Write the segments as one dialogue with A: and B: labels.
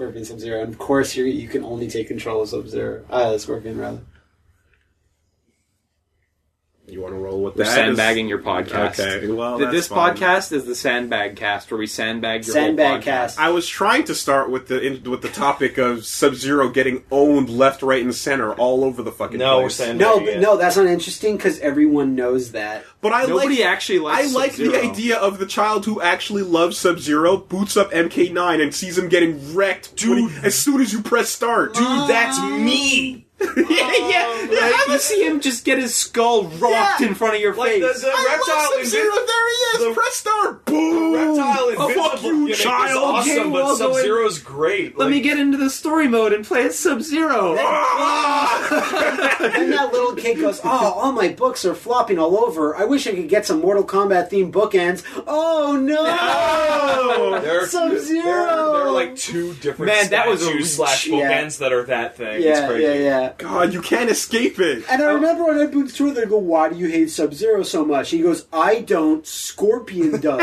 A: and Sub Zero. And of course, you you can only take control of Sub Zero, uh, Scorpion rather.
B: You want to roll with
C: We're
B: that? Is-
C: sandbagging your podcast.
B: Okay. Well,
C: Th-
B: Oh, that's
C: this
B: fine.
C: podcast is the sandbag cast where we sandbag your whole
A: Sandbag
C: podcast.
A: cast.
B: I was trying to start with the in, with the topic of Sub Zero getting owned left, right, and center all over the fucking
D: No, we're
B: place.
D: saying
A: no, but no, that's not interesting because everyone knows that.
B: But I
C: Nobody
B: like I
C: actually likes.
B: like the
C: Sub-Zero.
B: idea of the child who actually loves Sub Zero boots up MK9 and sees him getting wrecked, dude. as soon as you press start, dude,
D: that's me.
B: yeah, yeah. yeah I'm
C: Like, Oh, you
B: a-
C: see him just get his skull rocked
B: Yeah.
C: in front of your
D: Like the,
C: face.
D: the
B: I
D: reptile
B: love Sub-Zero.
D: invi-
B: There he
D: the-
B: is. Press start. Boom.
D: reptile
B: Oh,
D: invincible
B: fuck you,
D: gimmick is
B: child.
D: awesome,
C: Okay,
D: but
C: well, go
D: Sub
C: in-
D: Zero's great.
C: Let
D: Like,
C: me get into the story mode and play as Sub Zero. Ah.
B: Oh.
A: And that little kid goes, "Oh, all my books are flopping all over. I wish I could get some Mortal Kombat themed bookends." Oh no!
D: There,
A: Sub-Zero!
D: There, there are like two different
C: Man, that was a
D: statues
C: reach.
D: slash bookends that are that thing. it's
A: yeah,
D: crazy.
A: yeah, yeah.
B: God, you can't escape it.
A: And I remember when I booted through, they go, "Why do you hate Sub Zero so much?" He goes, "I don't. Scorpion does."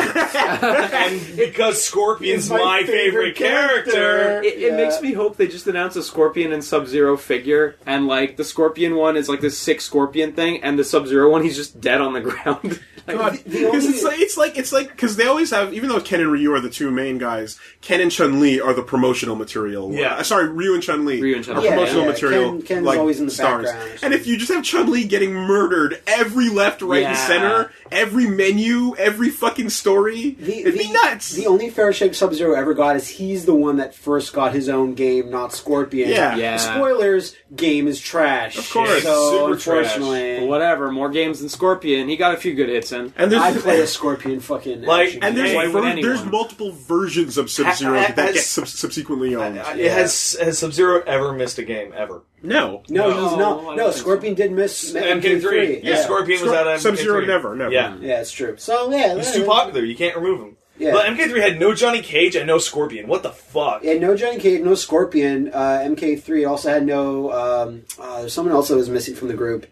D: And because Scorpion's
A: He's
D: my,
A: my
D: favorite,
A: favorite
D: character,
A: character.
C: It, it
A: Yeah.
C: makes me hope they just announce a Scorpion and Sub Zero figure, and like the Scorpion one is like this sick Scorpion thing, and the Sub Zero one he's just dead on the ground. Like,
B: God,
A: the only-
B: because it's like it's like it's like because they always have even though Ken and Ryu are the two main guys, Ken and Chun Li are the promotional material.
D: Yeah.
B: Uh, sorry, Ryu and Chun Li
C: Ryu and Chun-Li.
B: are
C: Yeah,
B: promotional
C: yeah,
B: material.
A: Ken- Ken's
B: like
A: always in the
B: stars.
A: background or
B: And if you just have Chun Li getting murdered every left, right, and
C: Yeah.
B: center, every menu, every fucking story,
A: The,
B: it'd
A: the,
B: be nuts.
A: the only fair shake Sub Zero ever got is he's the one that first got his own game, not Scorpion.
B: Yeah.
C: Yeah.
A: Spoilers: game is trash. Of
B: course.
A: so
D: Super trash.
A: unfortunately,
C: whatever, more games than Scorpion. He got a few good hits in.
B: and there's
A: I play a Scorpion fucking
D: Like,
A: action
B: and there's
D: Why
C: would
B: ver-
C: anyone?
B: there's multiple versions of Sub Zero
D: I- I-
B: that
D: I-
B: get sub- subsequently owned.
D: I- it has has Sub Zero ever missed a game ever?
B: no,
A: No,
D: No,
A: he's
C: I
A: not.
C: don't
A: No,
C: think so.
A: Scorpion did miss
D: MK3. Yeah,
A: Yeah.
D: Scorpion was out of
B: Sub
D: MK3.
B: Zero never, never.
D: Yeah.
A: Yeah, it's true. So yeah,
D: He's
A: yeah,
D: too
A: yeah.
D: popular. You can't remove him.
A: Yeah.
D: But MK3 had no Johnny Cage and no Scorpion. What the fuck?
A: Yeah, no Johnny Cage, no Scorpion. Uh, MK3 also had no. Um, uh, there's someone else that was missing from the group,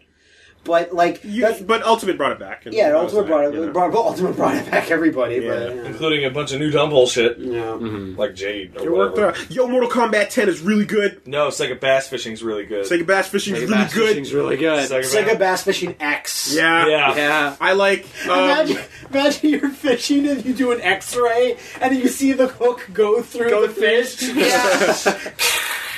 A: but like,
B: You,
A: that's-
B: but Ultimate brought it back. and
A: yeah,
B: that was
A: Ultimate
B: that,
A: brought it.
B: you know.
A: Brought, Ultimate brought it back everybody,
B: Yeah.
A: but you know,
D: Including a bunch of new dumb bullshit
A: you know.
D: like Jade or
B: It
D: whatever.
B: worked out. Yo, Mortal Kombat 10 is really good.
D: No, Sega Bass Fishing's really good.
B: Sega Bass Fishing is
C: Sega
B: really
C: Bass
B: good.
C: Fishing's really good.
D: Sega
A: Sega Bass Fishing X.
B: Yeah.
D: Yeah.
C: yeah.
B: I like. Um,
A: Imagine, imagine you're fishing and you do an X-ray and you see the hook go through
C: Go
A: the fish.
C: fish.
A: Yeah.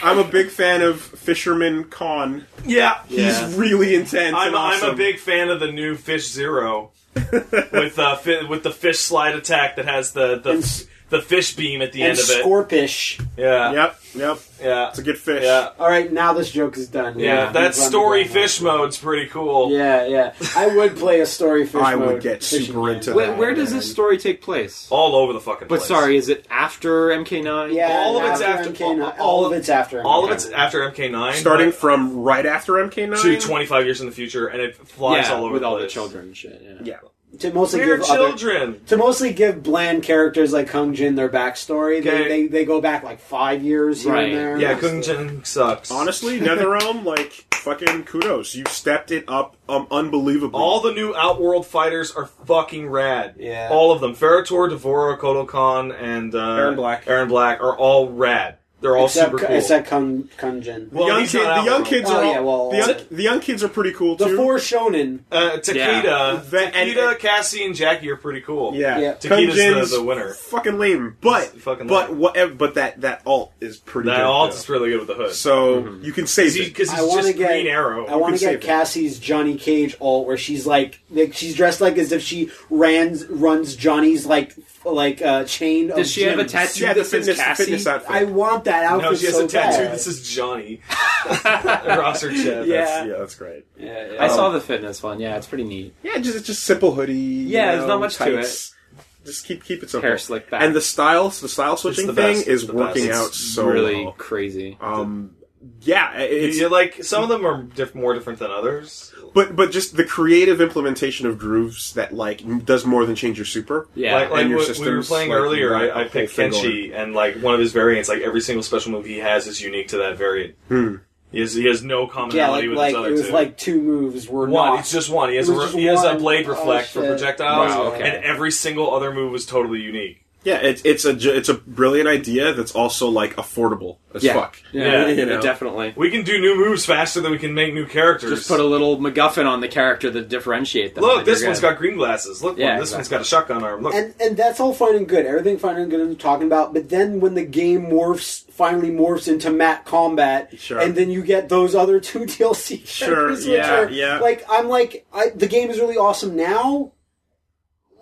B: I'm a big fan of Fisherman Khan.
D: Yeah.
C: Yeah.
B: He's really intense.
D: I'm,
B: and awesome.
D: I'm a big fan of the new Fish Zero with uh, fi- with the fish slide attack that has the the,
A: And s-
D: the fish beam at the
A: and
D: end of it.
A: Scorpish.
D: yeah.
B: Yep, yep.
D: Yeah.
B: It's a good fish.
D: Yeah.
A: All right, now this joke is done.
D: Yeah, that
A: We've run
D: story
A: the gamut.
D: fish mode's pretty cool.
A: Yeah, yeah. I would play a story fish.
B: I would
A: mode
B: get
A: fishing
B: super
A: game.
B: into
C: Where, where does
B: man.
C: this story take place?
D: All over the fucking
C: But
D: place.
C: sorry, is it after MK9?
A: Yeah,
D: all of it's after-
A: MK9.
D: all-
A: All,
D: all
A: of it's after.
D: All of
A: MK9.
D: it's after MK9.
B: Starting
D: but-
B: from right after MK9.
D: to 25 years in the future, and it flies
C: Yeah,
D: all over
C: with
D: the
C: all the
D: place.
C: children and shit. Yeah.
B: Yeah.
A: to mostly
D: We're
A: give other-
D: children.
A: to mostly give bland characters like Kung Jin their backstory.
D: Okay.
A: They, they they go back like five years here
C: Right.
A: and there.
D: Yeah, Kung Jin sucks.
B: Honestly, NetherRealm, like, fucking kudos. You stepped it up um, unbelievably.
D: All the new Outworld fighters are fucking rad.
A: Yeah.
D: All of them. Ferrator, Devoro, Kodokan, and uh,
B: Aaron Black.
D: Aaron Black are all rad. They're all
A: except,
D: super cool.
A: except Kung Kung Jin.
B: the
D: well,
B: young,
D: he's
B: kid,
D: not
B: the
D: out
B: young
D: though.
B: kids
A: Oh,
B: are all,
A: yeah, well,
B: the, young,
A: uh,
B: the young kids are pretty cool
A: The
B: too.
A: four shonen.
D: uh, Takeda,
B: Yeah. And-
D: Takeda, Cassie, and Jackie are pretty cool.
B: Yeah,
A: uh, Yeah.
B: Kung
D: Takeda's the-
B: Jin's
D: the winner.
B: Fucking lame, but
D: He's fucking
B: but
D: lame.
B: whatever. But that that alt is pretty.
D: That
B: good,
D: alt
B: though.
D: is really good with the hood.
B: so
C: Mm-hmm.
B: you can save it.
D: Because
A: I
D: he's
A: want to
D: just
A: get
D: Green Arrow.
A: I want
B: can
A: to
B: save
A: get
B: it.
A: Cassie's Johnny Cage alt where she's like, like she's dressed like as if she runs runs Johnny's like f- like uh, chain. of
C: Does she have a
A: gyms.
C: tattoo
B: yeah, the
C: that says
B: fitness,
C: Cassie?
B: fitness outfit.
A: I want that outfit.
D: no, she has
A: so
D: a tattoo
A: bad.
D: that says Johnny across her chest.
A: Yeah.
B: That's- yeah, that's great.
A: Yeah, yeah.
C: I
D: Oh.
C: saw the fitness one. Yeah, it's pretty neat.
B: Yeah, just it's just simple hoodie.
C: Yeah, there's not much to it.
B: to it. Just keep keep it simple.
C: Hair slicked back.
B: and the styles, the style switching
D: the
B: thing
D: best.
B: is
D: It's the
B: working
D: best.
B: out
D: It's
B: so
C: really
B: well.
C: crazy.
B: Um, yeah, it-
D: You-
B: it's
D: you like some of them are diff- more different than others.
B: but but just the creative implementation of grooves that like m- does more than change your super.
C: Yeah.
D: like, like
B: and your
D: what we were
B: systems,
D: playing
B: like,
D: earlier,
B: like,
D: I, I
B: whole
D: picked
B: thing
D: Kenshi, and like one of his variants, like every single special move he has is unique to that variant.
B: Hmm.
D: He has he has no
A: yeah,
D: commonality
A: like,
D: with
A: like
D: his other
A: it was
D: two.
A: like two moves were
D: one,
A: not.
D: it's just one. He has
A: It
D: a,
A: was just
D: he has a
A: one.
D: blade
A: Oh,
D: reflect for
A: shit.
D: projectiles,
C: Wow, okay.
D: and every single other move was totally unique.
B: Yeah, it's it's a ju- it's a brilliant idea that's also like affordable as
C: Yeah.
B: fuck.
C: Yeah,
D: Yeah,
B: you know.
C: definitely.
D: We can do new moves faster than we can make new characters.
C: Just put a little MacGuffin on the character to differentiate them.
D: Look, this
C: one's
D: one's got green glasses. Look,
C: Yeah,
D: one- this
C: exactly.
D: one's got a shotgun arm. Look,
A: And and that's all fine and good. Everything fine and good I'm talking about. But then when the game morphs, finally morphs into Matt Combat,
B: Sure.
A: and then you get those other two DLC
B: Sure,
A: characters, which
B: yeah,
A: are-
B: yeah.
A: Like I'm like I, the game is really awesome now.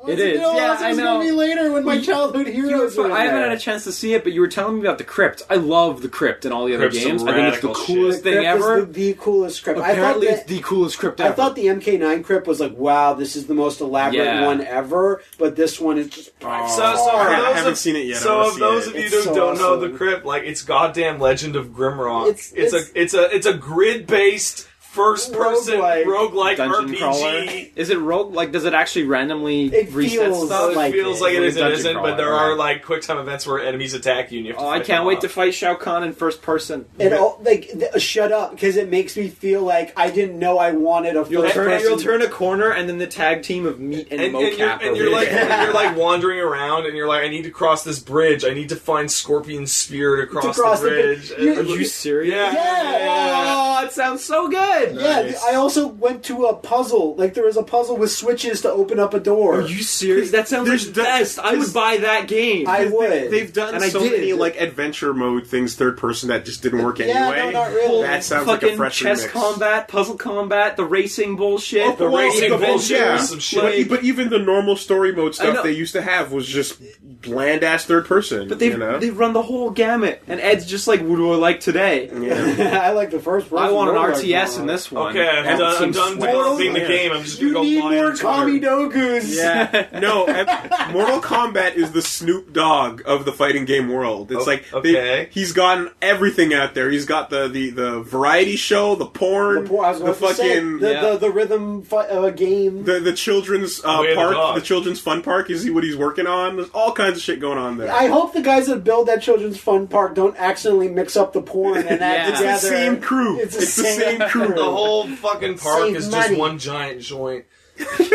C: It is.
A: No,
C: Yeah,
A: it's
C: I know.
A: gonna be later when my
C: You-
A: childhood heroes. were in
C: I haven't
A: there.
C: had a chance to see it, but you were telling me about the crypt. I love the crypt and all the other
D: Crypt's
C: games.
D: some
C: I think it's the
D: radical
C: coolest
D: shit.
C: thing
A: Crypt is
C: ever.
A: the, the coolest script.
C: Apparently,
A: I
C: it's
A: thought that,
C: the coolest crypt ever.
A: I thought the MK9 crypt was like, wow, this is the most elaborate
C: Yeah.
A: one ever, but this one is just by
B: Oh.
D: So, so
A: far-
D: for
B: I
D: those
B: haven't
D: of,
B: seen it yet. I
D: So,
B: wanna
D: of
B: see
D: those
B: it.
D: of you
A: It's
D: who
A: so
D: don't know
A: awesome.
D: the crypt, like it's goddamn Legend of Grimrock.
A: It's-
D: It's
A: it's-
D: a it's a it's a grid based first person
A: Roguelike.
D: roguelike
C: dungeon
D: RPG.
C: crawler. Is it rogue? Like, does it actually randomly
A: It
C: reset
A: feels
D: So
C: stuff?
D: it
A: like
D: feels
A: it.
D: like it
C: Like
D: is, it
C: dungeon
D: isn't,
C: crawler,
D: but there are
C: right.
D: like quick time events where enemies attack you and you have to
C: oh, I
D: fight
C: can't
D: them
C: wait
D: off.
C: to fight Shao Kahn in first person.
A: It all like th- shut up because it makes me feel like I didn't know I wanted a
C: You'll
A: first
C: turn,
A: person.
C: you'll turn a corner, and then the tag team of meat and,
D: and, and you're,
C: mocap. are
D: and you're like
C: there.
D: and you're like wandering around and you're like I need to cross this bridge I need to find Scorpion Spear to cross,
A: cross the
D: the bridge.
A: bridge.
C: are
D: And-
C: you serious?
D: Yeah.
C: Oh, it sounds so good.
A: yeah,
B: Nice.
A: I also went to a puzzle. Like there was a puzzle with switches to open up a door.
C: Are you serious? That sounds like
B: There's
C: the
B: that-
C: best. I would buy that game.
A: I would.
B: They've done
C: And I
B: so
C: did.
B: many like adventure mode things, third person that just didn't work
A: yeah,
B: anyway.
A: no, not really.
B: That sounds like a
C: fucking
B: fresh
C: chess
B: remix.
C: combat, puzzle combat, the racing bullshit,
B: Oh,
D: the
B: well,
D: racing
B: the whole-
D: bullshit
B: yeah.
D: or some shit.
B: But, e- but even the normal story mode
C: I know.
B: stuff they used to have was just bland ass third person.
C: But they've,
B: you know?
C: they've run the whole gamut, and Ed's just like, what do I like today?
B: yeah.
A: I like the first person. Oh
C: I want an
A: roguelike
C: RTS
A: one.
C: in this one.
D: Okay, I'm
C: That
D: done. I'm
C: seems
D: done
C: swell.
D: developing the
B: Yeah.
D: game. I'm just gonna
A: You
D: go
A: need
D: buy
A: more
D: it.
A: Kami Dogus.
C: Yeah.
B: No, ev- Mortal Kombat is the Snoop Dogg of the fighting game world. It's
D: O-
B: like
D: okay.
B: they, he's gotten everything out there. He's got the the, the variety show, the porn,
A: The, por- I was
B: the
A: about to say,
B: fucking
A: the,
C: yeah.
A: the, the rhythm fu- uh, game.
B: the the children's uh,
D: Way of the
B: park,
D: dog.
B: the, children's fun park. Is he what he's working on? There's all kinds of shit going on there.
A: I hope the guys that build that children's fun park don't accidentally mix up the porn and that
C: Yeah. It's the
A: together.
B: it's the same crew.
A: It's
B: It's
A: the
B: the,
A: same
B: same, crew.
D: The whole fucking park
A: Save
D: is
A: money.
D: just one giant joint.
A: And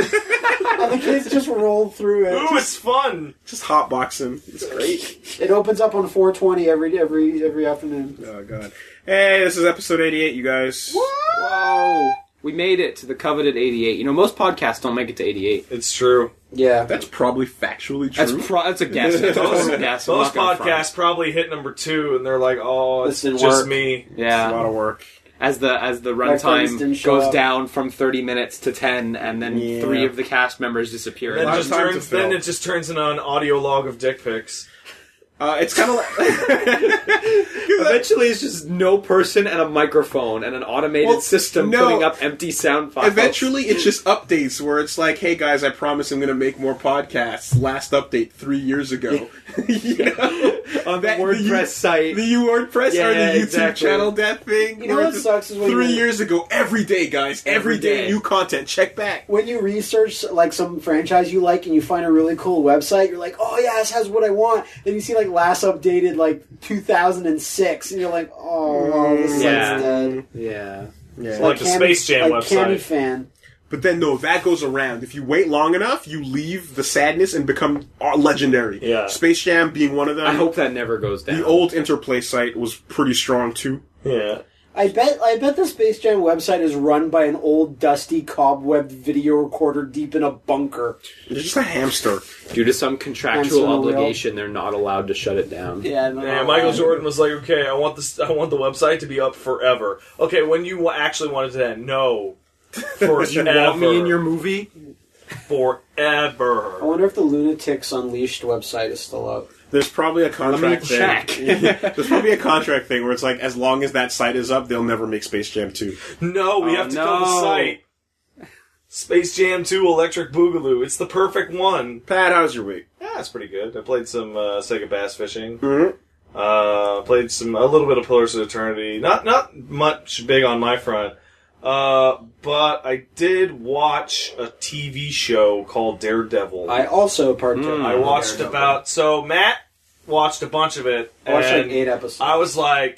A: Uh, the kids just roll through it.
D: Ooh, it's fun.
B: Just hotboxing. It's great.
A: It opens up on 420 every every every afternoon.
B: Oh god. Hey, this is episode 88, you guys.
C: Whoa. We made it to the coveted 88. You know, most podcasts don't make it to 88.
D: It's true.
A: Yeah.
B: That's probably factually true.
C: That's pro- that's a guess. That's a total guess. I'm
D: Those
C: not gonna front.
D: podcasts probably hit number two, and they're like, "Oh,
A: This
D: it's
A: didn't
D: just
A: work.
D: me."
B: a lot
C: Yeah.
B: of work.
C: As the as the
A: My friends didn't
C: runtime
A: show
C: goes
A: up.
C: down from 30 minutes to 10, and then
B: Yeah.
C: three of the cast members disappear.
D: Then
B: lot
D: it,
B: of
D: just
B: time to
D: turns, then
B: fill.
D: it just turns into an audio log of dick pics.
B: Uh, it's kind of like
C: Eventually, it's just no person and a microphone and an automated
B: Well,
C: system
B: no.
C: putting up empty sound files.
B: Eventually, it's just updates where it's like, "Hey guys, I promise I'm going to make more podcasts." Last update three years ago. you know?
C: on the
B: That- the
C: WordPress
B: U-
C: site.
B: The U WordPress or the
C: Yeah,
B: YouTube
C: exactly.
B: channel that thing.
A: You know
B: where
A: what
B: it's just
A: sucks is when
B: three
A: you-
B: years ago, every day, guys,
C: Every
B: every day,
C: day.
B: new content. Check back.
A: When you research like some franchise you like and you find a really cool website, you're like, "Oh yeah, this has what I want." Then you see like last updated like 2006, and you're like, "Oh, well, this site's
C: Yeah.
A: dead."
C: yeah.
B: Yeah.
D: Like the Space Jam
A: like Candy
D: website.
A: Fan.
B: But then no, that goes around. If you wait long enough, you leave the sadness and become uh, legendary.
D: Yeah.
B: Space Jam being one of them.
C: I hope that never goes down.
B: the old Interplay site was pretty strong too.
D: Yeah.
A: I bet I bet the Space Jam website is run by an old dusty cobwebbed video recorder deep in a bunker.
B: It's just a hamster.
C: Due to some
A: Hamster
C: contractual
A: wheel.
C: obligation, they're not allowed to shut it down.
A: Yeah, no,
D: Yeah, Michael
A: I-
D: Jordan was like, "Okay, I want this. I want the website to be up forever." Okay, when you wa- actually wanted to end? No, forever.
C: You want me in your movie?
A: I
D: forever.
A: wonder if the Lunatics Unleashed website is still up.
B: There's probably a
C: Let me
B: contract
C: check.
B: thing. There's probably a contract thing where it's like, as long as that site is up, they'll never make Space Jam 2.
D: No, we
C: Oh,
D: have to
C: no.
D: kill the site. Space Jam 2 Electric Boogaloo. It's the perfect one.
B: Pat, how's your week?
D: Yeah, it's pretty good. I played some uh, Sega Bass Fishing.
B: Mhm.
D: Uh, played some a little bit of Pillars of Eternity. Not not much big on my front. Uh, but I did watch a TV show called Daredevil.
A: I also partook.
D: I watched about so Matt watched a bunch of it.
A: I watched like
D: and
A: eight episodes.
D: I was like,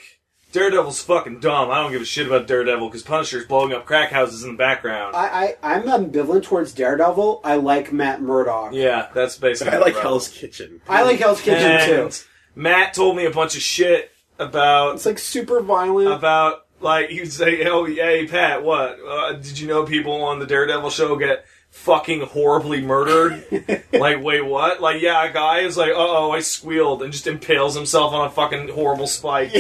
D: Daredevil's fucking dumb. I don't give a shit about Daredevil because Punisher's blowing up crack houses in the background.
A: I, I I'm ambivalent towards Daredevil. I like Matt Murdock.
D: yeah, that's basically.
B: I like
D: the
B: Hell's Kitchen.
A: I like Hell's Kitchen
D: problem.
A: too.
D: And Matt told me a bunch of shit about
A: It's like super violent.
D: about like you'd say, "Oh, hey, Pat, what? Uh, did you know people on the Daredevil show get fucking horribly murdered?" like, wait, what? Like, yeah, a guy is like, "Uh oh, I squealed," and just impales himself on a fucking horrible spike.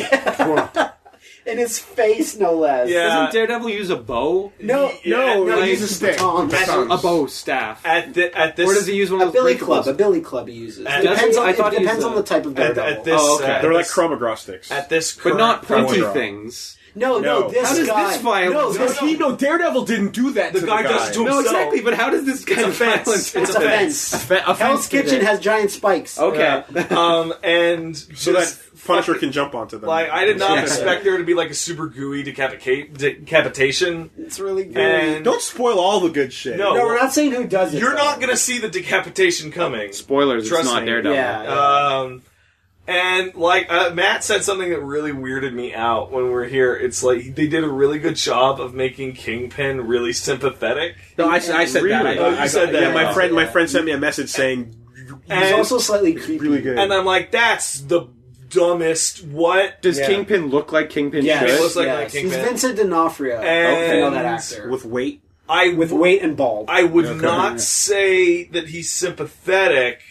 A: in his face, no less.
D: Yeah.
C: Doesn't Daredevil use a bow?
A: No,
D: Yeah,
B: no,
A: no,
B: he
A: he's
B: uses stick.
A: batons.
B: Batons.
A: That's
C: A bow staff.
D: At thi- at this,
C: or does he use one
A: A
C: of those
A: billy
C: breakables?
A: club. A billy club he uses.
D: At-
A: It depends,
C: Doesn't-
A: on,
C: I
A: it
C: thought he
A: depends
C: used
A: on
C: a-
A: the type of
D: at,
A: Daredevil.
D: at this?
C: Oh, okay.
D: at
B: They're like
D: this,
B: chromograph sticks.
D: at this,
C: but
D: current
C: not pointy
B: Daredevil.
C: things.
A: no, no,
B: No.
A: this
C: How does
A: guy.
C: this violent-
A: No,
C: No,
A: this
B: Because he, no, Daredevil didn't do that.
D: The
B: to
D: guy
B: the
D: does do-
C: No,
D: So-
C: exactly. But how does this kind
D: It's
C: of
D: offense.
A: it's
C: violence?
D: It's
A: a
D: offense.
A: fence.
E: Offe- offense
A: Hell's
E: to
A: Kitchen
E: the-
A: has giant spikes.
C: okay.
D: um, and
B: so that
D: just
B: Punisher
D: fucking-
B: can jump onto them.
D: Like, I did not
C: Yeah.
D: expect there to be like a super gooey decapita- decapitation.
A: It's really good.
D: And
B: Don't spoil all the good shit.
D: No.
A: no, we're not saying who does it.
D: you're
A: though.
D: not gonna see the decapitation coming.
C: Spoilers.
D: Trust
C: it's not
D: me.
C: Daredevil.
A: Yeah.
D: Um, and like uh, Matt said something that really weirded me out when we were here. It's like they did a really good job of making Kingpin really sympathetic.
B: no, I, s- I said that.
C: Really?
B: I-
D: Oh, you
B: I-
D: said that.
B: Yeah, my
D: Yeah.
B: friend, my
A: Yeah.
B: friend sent me a message saying
A: He's
D: And-
A: also slightly creepy.
B: really good.
D: And I'm like, that's the dumbest what.
C: Does
B: Yeah.
C: Kingpin look like Kingpin
A: Yes,
D: It
C: should?
D: looks like
A: yes.
D: my Kingpin.
A: He's Vincent D'Onofrio.
D: And-
A: I know that actor.
B: with weight.
D: I
A: with weight and bald.
D: I would
B: Okay.
D: not
B: Yeah.
D: say that he's sympathetic,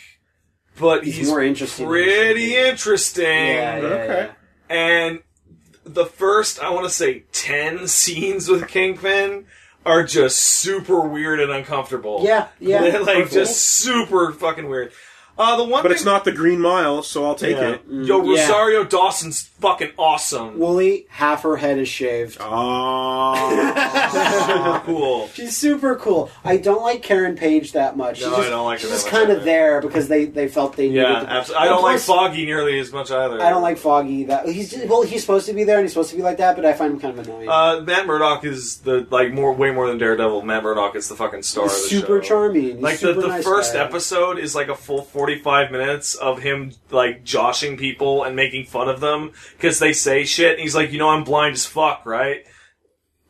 D: but he's,
A: He's more interesting than
D: Pretty
A: sympathetic.
D: interesting.
A: yeah, yeah,
B: Okay.
A: yeah.
D: And the first, I want to say, 10 scenes with Kingpin are just super weird and uncomfortable.
A: Yeah, yeah.
D: They're, like,
A: Uncomfortable.
D: just super fucking weird. Uh, the one
B: But
D: thing,
B: it's not the Green Mile, so I'll take
D: Yeah.
B: it.
D: Yo,
A: Mm, yeah.
D: Rosario Dawson's fucking awesome.
A: Wooly, half her head is shaved.
B: Oh,
D: super cool.
A: She's super cool. I don't like Karen Page that much.
D: No,
A: She's just,
D: I don't like her
A: She's
D: that
A: just
D: much
A: kind
D: either.
A: of there because they, they felt they needed.
D: Yeah,
A: to-
D: abs- I don't like
A: Plus,
D: Foggy nearly as much either.
A: I don't like Foggy. That he's just, well, he's supposed to be there and he's supposed to be like that, but I find him kind of annoying.
D: Uh, Matt Murdock is the like more way more than Daredevil. Matt Murdock is the fucking star
A: he's
D: of the
A: super
D: show.
A: charming. He's
D: Like the,
A: super
D: the
A: nice
D: first
A: guy.
D: episode is like a full forty five minutes of him like joshing people and making fun of them because they say shit. And he's like, you know, I'm blind as fuck, right?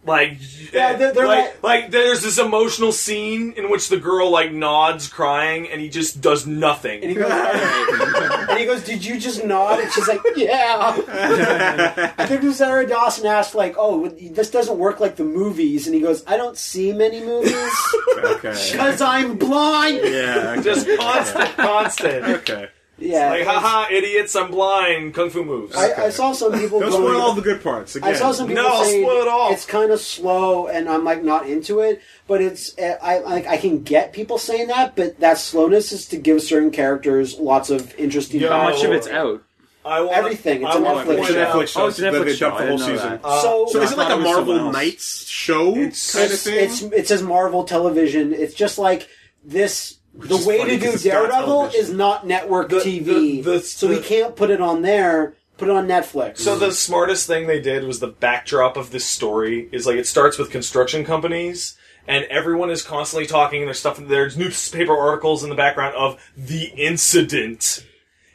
D: Like,
A: Yeah, they're- they're
D: like, like, there's this emotional scene in which the girl like nods, crying, and he just does nothing.
A: And he, goes, and he goes, "Did you just nod?" And she's like, "Yeah." I think it was Sarah Dawson asked, like, "Oh, this doesn't work like the movies," and he goes, "I don't see many movies
B: okay.
A: because I'm blind."
B: Yeah,
D: just constant, constant.
B: okay.
A: Yeah,
D: Like, haha, idiots! I'm blind. Kung fu moves.
A: I, I saw some people
B: Don't
A: going.
B: spoil all the good parts. Again.
A: I saw some people
D: No, I'll
A: saying
D: spoil it all.
A: it's kind of slow, and I'm like not into it. But it's eh, I like I can get people saying that, but that slowness is to give certain characters lots of interesting.
D: Yeah,
C: How
A: backstory.
C: much of it's out?
D: I want
A: Everything. It's
D: I
A: a Netflix
D: wanna
B: It's a
D: point
A: show.
D: out-
B: Netflix show.
E: Oh, it's a Netflix
B: they
E: show.
B: dumped
E: I
B: the whole
E: didn't know
B: season.
E: that.
D: Uh,
A: so
B: So
E: I
B: is it like
E: thought
B: a
E: it was someone
B: Marvel
E: else.
B: Knights show
D: It's-
B: kind of
A: it's,
B: thing?
A: it's it says Marvel Television. It's just like this. the
B: is
A: way
B: funny
A: to
B: 'cause
A: do
B: it's not
A: Daredevil
B: television.
A: is not network
D: The-
A: TV,
D: the- the-
A: so we
D: the-
A: can't put it on there. Put it on Netflix.
D: So the smartest thing they did was the backdrop of this story is like it starts with construction companies and everyone is constantly talking and there's stuff there's newspaper articles in the background of the incident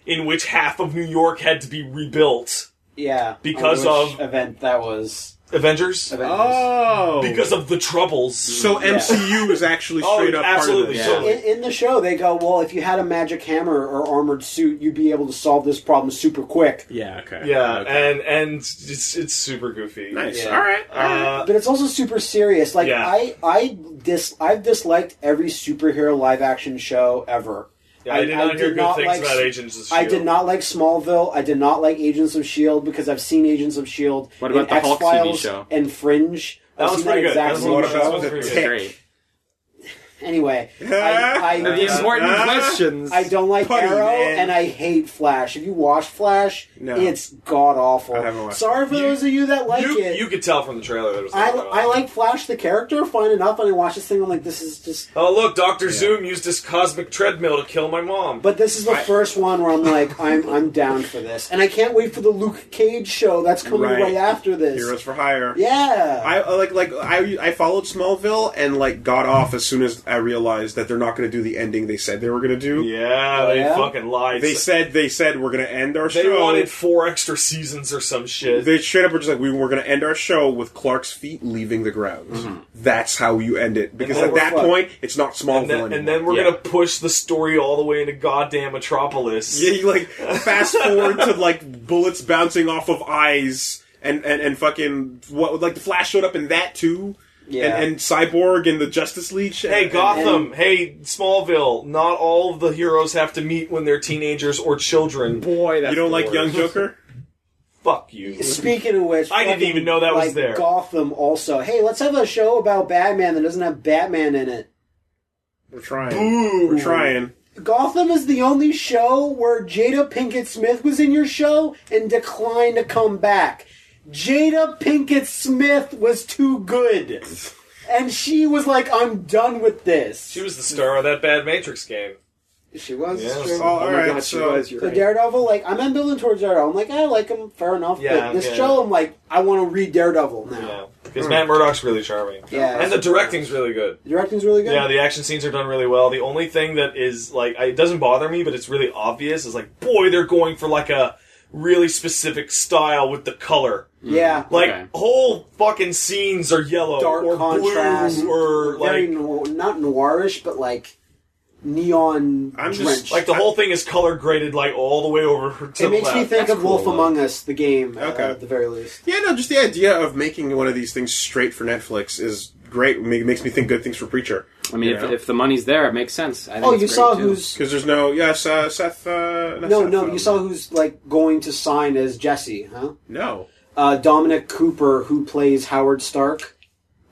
D: in which half of New York had to be rebuilt.
A: yeah,
D: Because
A: I wish
D: of-
A: event that was.
D: Avengers?
A: Avengers.
B: oh,
D: Because of the troubles.
B: so MCU is actually
D: Oh,
B: straight up
D: absolutely.
B: part of
D: So-
B: this.
A: In, in the show, they go, well, if you had a magic hammer or armored suit, you'd be able to solve this problem super quick.
B: Yeah. Okay.
D: yeah,
B: Okay.
D: and and it's it's super goofy.
B: nice.
A: yeah.
B: All right.
D: Uh,
A: But it's also super serious. Like
D: Yeah.
A: I, I dis, I've disliked every superhero live action show ever.
D: yeah, I, did not hear good
A: not
D: things
A: like-
D: about Agents of
A: I
D: Shield.
A: did not like Smallville. I did not like Agents of Shield E because I've seen Agents of Shield.
C: What about
A: E in
C: the Hulk TV
A: X-Files
C: show?
A: And Fringe.
D: That
A: I've
D: was
A: seen
D: pretty good.
A: exact
D: That was
A: same
D: a lot of-
A: show.
D: that was pretty
C: It's
D: Okay.
C: great.
A: Anyway, I,
C: The
A: I,
C: important
B: Uh,
C: questions.
A: I don't like
B: Putty,
A: Arrow
B: man.
A: and I hate Flash. If you watch Flash,
B: No.
A: it's god awful.
B: I haven't watched
A: Sorry for
D: You-
A: those of you that like
D: you,
A: it.
D: you could tell from the trailer that it was
A: I,
D: going on.
A: I like Flash the character fine enough, and I watch this thing. I'm like, this is just.
D: Oh look, Doctor Zoom used his cosmic treadmill to kill my mom.
A: But this is the first one where I'm like, I'm I'm down for this, and I can't wait for the Luke Cage show that's coming
B: Right.
A: right, after this.
B: Heroes for Hire. uh,
A: Yeah.
B: I I like like I I followed Smallville and like got off as soon as I realized that they're not going to do the ending they said they were going to do.
D: Yeah, they
A: yeah?
D: fucking lied.
B: They
D: So-
B: said they said we're going to end our
D: they
B: show.
D: wanted four extra seasons or some shit.
B: they straight up were just like we were going to end our show with Clark's feet leaving the ground.
D: Mm-hmm.
B: That's how you end it because
A: then
B: at
A: we're
B: that
A: fucked.
B: point it's not Smallville
D: and, then,
B: anymore.
D: and then we're
C: Yeah.
D: gonna push the story all the way into goddamn Metropolis.
B: Yeah, you like fast forward to like bullets bouncing off of eyes and and, and fucking what like the Flash showed up in that too.
A: Yeah.
B: And, and Cyborg and the Justice League. shit.
D: Hey
B: And-
D: Gotham, hey Smallville, not all of the heroes have to meet when they're teenagers or children.
C: Boy, that's
B: You don't
C: the
B: like
C: worst.
B: Young Joker?
D: Fuck you.
A: Speaking of which,
D: I didn't
A: fucking,
D: even know that was
A: like,
D: there.
A: Gotham also. Hey, let's have a show about Batman that doesn't have Batman in it.
B: We're trying.
D: Boo.
B: We're trying.
A: Gotham is the only show where Jada Pinkett Smith was in your show and declined to come back. Jada Pinkett Smith was too good. And she was like, I'm done with this.
D: She was the star of that bad Matrix game.
A: She was.
D: Yes.
A: sure.
B: Oh, all
C: Oh
B: right,
C: my god, she
B: so-
C: was. You're
A: So
C: right.
A: Daredevil, like, I'm ambivalent towards Daredevil. I'm like, I like him, fair enough.
D: Yeah,
A: but this
D: yeah.
A: show, I'm like, I want to read Daredevil now.
D: Yeah, because Matt Murdock's really charming.
A: Yeah.
D: and the directing's really good.
A: The Directing's really good.
D: Yeah, the action scenes are done really well. The only thing that is like I- it doesn't bother me, but it's really obvious is like, boy, they're going for like a really specific style with the color.
A: yeah.
D: Like
C: Okay.
D: whole fucking scenes are yellow
A: Dark
D: or
A: contrast.
D: blue or
A: Very
D: like
A: no- not noirish, but like neon
B: I'm just-
A: drenched.
D: like the whole thing is color graded like all the way over to
A: it
D: the
A: makes
D: left.
A: me think
C: That's
A: of Wolf
C: cool,
A: Among Us, the game, uh,
B: Okay.
A: at the very least.
B: Yeah, no, just the idea of making one of these things straight for Netflix is great. Ma- makes me think good things for Preacher.
C: I mean, if,
B: Yeah.
C: if the money's there, it makes sense. I think
A: Oh,
C: it's
A: you
C: great,
A: saw
C: too.
A: who's
B: Because there's no. Yes, uh, Seth. Uh, not
A: no,
B: Seth,
A: no.
B: um,
A: You saw who's like going to sign as Jesse, huh?
B: No.
A: Uh, Dominic Cooper, who plays Howard Stark,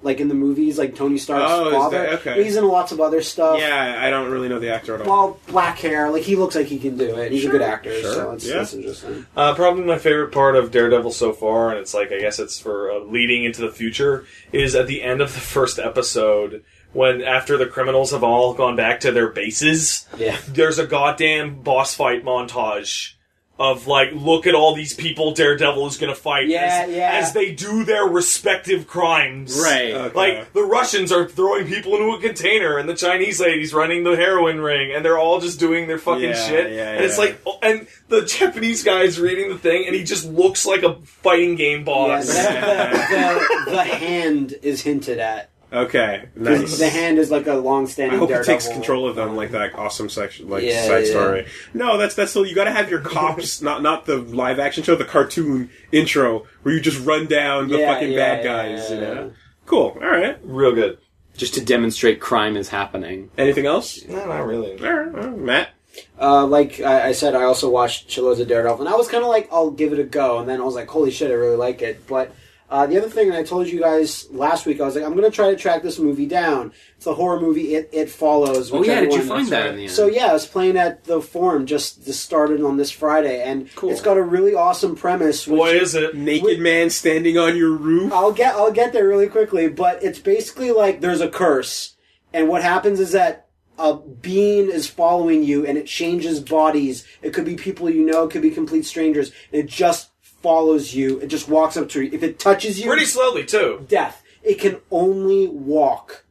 A: like in the movies, like Tony Stark's
B: Oh, is
A: father.
B: that- okay.
A: He's in lots of other stuff.
B: Yeah, I don't really know the actor at all.
A: Well, black hair, like he looks like he can do it. He's a good actor,
B: sure,
A: so it's,
B: yeah.
A: that's interesting.
D: Uh, probably my favorite part of Daredevil so far, and it's like I guess it's for uh, leading into the future, is at the end of the first episode when after the criminals have all gone back to their bases.
A: Yeah.
D: there's a goddamn boss fight montage of like, look at all these people Daredevil is gonna fight
A: Yeah,
D: as,
A: yeah.
D: as they do their respective crimes.
C: Right.
A: Uh,
B: Okay.
D: Like the Russians are throwing people into a container, and the Chinese lady's running the heroin ring, and they're all just doing their fucking
B: Yeah,
D: shit.
B: yeah,
D: and it's
B: yeah.
D: like, oh, and the Japanese guy's reading the thing, and he just looks like a fighting game
A: Yeah,
D: boss.
A: that- the, the, the hand is hinted at.
B: okay. Nice.
A: The hand is like a long-standing.
B: I hope he
A: Daredevil.
B: takes control of them like that awesome section, like
A: Yeah,
B: side
A: yeah.
B: story. No, that's that's still you got to have your cops, not not the live action show, the cartoon intro where you just run down the
A: Yeah,
B: fucking
A: yeah,
B: bad
A: yeah,
B: guys.
A: yeah,
B: you
A: yeah.
B: know? Cool. All right.
D: Real good.
C: Just to demonstrate crime is happening.
B: Anything else?
D: No, not really.
B: All right. all right. Matt.
A: Uh, like I, I said, I also watched Chilo's of Daredevil, and I was kind of like, I'll give it a go, and then I was like, holy shit, I really like it. But uh, the other thing, and I told you guys last week, I was like, I'm going to try to track this movie down. It's the horror movie It, it Follows.
C: Oh
A: which
C: yeah, did you
A: everyone-
C: find that in the end?
A: So yeah, I was playing at the Forum just this started on this Friday, and
C: Cool.
A: it's got a really awesome premise. Which
D: What is it?
B: Naked man standing on your roof.
A: I'll get I'll get there really quickly, but it's basically like there's a curse, and what happens is that a being is following you, and it changes bodies. It could be people you know, it could be complete strangers, and it just follows you. It just walks up to you. If it touches you,
D: Pretty slowly too.
A: death. It can only walk.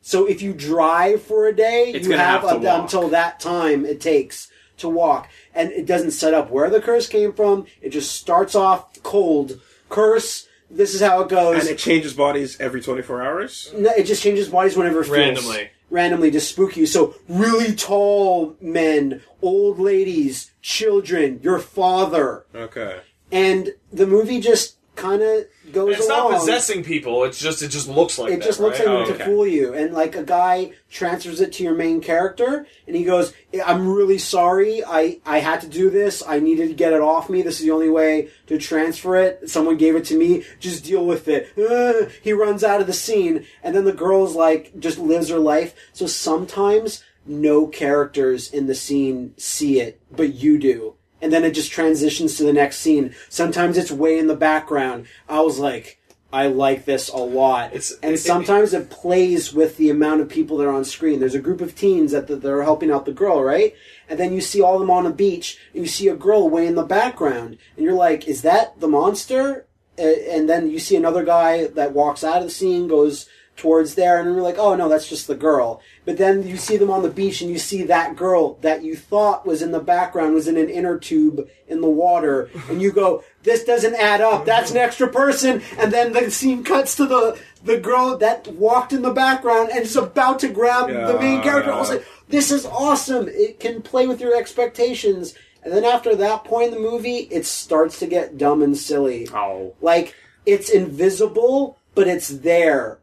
A: So if you drive for a day,
C: It's
A: you
C: gonna
A: have,
C: have
A: up
C: to walk.
A: until that time it takes to walk, and it doesn't set up where the curse came from. It just starts off cold. Curse. This is how it goes.
B: and it changes bodies every 24 hours.
A: No, it just changes bodies whenever it feels.
D: Randomly.
A: Randomly to spook you. So really tall men, old ladies, children, your father,
B: Okay.
A: and the movie just kind of goes
D: It's
A: along.
D: not possessing people. It's just it just looks like
A: It
D: that,
A: just looks
D: right?
A: like
D: Oh,
A: it
D: okay.
A: to fool you, and like a guy transfers it to your main character, and he goes, "I- "I'm really sorry. I I had to do this. I needed to get it off me. This is the only way to transfer it. Someone gave it to me. Just deal with it." Uh, he runs out of the scene, and then the girl's like, just lives her life. So sometimes no characters in the scene see it, but you do. And then it just transitions to the next scene. Sometimes it's way in the background. I was like, I like this a lot.
D: It's-
A: and
D: it-
A: sometimes it, plays with the amount of people that are on screen. There's a group of teens that, that are helping out the girl, right? And then you see all of them on a beach, and you see a girl way in the background, and you're like, "Is that the monster?" A- And then you see another guy that walks out of the scene, goes towards there, and we're like, oh no, that's just the girl. But then you see them on the beach, and you see that girl that you thought was in the background was in an inner tube in the water, and you go, this doesn't add up. That's an extra person. And then the scene cuts to the the girl that walked in the background and is about to grab the main character. I was like, this is awesome. It can play with your expectations. And then after that point in the movie, it starts to get dumb and silly.
C: Oh.
A: Like it's invisible, but it's there.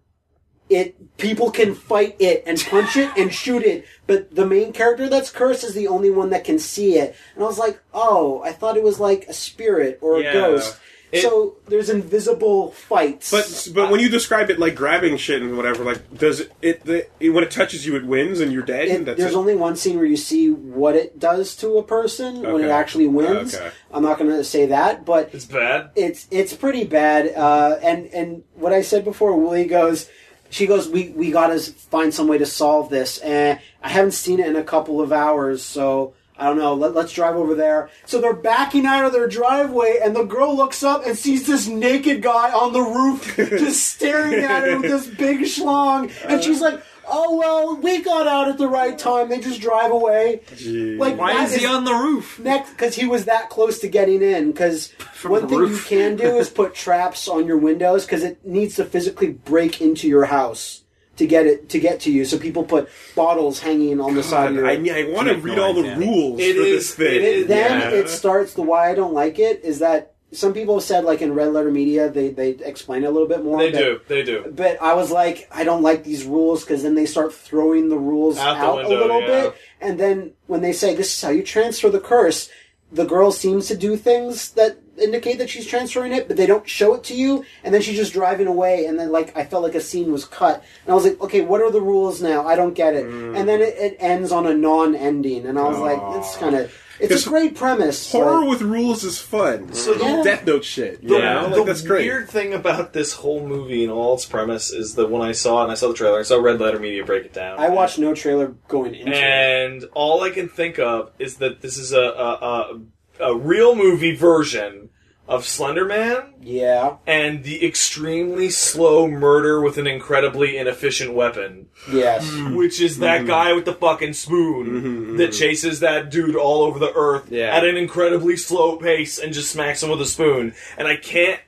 A: It people can fight it and punch it and shoot it, but the main character that's cursed is the only one that can see it. And I was like, oh, I thought it was like a spirit or
B: Yeah.
A: a ghost.
B: It-
A: so there's invisible fights.
B: But but when you describe it like grabbing shit and whatever, like does it, it the it, when it touches you, it wins and you're dead.
A: It-
B: and that's
A: there's
B: it.
A: only one scene where you see what it does to a person when it
B: Okay.
A: actually wins.
B: Okay.
A: I'm not going to say that, but
D: It's bad.
A: it's it's pretty bad. Uh, and and what I said before, Willie goes, she goes, we we got to find some way to solve this. And I haven't seen it in a couple of hours, so. I don't know. Let, let's drive over there. So they're backing out of their driveway, and the girl looks up and sees this naked guy on the roof, just staring at her with this big schlong, and she's like, "Oh well, we got out at the right time. They just drive away." Like,
C: Why
A: that
C: is he on the roof?
A: next because he was that close to getting in. Because one
C: the
A: thing
C: roof.
A: you can do is put traps on your windows because it needs to physically break into your house to get it to get to you. So people put bottles hanging on the side of your.
B: I, I want to
C: Make
B: read
C: no
B: all the
C: idea.
B: rules
D: It
B: for
D: is-
B: this thing.
D: it is-
A: then
D: Yeah.
A: it starts. The why I don't like it is that some people have said like in red letter media they they explain it a little bit more.
D: They
A: but-
D: do. They do.
A: but I was like, I don't like these rules because then they start throwing the rules
D: Out
A: out,
D: the window,
A: a little
D: yeah.
A: bit, and then when they say this is how you transfer the curse, the girl seems to do things that indicate that she's transferring it, but they don't show it to you, and then she's just driving away, and then like I felt like a scene was cut, and I was like, okay, what are the rules now? I don't get it,
D: Mm.
A: and then it, it ends on a non-ending, and I was like, it's kind of it's
B: Because
A: a great premise.
B: Horror
A: but-
B: with rules is fun.
D: So the-
A: Yeah.
B: Death Note shit. You
D: The,
B: know?
D: the
B: Like, that's great.
D: weird thing about this whole movie and all its premise is that when I saw it, and I saw the trailer, I saw Red Letter Media break it down.
A: I watched no trailer going into it.
D: And all I can think of is that this is a a, a, a real movie version of Slender Man
A: Yeah,
D: and the extremely slow murder with an incredibly inefficient weapon,
A: yes.
D: which is that guy with the fucking spoon that chases that dude all over the earth
C: Yeah.
D: at an incredibly slow pace and just smacks him with a spoon. And I can't.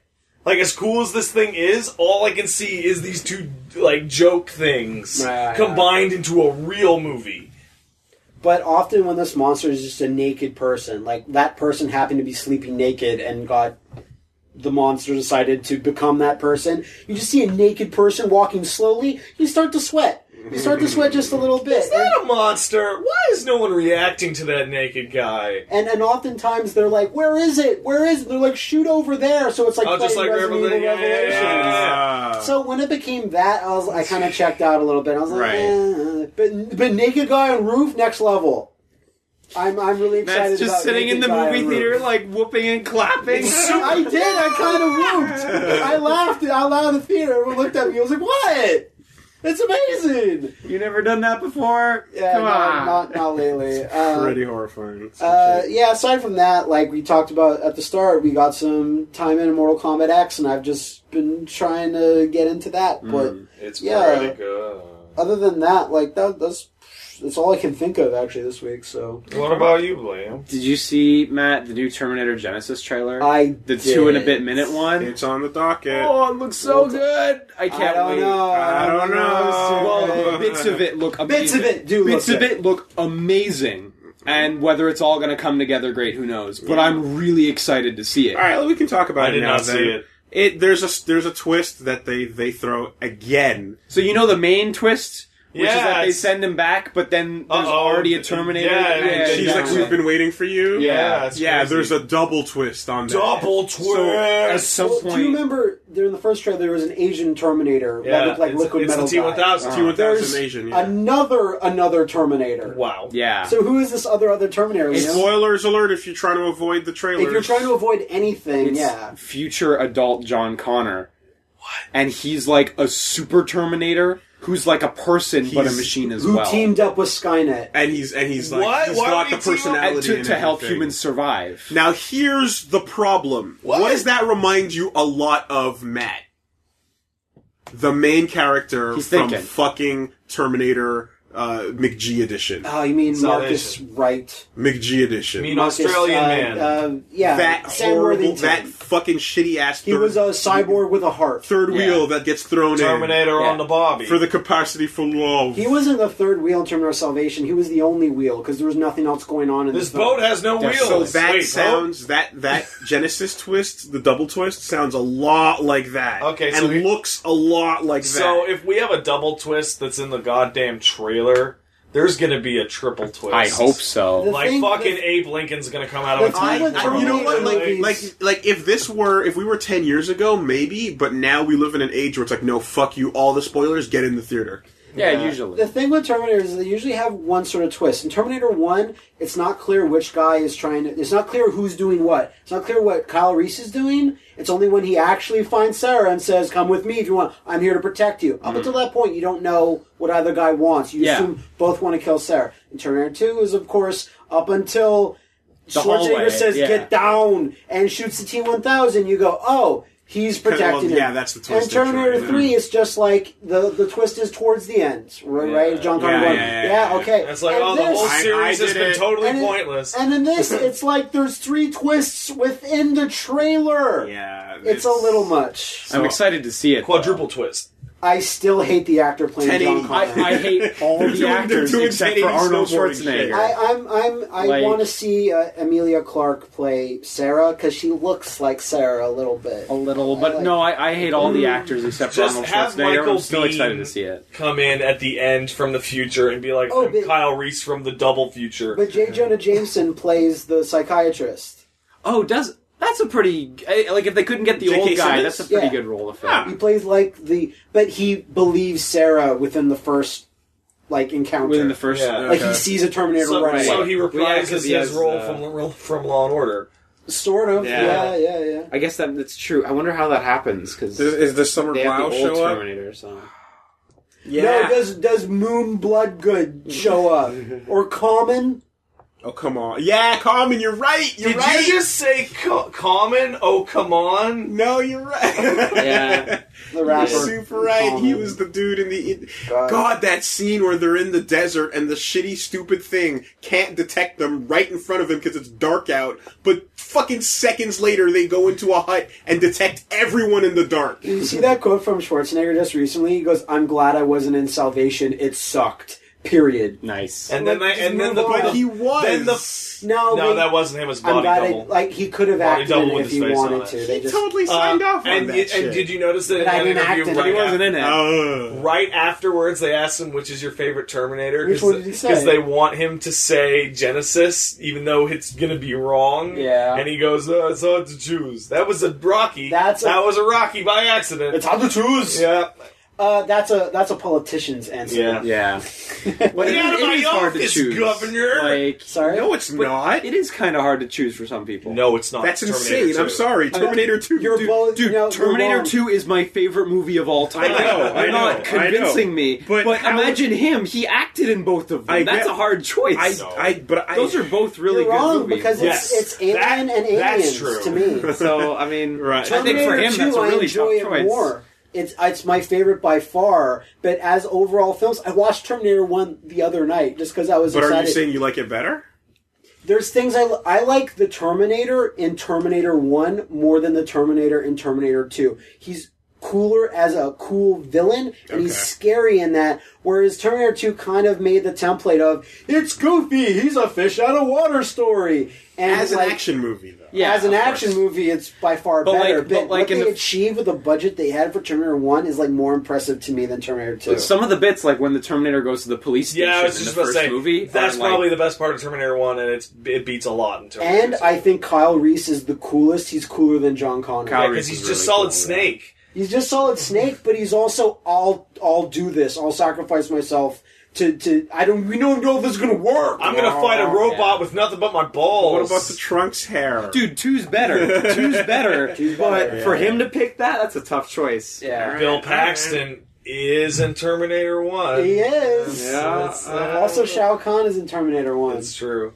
D: Like as cool as this thing is, all I can see is these two like joke things
A: Right.
D: combined into a real movie.
A: But often when this monster is just a naked person, like that person happened to be sleeping naked and got the monster decided to become that person, you just see a naked person walking slowly, you start to sweat. You start to sweat just a little bit.
D: Is that a monster? Why is no one reacting to that naked guy?
A: And and oftentimes they're like, Where is it? Where is it? They're like, shoot over there. So it's like,
D: Oh, just
A: playing
D: like
A: Resident
D: Revelation.
A: Evil
D: Yeah, yeah,
A: Revelations.
D: yeah,
B: Ah.
A: So when it became that, I was I kind of checked out a little bit. I was like,
B: Right.
A: eh. but but naked guy on roof, next level. I'm I'm really excited.
C: Matt's
A: about
C: just sitting in
A: Naked
C: the
A: Guy on
C: movie
A: Roof.
C: theater, like whooping and clapping.
A: I did. I kind of whooped. I laughed out loud in the theater. Everyone looked at me. I was like, "What? That's amazing!"
C: you never done that before?
A: Yeah,
C: Come
A: no,
C: on.
A: not not lately. Uh,
B: Pretty horrifying.
A: uh, yeah. Aside from that, like we talked about at the start, we got some time in Mortal Kombat X, and I've just been trying to get into that.
C: Mm.
A: But
D: It's
A: Yeah.
D: pretty good.
A: other than that, like that, that's that's all I can think of actually this week. So
D: What about you, Liam?
C: Did you see Matt the new Terminator Genesis trailer?
A: I
C: the two and a
A: did.
C: bit minute one.
B: it's on the docket.
C: oh, it looks so good! I can't
A: I don't
C: wait.
A: know.
B: I don't know.
C: Well, bits of it look
A: Bits
C: amazing.
A: of it do
C: bits
A: look
C: of it look amazing. And whether it's all going to come together great, who knows? But I'm really excited to see it.
B: All right, well, we can talk about
D: I
B: it
D: did
B: now.
D: not see
B: then.
D: it.
B: It there's a there's a twist that they they throw again.
C: So you know the main twist, which is that they
D: Yes.
C: send him back, but then there's
D: Uh-oh.
C: already a Terminator.
D: Yeah, and
B: She's like,
C: exactly.
B: "We've been waiting for you."
C: Yeah,
D: it's
B: yeah.
D: crazy.
B: There's a double twist on that.
D: double
B: uh,
C: At
D: twist.
C: some
A: Well,
C: point,
A: Do you remember during the first trailer there was an Asian Terminator that looked like
D: it's,
A: liquid
D: it's
A: metal
D: the
A: guy.
D: T1000.
B: T1000
A: There's
B: Asian. Yeah.
A: another another Terminator.
D: Wow.
C: yeah.
A: So who is this other other Terminator? Liam?
B: Spoilers alert! If you're trying to avoid the trailers,
A: if you're trying to avoid anything,
C: It's
A: yeah.
C: future adult John Connor. And he's like a super Terminator who's like a person but a
B: He's-
C: machine as
A: Who
C: well.
A: teamed up with Skynet?
B: and he's and he's like,
D: What?
B: he's
D: Why
B: got the
D: would he team up-
B: personality
C: and to,
B: and
C: to help
B: everything.
C: humans survive.
B: Now here's the problem.
D: What?
B: does that remind you a lot of, Matt? the main character
A: He's
B: from
A: thinking.
B: fucking Terminator uh, McG edition.
A: Oh, you mean Marcus
D: Salvation.
A: Wright?
B: McG edition.
D: Mean
A: Marcus,
D: Australian
A: uh,
D: man.
A: Uh, yeah,
B: that
A: Sam
B: horrible,
A: Worthington.
B: that fucking shitty ass.
A: he was a cyborg with a heart.
B: third
C: Yeah.
B: wheel that gets thrown
D: Terminator
C: Yeah.
D: on the Bobby.
B: in for the capacity for love.
A: He wasn't the third wheel in Terminator Salvation. He was the only wheel because there was nothing else going on in
D: this
A: the film.
D: boat has no wheels.
B: so that
D: Wait,
B: sounds that that Genesis twist, the double twist, sounds a lot like that.
D: Okay,
B: and
D: so we-
B: looks a lot like
D: what?
B: that.
D: So if we have a double twist that's in the goddamn trailer, there's gonna be a triple twist.
C: I hope so.
A: The
D: Like
A: thing-
D: fucking Abe Lincoln's gonna come out of
A: the
D: a
A: thing
D: time.
A: with
B: I, you know what? Like,
A: Terminator
B: like,
A: movies-
B: like, if this were, if we were ten years ago, maybe. But now we live in an age where it's like, no, fuck you. All the spoilers. Get in the theater.
C: Yeah,
D: Yeah.
A: The
C: usually.
A: thing with Terminators is they usually have one sort of twist. In Terminator One, it's not clear which guy is trying to. It's not clear who's doing what. It's not clear what Kyle Reese is doing. It's only when he actually finds Sarah and says, "Come with me if you want. I'm here to protect you." Up until that point, you don't know what either guy wants. You
C: Mm-hmm. Yeah.
A: assume both want to kill Sarah. In Terminator Two is, of course, up until Schwarzenegger
C: hallway,
A: says,
C: yeah.
A: "Get down," and shoots the T1000. You go, "Oh." He's protecting
B: Well, yeah,
A: him.
B: that's the twist
A: And
B: they're trying
A: Terminator
B: to do.
A: Three it's just like the the twist is towards the end, right? right? John Connor
B: Yeah,
A: going,
B: yeah,
A: yeah,
B: yeah, yeah.
A: okay.
D: It's like,
A: and
D: oh, the whole
B: I-
D: series
B: I
D: has
B: did
D: been
B: it.
D: totally
A: and in-
D: pointless.
A: and in this, it's like there's three twists within the trailer.
B: Yeah,
A: it's, a little much.
C: I'm excited to see it.
D: Quadruple twist.
A: I still hate the actor playing John
B: 1080.
A: Connor.
C: I, I hate all the
B: They're doing- they're
C: actors
B: doing
C: except for
B: 1080
C: Arnold
B: snowboarding shit.
C: Schwarzenegger.
A: I, am I'm, I
C: Like-
A: want to see uh, Amelia Clark play Sarah because she looks like Sarah a little bit.
C: a little, but no, I, I hate all the actors except for
D: mm, Just
C: Arnold
D: have
C: Schwarzenegger.
D: Michael
C: I'm still excited
D: Biehn.
C: to see it.
D: Come in at the end from the future and be like,
A: Oh,
D: I'm
A: but-
D: Kyle Reese from the double future.
A: But J. Jonah Jameson plays the psychiatrist.
C: Oh, does that's a pretty eh, like if they couldn't get the
B: J.K.
C: old guy,
B: Simmons?
C: that's a pretty
A: Yeah.
C: good role to fill.
A: He plays like the, but he believes Sarah within the first like encounter.
C: Within the first,
D: Yeah.
A: Like
B: Okay.
A: he sees a Terminator
D: so,
A: right
D: so
A: away.
D: he reprises
C: Yeah, 'cause
D: his
C: he has,
D: role
C: uh,
D: from from Law and Order.
A: Sort of. Yeah,
B: Yeah.
A: yeah, yeah.
C: I guess that that's true. I wonder how that happens because
B: Is,
C: they
B: is the summer
C: have
B: Blau
C: the old
B: show up?
C: Terminator. So.
A: No, does does Moon Bloodgood show up or Common?
B: Oh come on. Yeah, Carmen, you're right. You're
D: Did
B: right.
D: you just say co- common? Oh, come on.
B: No, you're right.
C: Yeah.
A: The rapper.
B: Super right. He
A: Common.
B: was the dude in the. in-
A: God.
B: God, that scene where they're in the desert and the shitty, stupid thing can't detect them right in front of him because it's dark out. But fucking seconds later, they go into a hut and detect everyone in the dark.
A: Did you see that quote from Schwarzenegger just recently? He goes, "I'm glad I wasn't in Salvation. It sucked." Period.
C: nice.
D: And then
A: Like,
D: they, and then
A: move
D: the
A: on.
B: But he was.
D: Then the-
A: No,
D: no,
A: they-
D: that wasn't him. His
A: I'm
D: body
A: glad. I,
D: double.
A: like he could have
D: Body
A: acted
D: double
A: in it
D: with
A: if
D: his
A: he
D: face on
A: wanted
D: it.
A: to.
D: He
A: They
B: he
A: just
B: totally signed off on
D: Uh, and,
B: that
D: you-
B: shit.
D: and did you notice that in
A: But I
D: that
A: didn't
D: interview
A: act in it.
D: right,
C: he wasn't
D: af-
C: in it.
B: Oh.
D: right afterwards they asked him which is your favorite Terminator
A: Which one did he say?
D: because they want him to say Genesis even though it's gonna be wrong
A: Yeah.
D: and he goes oh, it's hard to choose that was a Rocky
A: That's a-
D: that was a Rocky by accident
A: hard to choose.
D: yeah
A: Uh, that's a that's a politician's answer.
D: yeah
C: Yeah. But
D: Get
C: it-
D: out of
C: it
D: my
C: is hard to
D: office,
C: choose.
D: governor!
C: Like
A: Sorry.
B: No, it's
C: But
B: not.
C: it is kind of hard to choose for some people.
D: no it's not
B: That's
D: Terminator
B: insane. I'm
D: 2.
B: sorry. Terminator 2.
A: You're
B: dude,
A: both.
B: dude,
A: you know, you're
C: Terminator
A: wrong.
C: Two is my favorite movie of all time.
B: I know,
C: You're
B: I know,
C: not
B: I know.
C: convincing me.
B: But
C: But,
B: how-
C: imagine him. He acted in both of them.
B: I
C: That's
B: get-
C: a hard choice.
B: I, I, but I,
C: Those are both really
A: You're wrong
C: good movies.
A: because
D: Yes.
A: it's, it's alien
D: That-
A: and
D: that's
A: aliens
D: true.
A: to me.
C: so I mean,
B: Right.
C: I think for
A: Terminator
C: him
A: 2,
C: that's a
A: I
C: really
A: enjoy
C: tough
A: it
C: choice.
A: more. It's it's my favorite by far. But as overall films, I watched Terminator One the other night just because I was
B: But are
A: excited.
B: you saying you like it better?
A: There's things I li- I like the Terminator in Terminator One more than the Terminator in Terminator Two. He's cooler as a cool villain and he's
B: Okay.
A: scary in that whereas terminator 2 kind of made the template of it's goofy he's a fish out of water story and
B: As an
A: like,
B: action movie, though.
C: Yeah,
A: as an
C: of
A: action
C: course.
A: movie, it's by far
C: But,
A: better.
C: like-
A: but
C: but, like,
A: what
C: in
A: they
C: the-
A: achieved with the budget they had for Terminator One is like more impressive to me than Terminator Two.
C: Some of the bits, like when the Terminator goes to the police station
D: yeah I was
C: in
D: just
C: the
D: about to
C: first
D: say
C: movie,
D: that's
C: are, like,
D: probably the best part of Terminator 1 and it's it beats a lot in Terminator
A: and I think Kyle Reese is the coolest. He's cooler than John Connor.
C: Kyle Reese
D: because he's
C: is
D: just
C: really
D: solid
C: cool, yeah.
D: snake
A: He's just solid Snake, but he's also I'll I'll do this. I'll sacrifice myself to to I don't we don't know if this is gonna work.
D: I'm gonna fight
A: Oh,
D: a robot with nothing but my balls
B: What about the Trunks hair?
C: Dude, two's better. two's better.
A: Two's
C: but
A: better,
C: for
A: yeah.
C: him to pick that, that's a tough choice.
A: yeah.
D: Bill Paxton is in Terminator One.
A: He is.
C: Yeah.
A: uh, also, Shao Kahn is in Terminator One.
D: That's true.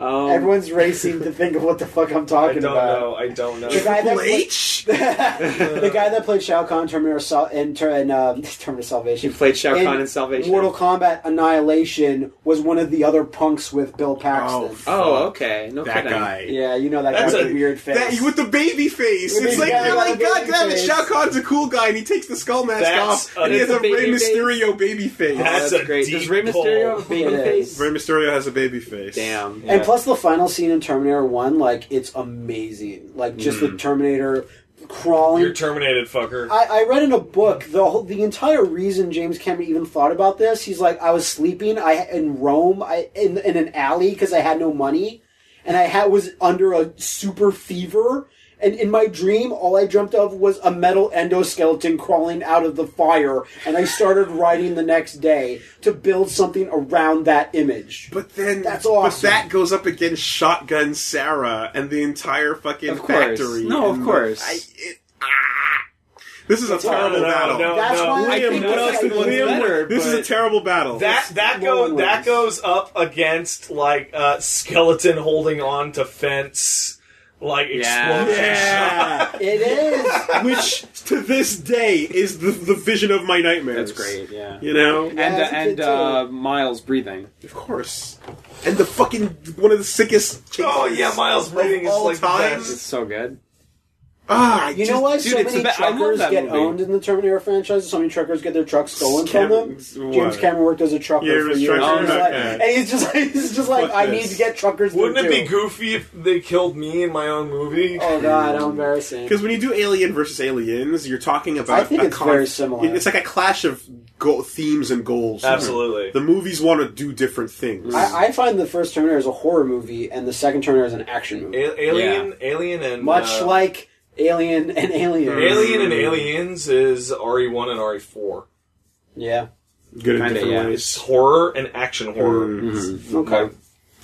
C: Um,
A: Everyone's racing to think of what the fuck I'm
D: I
A: talking
D: don't
A: about.
D: know. I don't know.
A: The guy that
B: Triple
A: played-
B: H?
A: the guy that played Shao Kahn in Terminator Sal- in, Ter- in uh, Terminator
C: He
A: Salvation.
C: played Shao
A: in
C: Kahn in Salvation.
A: Mortal Kombat Annihilation was one of the other punks with Bill Paxton.
C: oh, okay. No
B: that
C: kidding.
B: guy.
A: Yeah, you know that
D: That's
A: guy with
D: a-
A: the weird face.
B: That, with the baby face.
A: With
B: it's
A: the
B: like,
A: guy
B: you're
A: with
B: like,
A: the
B: God
A: baby
B: damn it,
A: face."
B: Shao Kahn's a cool guy, and he takes the skull mask
D: That's
B: off, and he
D: a-
B: has a
C: That's a
B: Rey
C: baby face.
B: Mysterio baby face.
C: Oh, that's,
D: That's a
C: great. Does
D: deep
C: Rey Mysterio have a
D: pull.
C: baby
A: It
C: face?
B: Rey Mysterio has a baby face.
C: Damn.
A: And
D: Yeah.
A: plus the final scene in Terminator 1, like, it's amazing. Like, just the Terminator crawling
D: Mm. You're terminated, fucker.
A: I, I read in a book the whole, the entire reason James Cameron even thought about this. He's like, I was sleeping I in Rome I, in in an alley because I had no money, and I had was under a super fever. And in my dream, all I dreamt of was a metal endoskeleton crawling out of the fire, and I started writing the next day to build something around that image.
B: But then,
A: That's awesome.
B: But that goes up against Shotgun Sarah and the entire fucking
C: Of course.
B: factory.
C: No, of
B: And
C: course.
B: I, it, ah. this is a terrible
D: no,
B: battle.
D: no,
A: That's
D: no.
A: why I
C: I
A: think
C: think what else
A: that's
C: could
A: like
C: one's
A: Liam-
C: better.
B: This is a
C: but-
B: terrible battle.
D: That that
A: Lord
D: go that
A: knows.
D: goes up against like uh, skeleton holding on to fence, like
C: Yeah.
D: explosion.
B: Yeah.
A: It is.
B: which to this day is the, the vision of my nightmares.
C: That's great. Yeah.
B: You
A: Yeah,
B: know,
C: and uh,
A: that's a good
C: and uh, Miles breathing.
B: of course, and the fucking one of the sickest. chases
D: Oh yeah, Miles breathing
B: of
D: is
B: all
D: like the
B: time.
D: best.
C: It's so good.
B: Ah,
A: You know why so
C: dude, it's
A: many
C: a ba- I love
A: truckers
C: that
A: get
C: movie.
A: owned in the Terminator franchise? So many truckers get their trucks stolen from them.
B: Cameron's- what?
A: James Cameron worked as a trucker
B: Yeah, he
A: for
B: was
A: years,
B: trucker,
A: and he's, like,
B: okay.
A: and he's just like, he's just like,
B: Fuck
A: I
B: this.
A: need to get truckers.
D: Wouldn't
A: to
D: it be
A: do."
D: goofy if they killed me in my own movie?
A: Oh god, how embarrassing!
B: Because when you do Alien versus Aliens, you're talking about.
A: I think
B: a
A: it's very similar.
B: It's like a clash of go- themes and goals.
D: Absolutely.
B: the movies want to do different things.
A: I, I find the first Terminator is a horror movie, and the second Terminator is an action movie,
D: A- Alien, Alien, and
A: much
D: uh,
A: like Mm. Alien and Alien.
D: Alien and Aliens is RE one and RE four.
A: Yeah.
B: Good in
C: Kinda,
B: different
C: yeah.
B: ways.
D: It's horror and action horror.
A: Okay.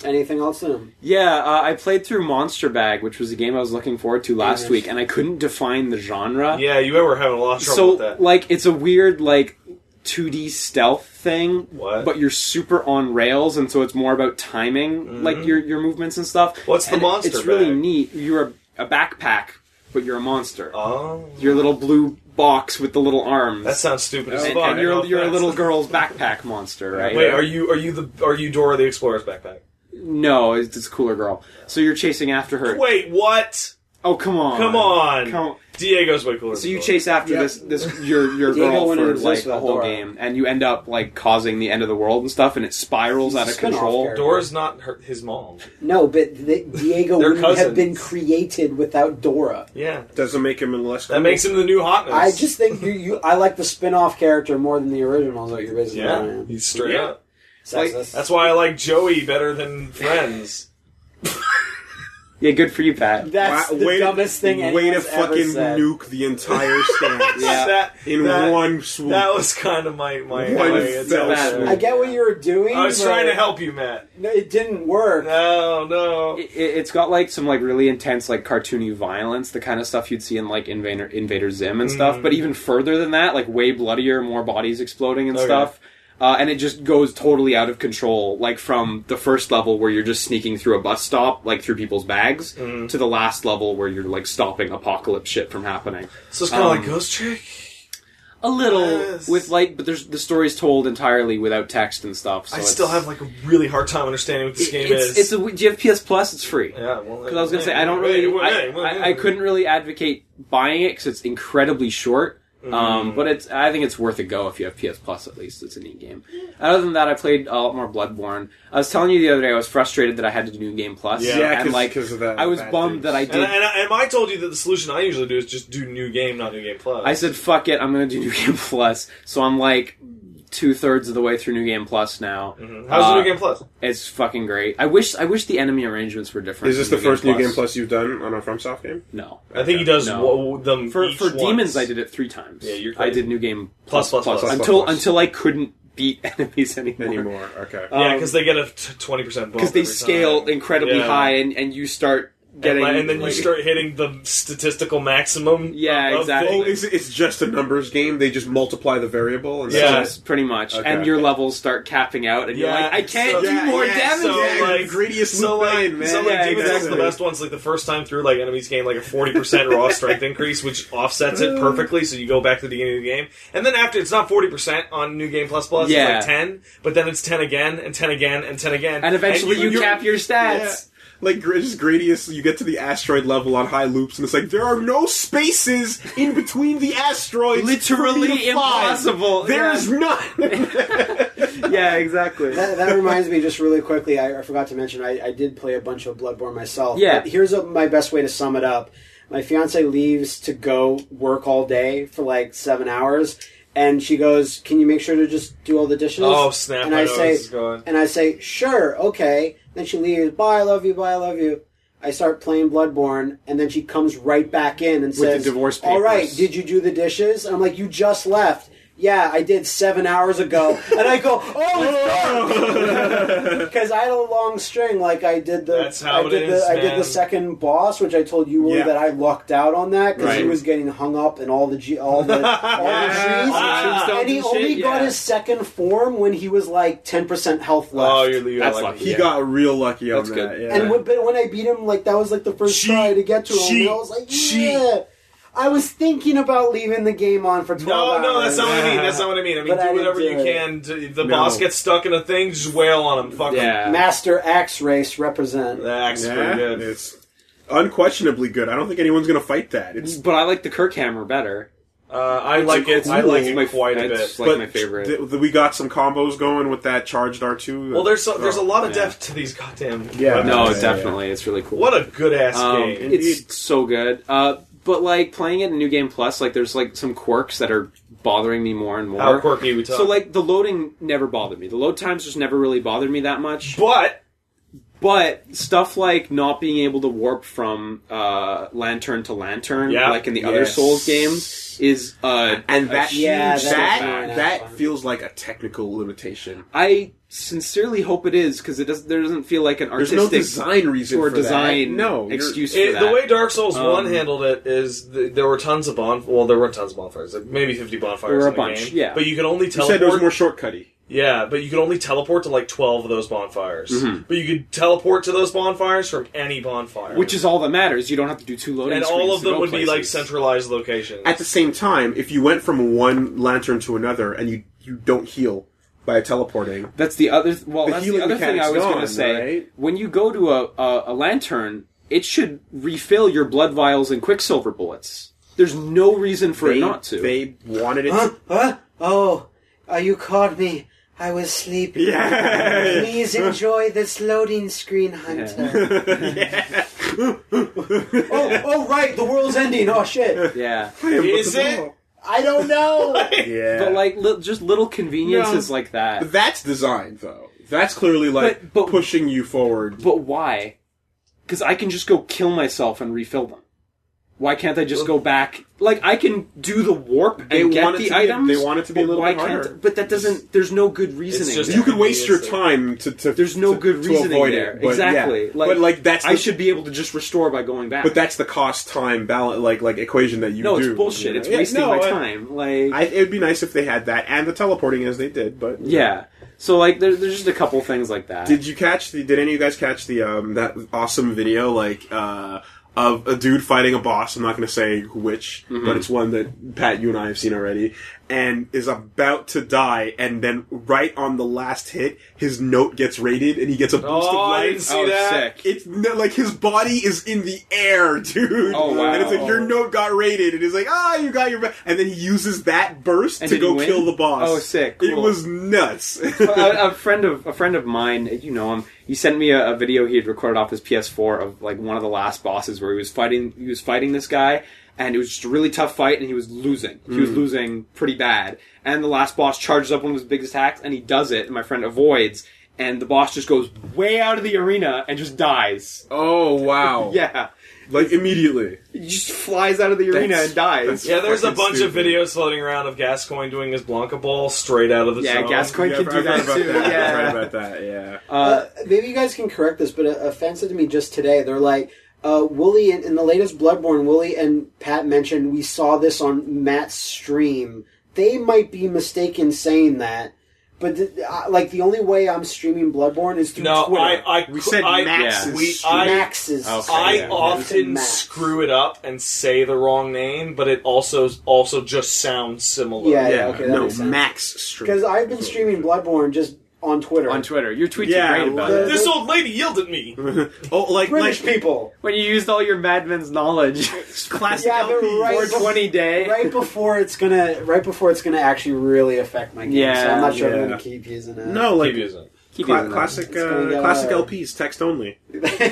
A: Anything else in them?
C: Yeah, uh, I played through Monster Bag, which was a game I was looking forward to last
A: Mhm.
C: week, and I couldn't define the genre.
D: Yeah, you ever having a lot of trouble
C: so
D: with that?
C: like it's a weird like 2D stealth thing,
D: What?
C: but you're super on rails, and so it's more about timing, like your your movements and stuff.
D: What's the
C: And
D: monster
C: It's really
D: bag?
C: neat. You're a, a backpack, but you're a monster.
D: oh,
C: your little blue box with the little arms.
D: that sounds stupid as
C: and,
D: fuck.
C: and you're
D: No
C: you're a
D: offense.
C: little girl's backpack monster, right?
D: Wait, are you are you the are you Dora the Explorer's backpack?
C: No, it's, it's a cooler girl. So you're chasing after her.
D: Wait, what?
C: Oh come on!
D: Come on,
C: Come-
D: Diego's way cooler.
C: So
D: than
C: you
D: Dora.
C: chase after
A: Yeah.
C: this this your your
A: Diego
C: girl
A: wouldn't
C: for
A: exist
C: like the
A: without
C: whole
A: Dora.
C: game, and you end up like causing the end of the world and stuff, and it spirals
A: He's
C: out
A: a
C: of
A: spin-off
C: control.
A: character.
D: Dora's not her, his mom.
A: No, but the, Diego
D: They're
A: wouldn't have
D: cousins.
A: been created without Dora.
D: Yeah,
B: Doesn't make him less.
D: that makes him the new hotness.
A: I just think you, you I like the spin-off character more than the original. Is what you're basically
D: yeah,
A: saying.
D: he's straight
C: Yeah.
D: up.
C: like-
A: Sexist.
D: That's why I like Joey better than Friends.
C: Yeah, good for you, Pat.
A: That's
B: Wa-
A: the
B: way to-
A: dumbest thing anyone's
B: Way to
A: ever
B: fucking
A: said.
B: nuke the entire stance
C: Yeah.
D: that
B: in
D: that,
B: one swoop.
D: That was kind of my my.
B: One
D: my
B: fell
D: attempt.
B: swoop.
A: I get what you were doing.
D: I was
A: but
D: trying to help you, Matt.
A: No, it didn't work.
D: No, no.
C: It, it- it's got like some like really intense like cartoony violence, the kind of stuff you'd see in like Invader Invader Zim and stuff.
D: Mm.
C: But even further than that, like way bloodier, more bodies exploding and
D: Okay.
C: stuff. Uh, and it just goes totally out of control, like from the first level where you're just sneaking through a bus stop, like through people's bags,
D: Mm.
C: to the last level where you're like stopping apocalypse shit from happening.
D: So it's kind of
C: Um,
D: like Ghost Trick.
C: A little
D: Yes.
C: with like, but there's the story's told entirely without text and stuff. So
D: I
C: it's-
D: still have like a really hard time understanding what this
C: it-
D: game
C: it's,
D: is.
C: It's a, do you have PS Plus? It's free.
D: yeah, well,
C: Because I was gonna say I don't really, I, I, I couldn't really advocate buying it because it's incredibly short.
B: Mm-hmm.
C: Um, but it's I think it's worth a go if you have PS Plus at least. It's a neat game. Other than that, I played a lot more Bloodborne. I was telling you the other day I was frustrated that I had to do New Game Plus.
B: Yeah, 'cause-
C: and like
B: 'cause of that
C: I was
B: bad
C: bummed
B: things.
C: that I
D: And,
C: did.
D: and, I- and I told you that the solution I usually do is just do new game, not new game plus.
C: I said fuck it, I'm gonna do New Game Plus. So I'm like two thirds of the way through New Game Plus now.
D: Mm-hmm.
B: Mm-hmm.
D: How's
C: Uh,
D: the new game plus?
C: It's fucking great. I wish I wish the enemy arrangements were different.
B: Is this
C: in
B: the first new game
C: Plus?
B: plus you've done on a FromSoft game?
C: No.
D: I think he does
C: No.
D: wo- them
C: For
D: each
C: for
D: once.
C: demons, I did it three times.
D: Yeah, you're
C: I
D: crazy.
C: did new game
D: Plus, plus, plus, plus,
C: until
B: plus.
C: until I couldn't beat enemies anymore.
B: Anymore. Okay.
C: Um,
D: Yeah, because they get a twenty percent bump
C: because they
D: every
C: scale
D: time.
C: incredibly
D: Yeah.
C: high, and, and you start getting
D: and, then
C: like-
D: you start hitting the statistical maximum.
C: Yeah,
D: of- of
C: exactly.
B: Oh,
D: things.
B: it's, it's just a numbers game. They just multiply the variable. And
D: Yeah.
C: Yes, pretty much.
B: Okay.
C: And your levels start capping out, and you're
D: Yeah,
C: like, I can't
D: so-
C: do
D: Yeah,
C: more
B: yeah,
C: damage.
D: So
B: Yeah,
D: like
B: Gradius
D: so
B: Loop
D: like,
B: nine, man.
D: So like
C: Yeah,
D: Demon Souls,
C: exactly.
D: the best ones. Like the first time through, like enemies gain like a forty percent raw strength increase, which offsets it perfectly. So you go back to the beginning of the game, and then after it's not forty percent on New Game Plus Plus,
C: Yeah.
D: it's like ten, but then it's ten again, and ten again, and ten again,
C: and eventually
B: you-
C: you,
B: you-
C: cap your
B: Yeah.
C: stats.
B: Like gra- just Gradius, you get to the asteroid level on high loops, and it's like there are no spaces in between the asteroids. for me
C: Literally
B: to fly.
C: impossible.
B: There
C: yeah.
B: is none.
C: yeah, exactly.
A: That, that reminds me, just really quickly, I, I forgot to mention I, I did play a bunch of Bloodborne myself.
C: Yeah.
A: But here's a, my best way to sum it up. My fiance leaves to go work all day for like seven hours, and she goes, "Can you make sure to just do all the dishes?"
D: oh snap!
A: And
D: I,
A: I
D: know where
A: say-
D: this is going.
A: And I say, "Sure, okay." Then she leaves. Bye, I love you. Bye, I love you. I start playing Bloodborne, and then she comes right back in and
C: the
A: says,
C: divorce
A: All right,
C: papers."
A: did you do the dishes?" And I'm like, "You just left." Yeah, I did seven hours ago, and I go, "Oh, it's because I had a long string, like I did the
D: That's how
A: I
D: it
A: did the
D: is,
A: I did
D: man.
A: the second boss, which I told you were
B: Yeah.
A: that I lucked out on that because he
B: Right.
A: was getting hung up in all the G, all the all
C: Yeah.
A: the G's,
D: Ah.
A: and he
C: Tombstones and
A: only
C: shit,
A: got
C: yeah.
A: his second form when he was like ten percent health left.
D: Oh, you're, you're
C: That's
D: like,
C: lucky.
B: he
C: Yeah.
B: got real lucky on
C: That's
B: that.
C: good.
B: Yeah.
A: and when, but when I beat him, like that was like the first
B: Cheat.
A: try to get to him.
B: Cheat.
A: and I was like,
B: Cheat.
A: yeah. I was thinking about leaving the game on for
D: No,
A: twelve
D: no,
A: hours.
D: that's not what I mean. That's not what I mean. I mean,
A: But I
D: do
A: didn't
D: whatever
A: do
D: you
A: it.
D: can. To, if the
B: No.
D: boss gets stuck in a thing, just wail on him. Fuck him.
C: yeah.
A: Master Axe Race represent.
D: That's
B: yeah,
D: pretty good.
B: it's unquestionably good. I don't think anyone's going to fight that. It's
C: But I like the Kirk hammer better.
D: Uh, I like it. I
B: cool-
D: like it
C: my-
D: quite a
C: it's
D: bit.
C: like my favorite.
B: th- th- we got some combos going with that charged R two. Oh.
D: Well, there's a, there's a lot of
C: oh, Yeah.
D: depth to these goddamn.
B: Yeah.
D: weapons.
C: no,
B: yeah, yeah.
C: definitely, it's really cool.
D: What a good ass
C: Um,
D: game.
C: it's so good. Uh, but like playing it in New Game Plus, like there's like some quirks that are bothering me more and more.
D: How quirky we talk.
C: so like the loading never bothered me. The load times just never really bothered me that much.
D: but
C: But stuff like not being able to warp from uh, lantern to lantern,
D: Yeah.
C: like in the other
B: Yes.
C: Souls games, is uh,
B: and that
A: Yeah,
B: that
A: that's
B: that,
A: fine.
B: feels like a technical limitation.
C: I sincerely hope it is because it doesn't. There doesn't feel like an
B: There's
C: artistic
B: no design reason
C: or
B: for
C: design
B: that. No you're-
C: excuse for
D: it,
C: that.
D: the way Dark Souls
C: Um,
D: One handled it is th- there were tons of bon. Well, there were tons of bonfires. Like maybe fifty bonfires.
C: There were a
D: in the
C: bunch,
D: game.
C: yeah.
D: But you could only
B: You
D: teleport.
B: said there was more shortcutty.
D: Yeah, but you could only teleport to like twelve of those bonfires.
C: Mm-hmm.
D: But you could teleport to those bonfires from any bonfire,
C: which is all that matters. You don't have to do two loading.
D: and
C: screens
D: all of
C: to
D: them
C: go
D: would be like
C: places.
D: centralized locations.
B: At the same time, if you went from one lantern to another and you you don't heal by teleporting,
C: That's the other. Well,
B: The
C: that's the
B: healing
C: other thing I
B: mechanic's
C: was going
B: gone,
C: to say.
B: right?
C: When you go to a, a, a lantern, it should refill your blood vials and quicksilver bullets. There's no reason for
B: they,
C: it not to.
B: they wanted it.
A: Huh?
B: to...
A: Huh? Oh, uh, you caught me. I was sleepy.
B: Yeah.
A: Please enjoy this loading screen, Hunter.
B: yeah.
A: oh, oh, right. The world's ending. Oh, shit.
C: yeah,
D: Is it?
A: I don't know.
B: Yeah.
C: but like li- just little conveniences
B: No.
C: like that.
B: But that's design, though. That's clearly like
C: But- but-
B: pushing you forward.
C: But why? Because I can just go kill myself and refill them. Why can't I just go back? Like I can do the warp and
B: They
C: get
B: want it
C: the
B: to be-
C: items.
B: they want it to be a
C: but
B: little
C: why
B: bit
C: can't-
B: harder.
C: But that doesn't. There's no good reasoning.
D: just-
C: there.
B: you could waste your
D: Obviously.
B: time to, to
C: There's no
B: to-
C: good
B: to
C: reasoning
B: avoid
C: there.
B: It, but
C: exactly.
B: yeah. but like that's the,
C: I should be able to just restore by going back.
B: But that's the cost time balance like like equation that you
C: no,
B: do.
C: it's bullshit. It's
B: Yeah,
C: wasting
B: no,
C: my
B: I-
C: time. Like
B: I, it'd be nice if they had that and the teleporting as they did, but
C: yeah. So like there's there's just a couple things like that.
B: Did you catch the? Did any of you guys catch the um that awesome video like uh of a dude fighting a boss? I'm not going to say which,
C: Mm-hmm.
B: but it's one that Pat, you and I have seen already, and is about to die, and then right on the last hit, his note gets raided, and he gets a boost of
D: Oh, I
B: life.
D: didn't see
C: Oh,
D: that.
C: sick.
B: It's no- like his body is in the air, dude.
C: Oh, wow.
B: And it's like your note got raided, and he's like, "Ah, you got your." ba-" And then he uses that burst
C: And
B: to
C: did he
B: go
C: win?
B: kill the boss.
C: Oh, sick.
B: It
C: Cool. Uh,
B: was nuts.
C: a, a friend of a friend of mine, you know him. He sent me a, a video he had recorded off his PS4 of like one of the last bosses where he was fighting. He was fighting this guy, and it was just a really tough fight, and he was losing. He
B: Mm.
C: was losing pretty bad. And the last boss charges up one of his biggest attacks, and he does it. And my friend avoids, and the boss just goes way out of the arena and just dies.
B: oh wow!
C: Yeah,
B: like immediately.
C: he just flies out of the arena
B: That's-
C: and dies.
B: that's-
D: Yeah, there's a
B: Fucking
D: bunch of
B: stupid.
D: videos floating around of Gascoigne doing his Blanca ball straight out of the
C: Yeah,
D: zone.
C: Gascoigne- Quite
B: yeah,
C: could
B: I
C: do
B: forgot
C: that
B: about
C: too,
B: That.
C: yeah.
B: I forgot about that. Yeah.
A: Uh, maybe you guys can correct this, but it offensive to me just today. They're like, uh, Wooly in, in the latest Bloodborne, Wooly and Pat mentioned we saw this on Matt's stream. They might be mistaken saying that, but th- I, like the only way I'm streaming Bloodborne is through
D: No,
A: Twitter.
D: I, I,
B: We said
D: I,
B: Max
C: yeah.
B: is
D: we-
B: streaming.
D: I-
A: Max's.
C: Okay,
D: I
C: yeah.
D: often
A: Max.
D: screw it up and say the wrong name, but it also also just sounds similar.
A: Yeah,
B: yeah,
A: okay, that
B: no,
A: makes sense.
B: Max streaming.
A: because I've been streaming Bloodborne just on Twitter.
C: on Twitter. Your tweets
B: Yeah,
C: are great about
A: the-
C: it.
D: This old lady yelled at me.
B: oh, like,
A: uh, British
B: like
A: people.
C: When you used all your madman's knowledge,
B: classic
A: Yeah, they're
B: LPs.
A: right.
C: 420 day.
A: Right before it's gonna, right before it's gonna actually really affect my game. so
C: Yeah,
A: I'm not sure if
B: yeah.
A: I'm gonna keep using it.
B: No, like
D: Maybe isn't.
C: Keep
B: cla-
C: using that.
B: classic,
A: It's gonna
B: uh,
A: go
B: classic
A: lower.
B: LPs, text only.
C: Yeah,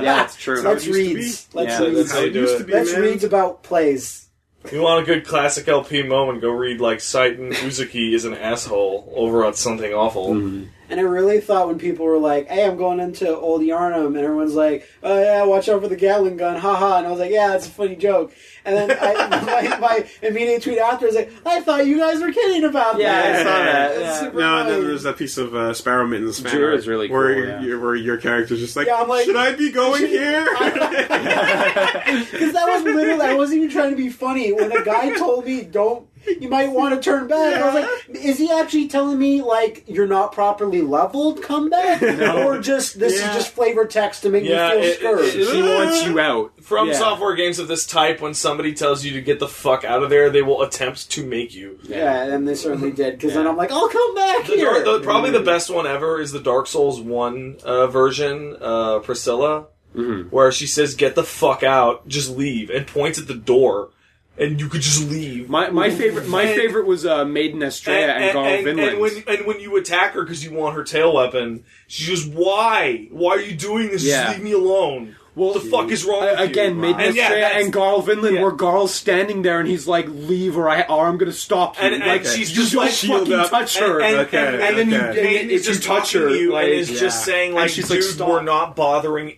C: that's true.
A: Let's
B: That's- used
A: read. Let's
B: to
C: be. Yeah,
A: read.
D: that's
B: That's how it
D: do
B: used
D: it.
B: to be,
A: Let's
B: man.
A: read about plays.
D: If you want a good classic LP moment, go read like Saiten Uzuki is an asshole over on something awful.
A: And I really thought when people were like, "Hey, I'm going into Old Yarnum," and everyone's like, "Oh yeah, watch out for the Gatling gun, haha!" And I was like, "Yeah, that's a funny joke." And then I, my, my immediate tweet after was like, "I thought you guys were kidding about
C: Yeah,
A: that."
C: I saw that.
A: It's
C: Yeah.
A: super
B: No, and then
A: funny.
B: there's that piece of uh, Sparrow Mitten's fan
C: Jura
B: art
C: is really
B: where,
C: cool, yeah.
B: you- where your character's just like,
A: Yeah, I'm like-
B: should I be going
A: Should-
B: here?
A: Because that was literally, I wasn't even trying to be funny. When a guy told me, don't, you might want to turn back, I was like, is he actually telling me, like, you're not properly leveled, come back? Or just, this
B: Yeah.
A: is just flavor text to make me
D: Yeah,
A: feel
D: it-
A: scared?
D: it-
C: she wants you out.
D: From
A: Yeah.
D: software games of this type, when somebody tells you to get the fuck out of there, they will attempt to make you.
A: yeah. and they certainly did. Because then I'm like, I'll come back
D: The
A: here.
D: Dark- the- probably the best one ever is the Dark Souls one uh, version, uh, Priscilla,
C: Mm-hmm.
D: where she says, "Get the fuck out, just leave," and points at the door, and you could just leave.
C: My, my favorite my
D: And-
C: favorite was uh, Maiden Estrella and, Gaul
D: and,
C: Vinland.
D: and when and when you attack her because you want her tail weapon, she goes, "Why? Why are you doing this?
C: Yeah.
D: Just leave me alone."
C: Well,
D: the fuck is wrong
C: Uh,
D: with
C: again,
D: you?
C: Maiden
D: And yeah,
C: Estrella
D: that's-
C: and Garl Vinland,
D: yeah.
C: where Garl's standing there and he's like, "Leave or I or I'm gonna stop you."
D: And- and
C: like
D: she's
C: you
D: just
C: don't
D: like,
B: shield
C: fucking
B: up.
C: touch her.
D: And, and,
B: Okay,
D: and,
C: and then you
B: okay.
C: and
D: Maiden
C: if
D: is just
C: you touch
D: touching
C: her,
D: you
C: like-
D: and is just
C: Yeah.
D: saying
C: And
D: like,
C: she's like,
D: "Dude,
C: "Stop."
D: we're not bothering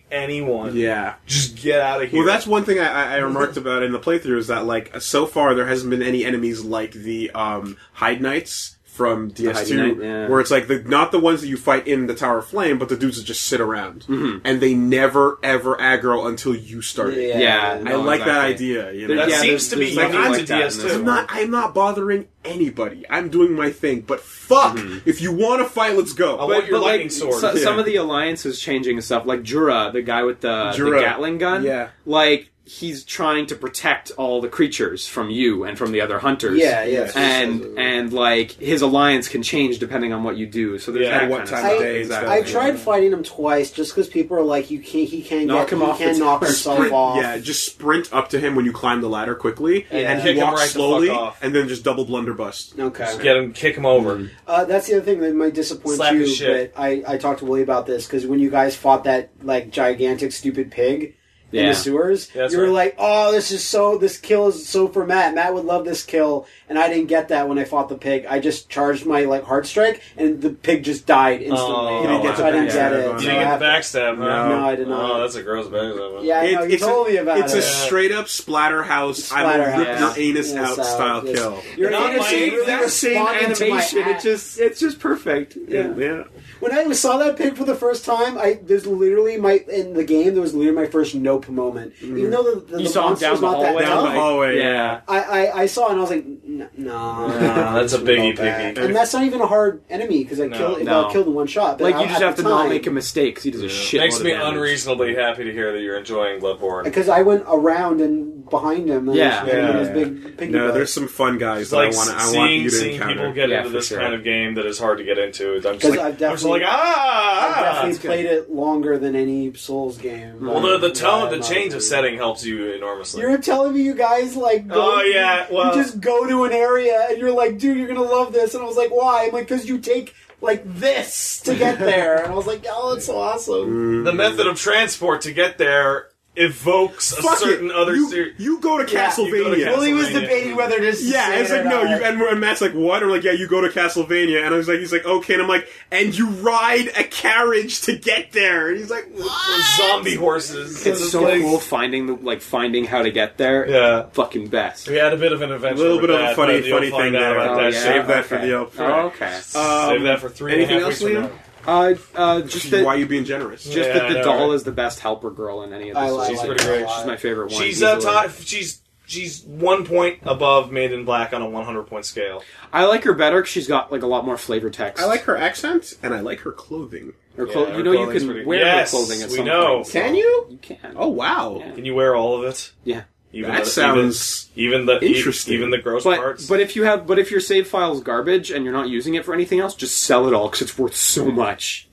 D: anyone.
B: yeah.
D: just get out of here."
B: Well, that's one thing I, I, I remarked about in the playthrough is that like so far there hasn't been any enemies like the um, Hyde Knights from DS2,
C: Hyde Knight, yeah.
B: where it's like the, not the ones that you fight in the Tower of Flame, but the dudes that just sit around
C: Mm-hmm.
B: and they never ever aggro until you start. it.
A: Yeah.
C: yeah,
B: I
C: no,
B: like that
C: exactly.
B: idea. You know?
D: that
C: Yeah, there's-
D: seems to be
C: there's nothing
D: unique
B: like
D: to
B: that in
D: DS2.
C: this
B: I'm not. I'm not bothering anybody. I'm doing my thing. But fuck, if you want to fight, let's go.
D: I want your
C: like,
D: lightning sword.
C: so-
B: Yeah.
C: some of the alliances changing and stuff, like Jura, the guy with the, the
B: Jura.
C: Gatling gun.
B: Yeah.
C: like he's trying to protect all the creatures from you and from the other hunters.
A: Yeah, yeah.
C: and and like his alliance can change depending on what you do. So there's
D: Yeah.
C: that
B: At what
C: kind of
B: time
C: stuff.
B: of day is that?
A: I tried fighting him twice just because people are like, you can't, he can't
C: Knock
A: get,
C: him
A: he
C: off
A: can't
C: the
A: knock
C: tower.
A: himself off.
B: Yeah, just sprint up to him when you climb the ladder quickly, and
D: Kick
B: he
D: him
B: walks
D: right the fuck
B: slowly,
D: off.
B: and then just double blunderbust.
A: Okay.
D: Get him, kick him over.
A: Uh, that's the other thing that might disappoint
D: Slap
A: you.
D: his shit.
A: But I, I talked to Willie about this because when you guys fought that like gigantic stupid pig in
C: Yeah.
A: the sewers,
D: Yeah, that's
A: you were
D: right.
A: like, "Oh, this is so this kill is so for Matt. Matt would love this kill." And I didn't get that when I fought the pig. I just charged my like heart strike, and the pig just died instantly.
D: Oh,
A: You didn't get
D: wow.
A: so I didn't
B: Yeah.
A: get it.
B: You didn't
A: So
D: You didn't
A: I
D: get
A: have-
D: the backstab, huh?
A: No, I did not.
D: Oh, that's a gross backstab. huh?
A: yeah, I
B: It-
A: know. You
B: it's a-
A: told me about
B: It's
A: it.
B: a straight up splatterhouse. I will rip
A: Splatterhouse.
B: your anus
A: Yeah,
B: out
A: so
B: style
A: just-
B: kill.
A: Your
D: Not
A: anus
D: my
A: really
D: exact
C: Same
A: responded to my
C: animation. It
A: act.
C: just it's just perfect. Yeah.
B: Yeah,
A: When I saw that pig for the first time, I there's literally my in the game there was literally my first nope moment. Even though the, the,
C: You
A: the
C: saw him
A: monster's
C: down the
A: not that
C: hallway.
B: down
A: tough,
B: the hallway. Yeah,
A: I, I I saw it and I was like, no, no,
D: that's a biggie piggy.
A: and that's not even a hard enemy because I
D: No.
A: killed it
C: No.
A: got killed in one shot. But
C: Like
A: I-
C: you just
A: at
C: have to
A: the
C: not
A: time-
C: make a mistake because he does a shit.
D: Makes me unreasonably happy to hear that you're enjoying Bloodborne.
A: because I went around and behind him. And
C: Yeah.
A: I was shooting
D: Yeah.
A: his big piggy
B: No,
A: butt.
B: there's some fun guys
D: It's
B: that
D: like
B: I want. I
D: seeing,
B: want you to
D: seeing people
B: encounter.
D: get
C: Yeah,
D: into
C: for
D: this
C: sure.
D: kind of game that is hard to get into. I'm just
A: 'Cause
D: like,
A: I've
D: I'm just like,
A: definitely-
D: ah,
A: I
D: ah,
A: definitely
D: it's good.
A: played it longer than any Souls game.
D: Well, the, the
A: Like,
D: tone,
A: yeah,
D: the
A: I
D: change
A: love
D: of
A: it.
D: setting helps you enormously.
A: You're telling me you guys like go,
D: Oh, yeah, well-
A: you just go to an area and you're like, dude, you're gonna love this, and I was like, why? I'm like, because you take like this to get there, and I was like, oh, that's so
B: Mm,
A: awesome.
D: the method of transport to get there evokes a
B: Fuck
D: certain
B: it.
D: other
B: you,
D: series.
B: you go to
A: Yeah,
B: Castlevania.
D: you go to
A: Willie was
D: Castlevania.
A: debating whether to just
B: Yeah,
A: say
B: it's
A: it
B: like
A: or
B: no, you,
A: not.
B: and, we're- and Matt's like, what? And we're like, yeah, you go to Castlevania, and I was like, he's like, okay, and I'm like, and you ride a carriage to get there, and he's like, what?
D: Zombie horses.
C: It's so
D: like-
C: cool finding the like finding how to get there.
D: Yeah.
C: Fucking best.
D: We had a bit of an
B: A
D: adventure.
B: little bit of
D: with that,
B: a funny,
D: but you'll
B: funny
D: find
B: thing
D: out
B: there.
D: about
C: Oh,
D: that
C: yeah?
B: Save
D: shit.
B: that for
C: Okay.
B: the LP.
C: Oh, okay.
B: Um,
D: Save that for three and a
B: anything
D: half
B: else,
D: weeks from
B: Liam?
D: now.
C: Uh, uh, just
B: Why are
C: that,
B: you being generous?
C: just
D: Yeah,
C: that
D: I
C: the
D: know,
C: doll
D: right?
C: is the best helper girl in any of
A: I
C: this.
A: like
D: She's
A: her
D: pretty
A: a
D: great.
A: lot.
C: She's my favorite one.
D: She's uh,
C: easily.
D: top, she's she's one point above Made in Black on a 100 point scale.
C: I like her better because she's got like a lot more flavor text.
B: I like her accent and I like her clothing.
C: her clo-
D: Yeah,
C: You
D: her
C: know, you
D: clothing's
C: can
D: pretty-
C: wear
D: Yes,
C: her clothing at
D: we
C: some
D: know.
C: point.
B: Can you?
C: You can.
B: Oh wow.
C: Yeah.
D: Can you wear all of it?
C: yeah.
D: Even
B: That
D: the,
B: sounds
D: even, even the e-
B: interesting.
D: Even the gross
C: But
D: parts.
C: but if you have but if your save file's garbage and you're not using it for anything else, just sell it all because it's worth so much.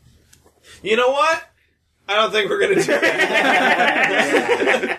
D: you know what? I don't think we're gonna do that. I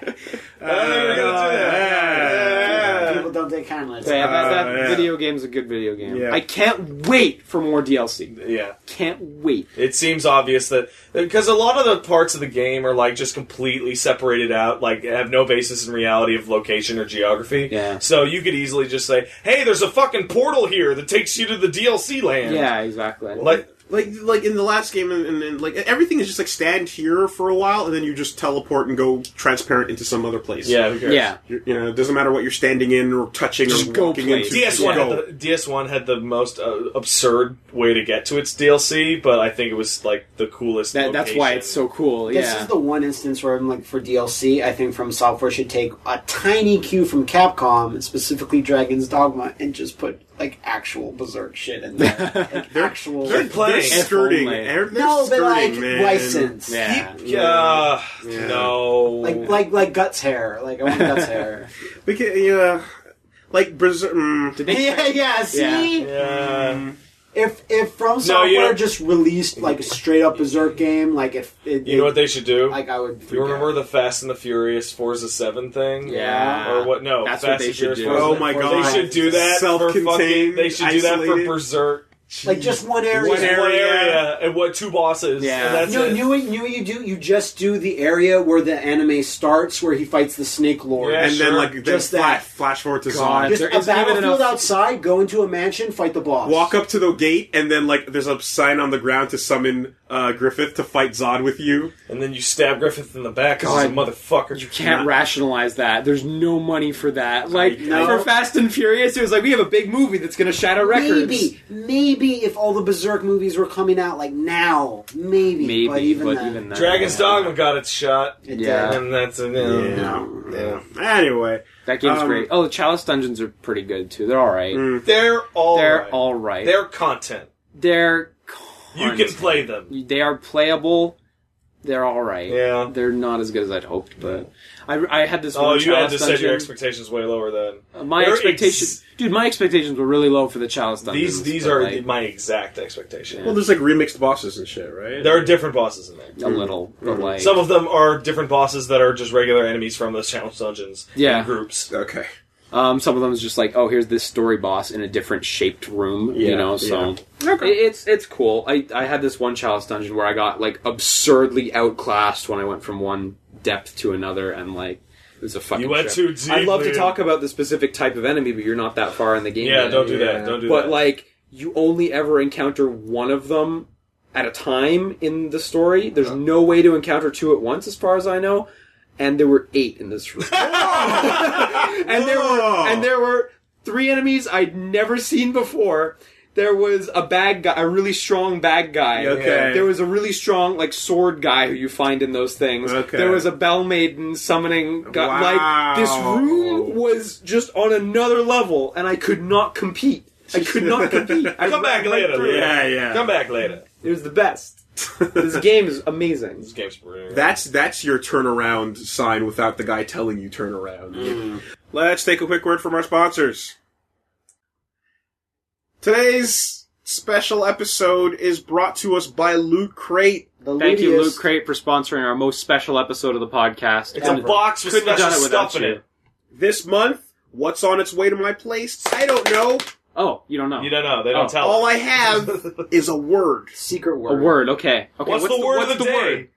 A: Oh,
D: don't think we're
B: Oh,
D: gonna do that.
A: People don't take kindly. to
C: Yeah,
A: that.
C: that, that
D: Oh,
B: Uh, yeah.
C: video game's a good video game.
B: Yeah.
C: I can't wait for more DLC.
D: Yeah.
C: Can't wait.
D: It seems obvious that because a lot of the parts of the game are like just completely separated out, like have no basis in reality of location or geography.
C: Yeah.
D: So you could easily just say, "Hey, there's a fucking portal here that takes you to the DLC land."
C: Yeah, exactly.
D: Like
B: Like like in the last game and, and, and like everything is just like stand here for a while and then you just teleport and go transparent into some other place.
D: yeah, who cares?
C: yeah.
B: You're- you know, it doesn't matter what you're standing in or touching
C: Just
B: or
C: go
B: walking
C: play.
B: into.
D: DS
B: just
D: one
B: go.
D: had the, DS one had the most uh, absurd way to get to its DLC, but I think it was like the coolest.
C: That, that's why
D: location.
C: it's so cool.
A: This
C: yeah.
A: is the one instance where I'm like for DLC, I think from software should take a tiny cue from Capcom, specifically Dragon's Dogma, and just put like actual berserk shit in there. Like, actual
D: they're
B: They're
D: playing.
B: skirting.
C: If only.
B: They're they're
A: No, but
B: skirting,
A: like
B: man.
A: license.
C: yeah.
D: Uh,
B: Yeah.
D: No,
A: Like like like guts hair. Like I want guts hair.
B: We can, yeah, like Berserk. Mm,
C: Did they-
A: yeah, yeah, see?
D: yeah.
A: If if From
D: No,
A: Software
D: you don't-
A: just released like a straight up berserk game, like if it,
D: You know what they should do?
A: like I would
D: You remember the Fast and the Furious Forza Seven thing?
C: Yeah.
D: Or what? No,
C: That's
D: Fast
C: what they
D: and
C: should
D: Furious
C: do.
D: Forza-
B: Oh my
D: Forza-
B: God.
D: They should do that for
B: Self-contained,
D: fucking. They should do that
B: isolated.
D: for Berserk.
A: like just one area.
D: One
B: One
D: area.
B: area.
D: and what two bosses?
C: Yeah.
D: and that's
A: No,
D: it.
A: you know what- you know what you do? You just do the area where the anime starts, where he fights the snake lord.
D: Yeah,
B: and then
D: sure.
B: like then
A: Just that.
B: flash, flash forward to
C: God.
B: Zod.
A: Just
C: There
A: a
C: isn't even
A: battlefield
C: enough-
A: outside, go into a mansion, fight the boss.
B: Walk up to the gate, and then like there's a sign on the ground to summon uh, Griffith to fight Zod with you.
D: and then you stab Griffith in the back. God,
C: God.
D: motherfucker!
C: You can't rationalize that. There's no money for that. Like
A: know.
C: for Fast and Furious, it was like we have a big movie that's going to shatter records.
A: Maybe, maybe if all the Berserk movies were coming out like now, maybe,
C: maybe,
A: but even then,
C: that.
D: Dragon's Dogma got its shot.
A: it
C: Yeah.
A: did.
D: And that's uh,
B: Yeah. Anyway,
C: That game's
B: Um,
C: great. Oh, the Chalice Dungeons are pretty good too. They're all right.
D: They're all
C: They're
D: right.
C: all right.
D: They're content.
C: They're
D: You can play them.
C: they are playable. They're all right.
D: Yeah.
C: They're not as good as I'd hoped, but I, I had this.
D: Oh,
C: one
D: you had
C: Chalice
D: to set your
C: Dungeon.
D: expectations way lower then.
C: Uh, My
D: They're
C: expectations,
D: ex-
C: dude. My expectations were really low for the Chalice Dungeons.
D: These these
C: but,
D: are
C: like,
D: my exact expectations.
B: well, there's like remixed bosses and shit, right?
D: There are different bosses in there.
C: a little, but like
D: Some of them are different bosses that are just regular enemies from those challenge dungeons. and
C: Yeah.
D: groups.
B: okay.
C: Um, some of them is just like, oh, here's this story boss in a different shaped room,
B: Yeah,
C: you know. So
B: Okay.
C: It- it's it's cool. I I had this one chalice dungeon where I got like absurdly outclassed when I went from one depth to another, and like it was a fucking.
D: You went
C: trip.
D: too deep.
C: I'd love to
D: Liam.
C: talk about the specific type of enemy, but you're not that far in the game.
D: Yeah,
C: yet.
D: don't do that.
B: Yeah.
D: Don't do
C: but
D: that.
C: like you only ever encounter one of them at a time in the story. There's no way to encounter two at once, as far as I know. And there were eight in this room. and there
B: Whoa.
C: were and there were three enemies I'd never seen before. There was a bad guy, a really strong bad guy.
B: Okay.
C: There was a really strong like sword guy who you find in those things.
B: Okay.
C: There was a bell maiden summoning. Gu- Like this
B: Wow.
C: room was just on another level, and I could not compete. I could not compete. I
D: Come back
C: ran right
D: later.
C: through it.
B: Yeah, yeah.
D: Come back later.
C: It was the best. This game is amazing.
D: This game's brilliant.
B: That's that's your turnaround sign without the guy telling you turn around. Let's take a quick word from our sponsors. Today's special episode is brought to us by Loot Crate.
A: The
C: Thank you,
A: Ludius-
C: Luke Crate, for sponsoring our most special episode of the podcast.
D: it's a
A: Ever.
D: box with
C: Couldn't have
D: special
C: done it without
D: stuff in
C: you.
D: it.
B: This month, what's on its way to my place? I don't know.
C: Oh, you don't know.
D: You don't know. They don't
C: Oh.
D: tell.
B: All I have is a word.
A: secret
C: A
A: word.
C: word, okay. Okay.
D: what's, the word of the, day?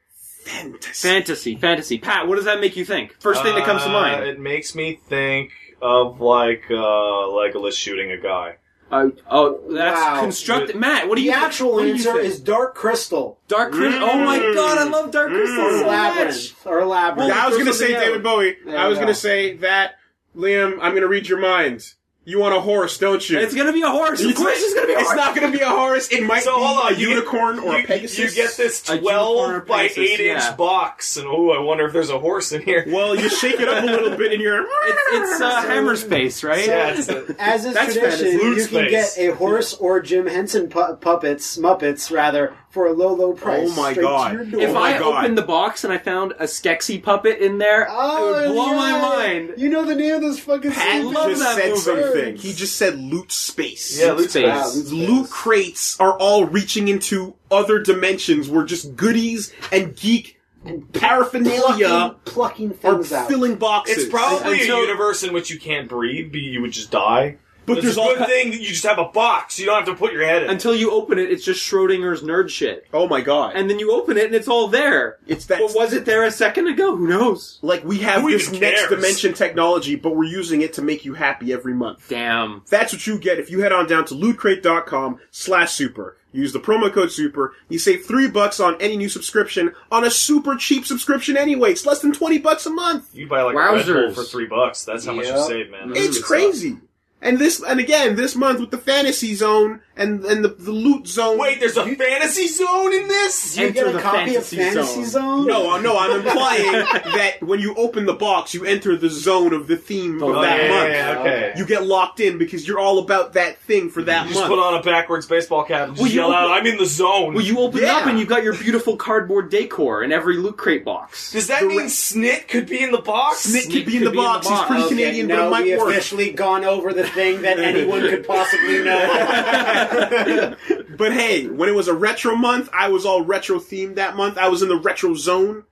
B: Fantasy.
C: Fantasy, fantasy. Pat, what does that make you think? First thing that comes to
D: Uh,
C: mind.
D: It makes me think of like uh, Legolas shooting a guy.
C: Uh, oh, that's
A: Wow.
C: constructed. Matt, what do
A: The
C: you? think-
A: actual
C: what do you
A: answer
C: think?
A: is Dark Crystal.
C: Dark Crystal. Oh my
B: Mm.
C: god, I love Dark Crystal
A: Or
C: so much.
A: Labyrinth. Or Labyrinth.
B: I was
C: throw
B: gonna say
C: something out.
B: David Bowie.
A: There
B: I was
A: we go.
B: gonna say that Liam. I'm gonna read your mind. You want a horse, don't you?
C: It's gonna be a horse. Of course, it's gonna be a
B: It's
C: horse.
B: not going to be a horse. It might
D: So
B: be
D: hold on,
B: a
D: you get-
B: unicorn or
D: you,
B: a Pegasus.
D: You get this
C: A unicorn or
D: twelve by
C: Pegasus,
D: eight
C: yeah.
D: inch box, and oh, I wonder if there's a horse in here.
B: Well, you shake it up a little bit, and you're.
C: It's, it's uh, Hammer Space, right?
D: Yeah, it's a-
A: As is
C: That's
A: tradition,
C: fantasy.
A: you
D: Loot
A: can
D: space.
A: get a horse or Jim Henson pu- puppets, Muppets rather, for a low, low price.
B: my
A: straight
B: God.
A: To your door.
C: If
B: Oh my
C: I
B: God.
C: opened the box and I found a Skeksis puppet in there,
A: oh,
C: it would blow my
A: yeah.
C: mind.
A: You know the name of this fucking.
B: Pat
A: stupid-
C: love
B: just
C: that
B: said
C: movie.
B: something. He just said loot space.
D: yeah, loot
C: space.
D: space.
B: Loot crates are all reaching into other dimensions where just goodies and geek and paraphernalia
A: plucking, plucking
B: are
A: things out.
B: filling boxes.
D: It's probably
B: Until-
D: a universe in which you can't breathe, but you would just die.
B: But
D: But
B: there's
D: there's a
B: all
D: good
B: ki-
D: thing that you just have a box. You don't have to put your head in.
C: Until you open it, it's just Schrodinger's nerd shit.
B: Oh my god!
C: And then you open it and it's all there.
B: It's that-
C: But was it there a second ago? Who knows?
B: like we have
D: Who
B: this
D: even
B: next
D: cares?
B: dimension technology, but we're using it to make you happy every month.
C: Damn.
B: That's what you get if you head on down to lootcrate.com slash super. Use the promo code super. You save three bucks on any new subscription on a super cheap subscription anyway. It's less than 20 bucks a month.
D: you buy like a Red Bull
C: Wowzers.
D: for three bucks. That's how much you
A: Yep.
D: save, man. That's
B: It's
D: good stuff.
B: crazy. And this, and again, this month with the fantasy zone and, and the, the loot zone.
D: Wait, there's a fantasy zone in this?
A: Do you get
C: Enter
A: a
C: the
A: copy
C: Fantasy
A: of Fantasy Zone?
C: Zone.
B: No, I'm- no, I'm implying that when you open the box, you enter the zone of the theme of
C: Oh,
B: that
C: yeah,
B: month.
A: yeah,
D: okay.
B: You get locked in because you're all about that thing for that
D: You just
B: month.
D: put on a backwards baseball cap and just
C: Well, you
D: yell out,
C: open-
D: I'm in the zone.
C: Well, you open it up
B: Yeah.
C: and you've got your beautiful cardboard decor in every loot crate box.
D: Does that mean Snit could be in the box?
B: Nick could be in the box. He's pretty
A: Okay,
B: Canadian,
A: now
B: but
A: we
B: it might work.
A: officially gone over the thing that anyone could possibly know.
B: But hey, when it was a retro month, I was all retro themed that month. I was in the retro zone.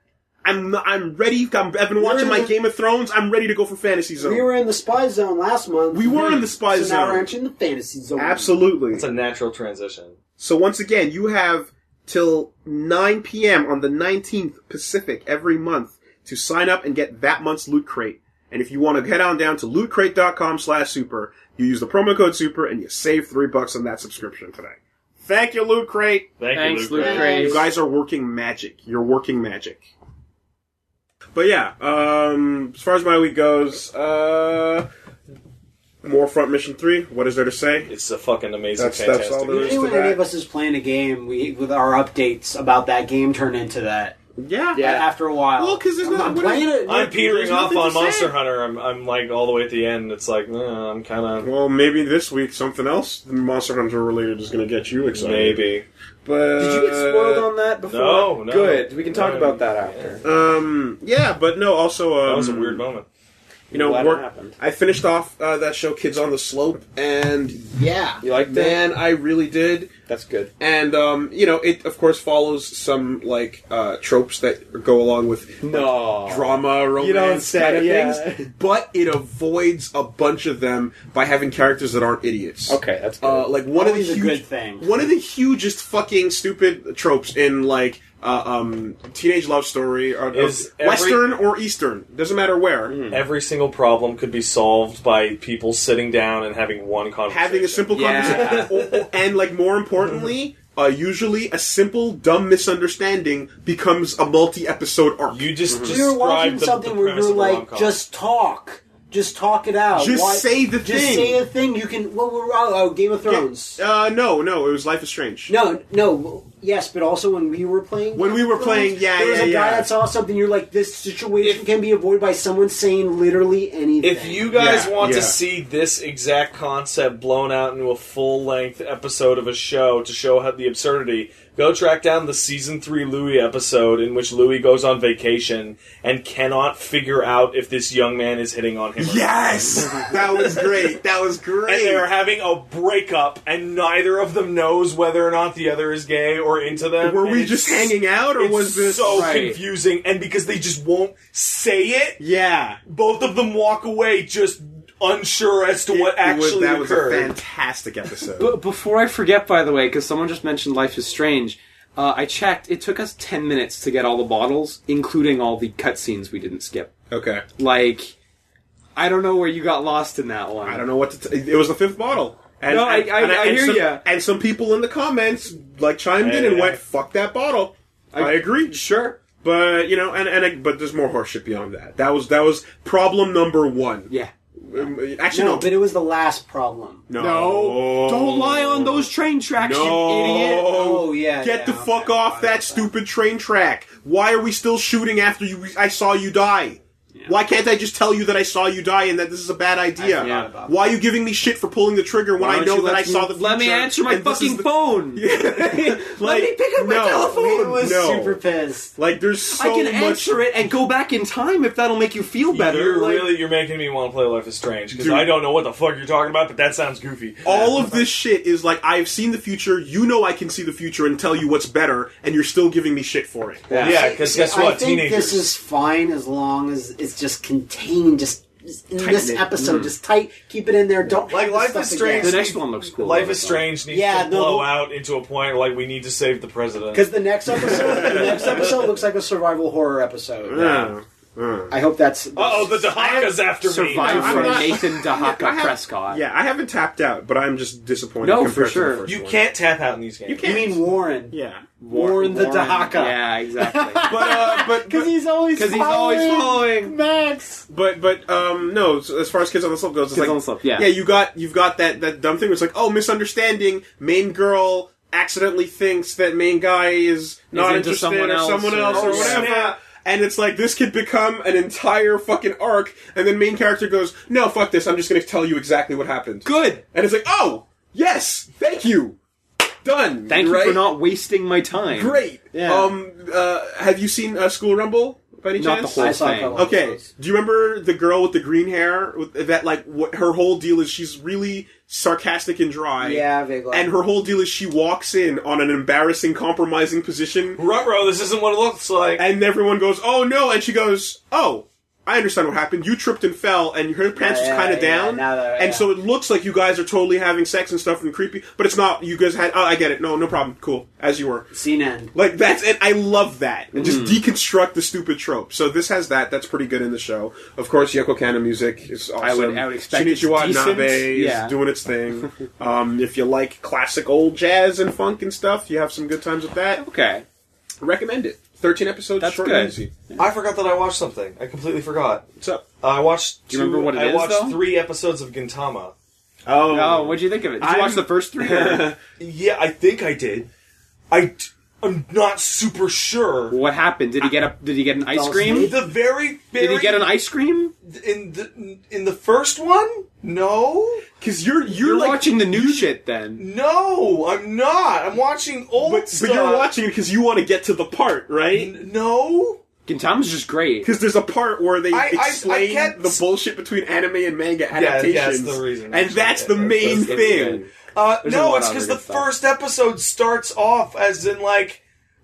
B: I'm I'm ready. I'm, I've been watching my Game of Thrones. I'm ready to go for fantasy zone.
A: we were in the spy zone last month.
B: We were in the spy
A: so Now
B: zone.
A: we're entering the fantasy zone.
B: Absolutely.
D: It's a natural transition.
B: So once again, you have till 9 p.m. on the 19th Pacific every month to sign up and get that month's loot crate. And if you want to head on down to lootcrate.com slash super, you use the promo code super and you save three bucks on that subscription today. Thank you, Loot Crate.
D: Thank
C: Thanks,
D: you, Luke.
C: Luke
D: Gray.
C: Gray.
B: You guys are working magic. You're working magic. But yeah, um, as far as my week goes, uh, more Front Mission 3. What is there to say?
D: It's a fucking amazing,
B: That's- that's
D: fantastic
B: all there is.
D: game.
A: Usually, when
B: to that.
A: any of us is playing a game, we with our updates about that game turn into that.
B: Yeah.
A: But after a while,
B: Well, 'cause there's
A: I'm
B: not-
A: I'm
B: what
A: playing
B: is-
A: it.
D: I'm
B: There's
D: petering off
B: nothing
D: on
B: to
D: Monster
B: say.
D: Hunter. I'm, I'm like all the way at the end. It's like, eh, I'm kind of.
B: Well, maybe this week something else Monster Hunter related is going to get you excited.
D: Maybe.
B: But
C: Did you get spoiled on
B: Uh,
C: that before?
D: No, no.
C: Good. We can talk
D: No.
C: about that after.
B: Um. Yeah, but no. Also, um,
D: That was a weird moment.
B: You know,
C: Glad it
B: work-
C: happened.
B: I finished off uh, that show, Kids on the Slope, and yeah,
C: You liked it?
B: man, I really did.
C: That's good.
B: And um, you know, it of course follows some like uh, tropes that go along with like,
D: Oh.
C: No.
B: drama, romance,
C: say,
B: kind of
C: yeah.
B: things. But it avoids a bunch of them by having characters that aren't idiots.
C: Okay, that's good.
B: Uh, like one
A: Always
B: of
A: a
B: the huge,
A: good thing.
B: One of the hugest fucking stupid tropes in like uh, um, teenage love story or
D: Is
B: or Western or Eastern doesn't matter where.
D: Every single problem could be solved by people sitting down and having one conversation.
B: Having a simple
C: Yeah.
B: conversation, Or- or- and like more importantly, uh, usually a simple dumb misunderstanding becomes a multi-episode arc.
D: You just
B: Mhm.
A: We were watching
D: described the,
A: something
D: the
A: where
D: premise
A: you're
D: of a
A: like,
D: rom-com.
A: just talk. Just talk it out.
B: Just say the
A: just
B: thing.
A: say a thing. You can. Well, we're oh, oh, Game of Thrones.
B: uh, no, no, it was Life is Strange.
A: No, no, yes, but also when we were playing.
B: When we were playing, yeah,
A: there was
B: yeah,
A: a guy
B: yeah.
A: that saw something. You're like, this situation
D: If-
A: can be avoided by someone saying literally anything.
D: If you guys
B: Yeah,
D: want
B: yeah.
D: to see this exact concept blown out into a full length episode of a show to show how the absurdity, go track down the season three Louis episode in which Louis goes on vacation and cannot figure out if this young man is hitting on him. or not.
B: Yes, that was great. That was
D: And
B: great.
D: they are having a breakup, and neither of them knows whether or not the other is gay or into them.
B: Were
D: and
B: we
D: it's-
B: just hanging out, or
D: it's
B: was this
D: so
C: Right.
D: confusing? And because they just won't say it,
B: Yeah,
D: both of them walk away just unsure as to what
B: It was-
D: actually
B: that
D: occurred.
B: was a fantastic episode.
C: But Oh, before I forget, by the way, because someone just mentioned Life is Strange, uh, I checked. It took us ten minutes to get all the bottles, including all the cutscenes we didn't skip.
B: okay,
C: Like, I don't know where you got lost in that one.
B: I don't know what to. T- it was the fifth bottle. And,
C: No, I- I- I hear
B: some,
C: ya.
B: And some people in the comments like chimed in and
D: Yeah.
B: went, "Fuck that bottle." I, agree. Sure. But you know, and and I, but there's more horseshit beyond that. That was that was problem number one.
C: Yeah.
B: Um, Actually,
A: No,
B: no.
A: but it was the last problem.
B: no.
C: No, don't lie on those train tracks, you idiot.
B: No.
A: Oh, yeah,
B: Get
A: yeah,
B: the
A: okay.
B: fuck off that stupid train track. Why are we still shooting after you? I saw you die. Why can't I just tell you that I saw you die and that this is a bad idea?
C: Yeah.
A: about
B: Why are you giving me shit for pulling the trigger when
C: Why
B: I
C: don't
B: know
C: you
B: that
C: let
B: I
C: me-
B: saw the future?
C: Let me answer my
B: and this is
C: fucking
B: the-
C: phone.
B: Like,
C: Let me pick up my
B: no.
A: It
C: telephone.
A: was
B: No.
A: super pissed.
B: Like there's so
C: I can
B: much.
C: answer it and go back in time if that'll make you feel better.
D: You're
C: Like-
D: really you're making me want to play Life is Strange because
B: Dude.
D: I don't know what the fuck you're talking about, but that sounds goofy.
B: All of this shit is like I've seen the future. You know I can see the future and tell you what's better, and you're still giving me shit for it.
D: yeah, because guess what?
A: I think
D: Teenagers.
A: this is fine as long as it's just contained, just just in this
B: Tighten it.
A: episode, just tight. Keep it in there. Don't
D: Mm. Like
A: add this
D: Life
A: stuff
D: is Strange.
C: The
A: again.
C: next one looks cool.
D: Life
C: though,
D: is
C: so.
D: Strange needs
A: Yeah,
D: to
A: no,
D: blow
A: the-
D: out into a point like we need to save the president.
A: Because the next episode, the next episode looks like a survival horror episode.
B: Yeah.
A: I hope that's.
D: Uh oh, the Dahaka's after
C: Survived
D: me.
B: I'm
C: from
B: not-
C: Nathan
B: I
C: Dahaka
B: have-
C: Prescott.
B: Yeah, I haven't tapped out, but I'm just disappointed.
C: No,
B: compared to
C: for
B: the
C: sure.
B: first
D: You
B: one.
D: can't tap out in these games.
A: You mean Warren?
B: Yeah,
C: War-
A: Warren the
C: Warren-
A: Dahaka.
C: Yeah, exactly.
B: but uh, but
A: Because he's always
C: 'Cause he's always following.
A: Max.
B: But but um no, so as far as Kids on the Slope goes, it's
C: Kids
B: like
C: on the Slope, yeah.
B: yeah, you got you've got that that dumb thing. It's like oh, misunderstanding. Main girl accidentally thinks that main guy is not
C: into
B: interested
C: someone
B: or
C: else
B: someone
C: or-
B: else or
C: Oh,
B: whatever.
D: snap.
B: And it's like this could become an entire fucking arc, and then main character goes, "No, fuck this! I'm just going to tell you exactly what happened."
C: Good.
B: And it's like, "Oh, yes, thank you, done."
C: Thank you
B: right?
C: for not wasting my time.
B: Great.
A: Yeah.
B: Um, uh, have you seen uh, School Rumble by any
C: Not the
B: chance?
C: whole
A: I saw a
C: thing.
A: couple
B: Okay,
A: episodes.
B: do you remember the girl with the green hair? With, that like what her whole deal is she's really sarcastic and dry.
A: Yeah, vaguely.
B: And her whole deal is she walks in on an embarrassing, compromising position,
D: Ruh-roh, this isn't what it looks like.
B: and everyone goes, "Oh no!" And she goes, "Oh." I understand what happened. You tripped and fell, and her pants
A: Yeah,
B: was kind
A: yeah,
B: of down,
A: now that-
B: and
A: yeah.
B: so it looks like you guys are totally having sex and stuff and creepy, but it's not. You guys had. Oh, I get it. No, no problem. Cool, as you were.
A: Scene end.
B: Like that's and I love that. And
C: Mm.
B: just deconstruct the stupid trope. So this has that. That's pretty good in the show. Of course, Yoko Kanno music is awesome.
C: would- I would expect it's
B: Shinichiro
C: decent.
B: Watanabe
C: Yeah.
B: is doing its thing. um, if you like classic old jazz and funk and stuff, you have some good times with that.
C: Okay.
B: Recommend it. Thirteen episodes,
C: That's
B: short
C: good.
B: and easy.
D: I forgot that I watched something. I completely forgot.
B: What's up?
D: Uh, I watched.
C: Do
D: Two,
C: you remember what it
D: I
C: is,
D: watched
C: though?
D: three episodes of Gintama.
B: Oh,
C: Oh, what'd you think of it? Did you
B: I'm-
C: watch the first three? or-
D: Yeah, I think I did. I d- I'm not super sure.
C: what happened? Did he get a? Did he get an ice cream?
D: The very, very
C: Did he get an ice cream?
D: in the in the first one? No,
B: because you're you're,
C: You're,
B: like,
C: watching the new shit then.
D: no, I'm not. I'm watching old
B: but,
D: stuff.
B: but you're watching it because you want to get to the part, right?
D: N- No,
C: Gintama's just great.
B: Because there's a part where they
D: I- I- I
B: explain
D: can't-
B: the bullshit between anime and manga
D: yeah,
B: adaptations,
D: the reason.
B: and that's the
D: Yeah,
B: main
C: It's
D: that's-
B: thing.
C: good.
D: Uh,
C: There's a
D: no,
C: lot
D: it's
C: of
D: because
C: other
D: the
C: good stuff.
D: first episode starts off as in like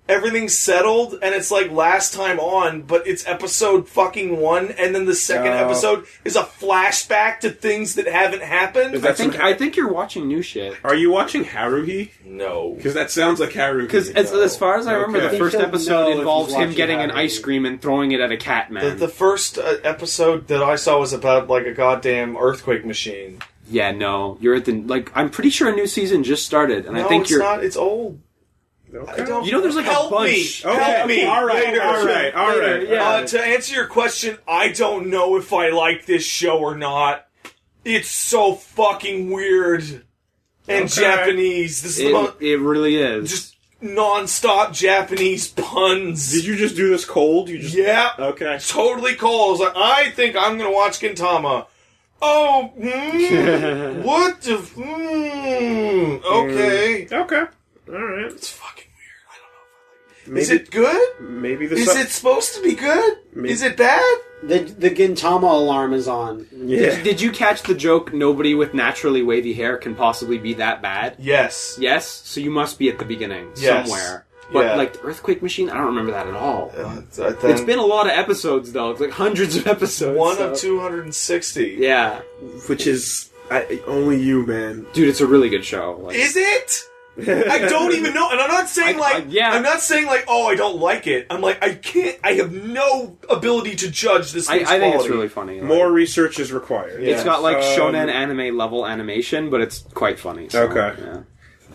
D: everything's settled and it's like last time on, but it's episode fucking one, and then the second
B: Oh.
D: episode is a flashback to things that haven't happened.
B: Is
C: I
B: that-
C: think I think you're watching new shit.
B: Are you watching Haruhi?
D: no,
B: Because that sounds like Haruhi.
C: Because as, as far as I remember,
B: Okay.
C: the first
A: He should know if
C: episode
A: he's
C: involves him
A: watching
C: getting an
A: Harry.
C: ice cream and throwing it at a cat
D: the,
C: man.
D: the first uh, episode that I saw was about like a goddamn earthquake machine.
C: yeah, no, you're at the like. I'm pretty sure a new season just started, and
D: No,
C: I think
D: it's
C: you're.
D: not. It's old. I don't,
C: You know there's, like, a
D: help
C: bunch.
D: Me.
B: Oh, Okay.
D: Help me.
B: All right.
D: Later.
B: All right. All right.
C: Later, yeah.
D: Uh, to answer your question, I don't know if I like this show or not. It's so fucking weird and
B: Okay.
D: Japanese. This is the
C: It,
D: most
C: it really is.
D: just non-stop Japanese puns.
B: Did you just do this cold? You just
D: yeah,
B: Okay.
D: totally calls. Like, I think I'm gonna watch Gintama. Oh, mm, what the? f- Mm,
C: Hmm.
D: okay,
B: Okay. All right.
D: it's fucking weird. I don't know. If I like it.
B: Maybe
D: Is it good?
B: maybe the
D: Is
B: su-
D: it supposed to be good?
B: Maybe-
D: Is it bad?
A: The the Gintama alarm is on.
B: yeah.
C: Did you catch the joke? Nobody with naturally wavy hair can possibly be that bad.
D: Yes.
C: Yes, so you must be at the beginning
D: Yes.
C: somewhere. But
D: Yeah.
C: like the earthquake machine, I don't remember that at all.
D: Uh,
C: It's been a lot of episodes though. It's like hundreds of episodes.
D: one
C: so-
D: of 260.
C: Yeah,
B: Which is I, only you, man.
C: dude, it's a really good show. Like,
D: Is it? I don't even know, and I'm not saying
C: I-
D: like
C: I- yeah.
D: I'm not saying like oh I don't like it. I'm like I can't. I have no ability to judge this.
C: I,
D: thing's
C: I think it's
D: quality.
C: really funny. Like,
B: More research is required.
D: Yeah.
C: It's got like
B: Um,
C: shonen anime level animation, but it's quite funny. so,
B: Okay.
C: yeah.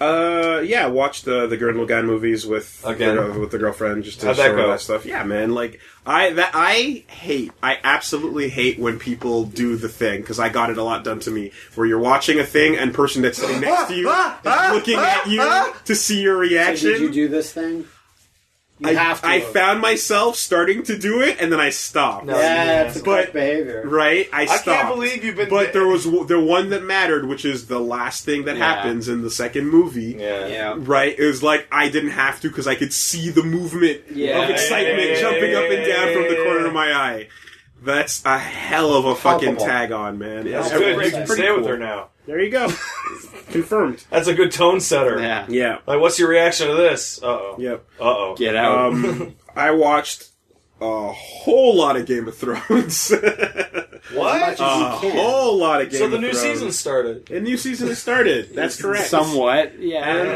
B: Uh, yeah, watch the the Gurren Lagann movies with you
D: Again?
B: know, with the girlfriend just to
D: How'd
B: show
D: that
B: her
D: go?
B: that stuff. Yeah, man, like I that I hate, I absolutely hate when people do the thing because I got it a lot done to me where you're watching a thing and person that's sitting next to you is looking at you to see your
A: Did
B: reaction.
A: you do this thing? You
B: I,
A: have to.
B: I found myself starting to do it and then I stopped.
A: Yeah, that's
B: But-
A: but, behavior.
B: Right, I
D: I
B: stopped.
D: can't believe you've been.
B: but there was w- the one that mattered, which is the last thing that
C: Yeah.
B: happens in the second movie.
D: Yeah.
C: Yeah.
B: Right? It was like I didn't have to because I could see the movement
C: Yeah.
B: of excitement jumping up and down from the corner of my eye. That's a hell of a fucking
A: Palpable.
B: tag on, man.
D: Oh, That's
A: Yeah,
D: good.
A: it's
D: You can
A: pretty
D: stay with
B: cool.
D: her now.
B: There you go. Confirmed.
D: That's a good tone setter.
C: Yeah.
B: Yeah.
D: Like, what's your reaction to this? Uh oh.
B: Yep.
D: Uh oh.
C: Get out.
B: Um, I watched a whole lot of Game of Thrones.
A: As much as
D: What? Uh,
A: you
B: a
A: can.
B: whole lot of Game
D: so
B: of
D: the new
B: Thrones.
D: season started.
B: A new season has started. That's correct.
C: Somewhat. Yeah.
B: And, uh,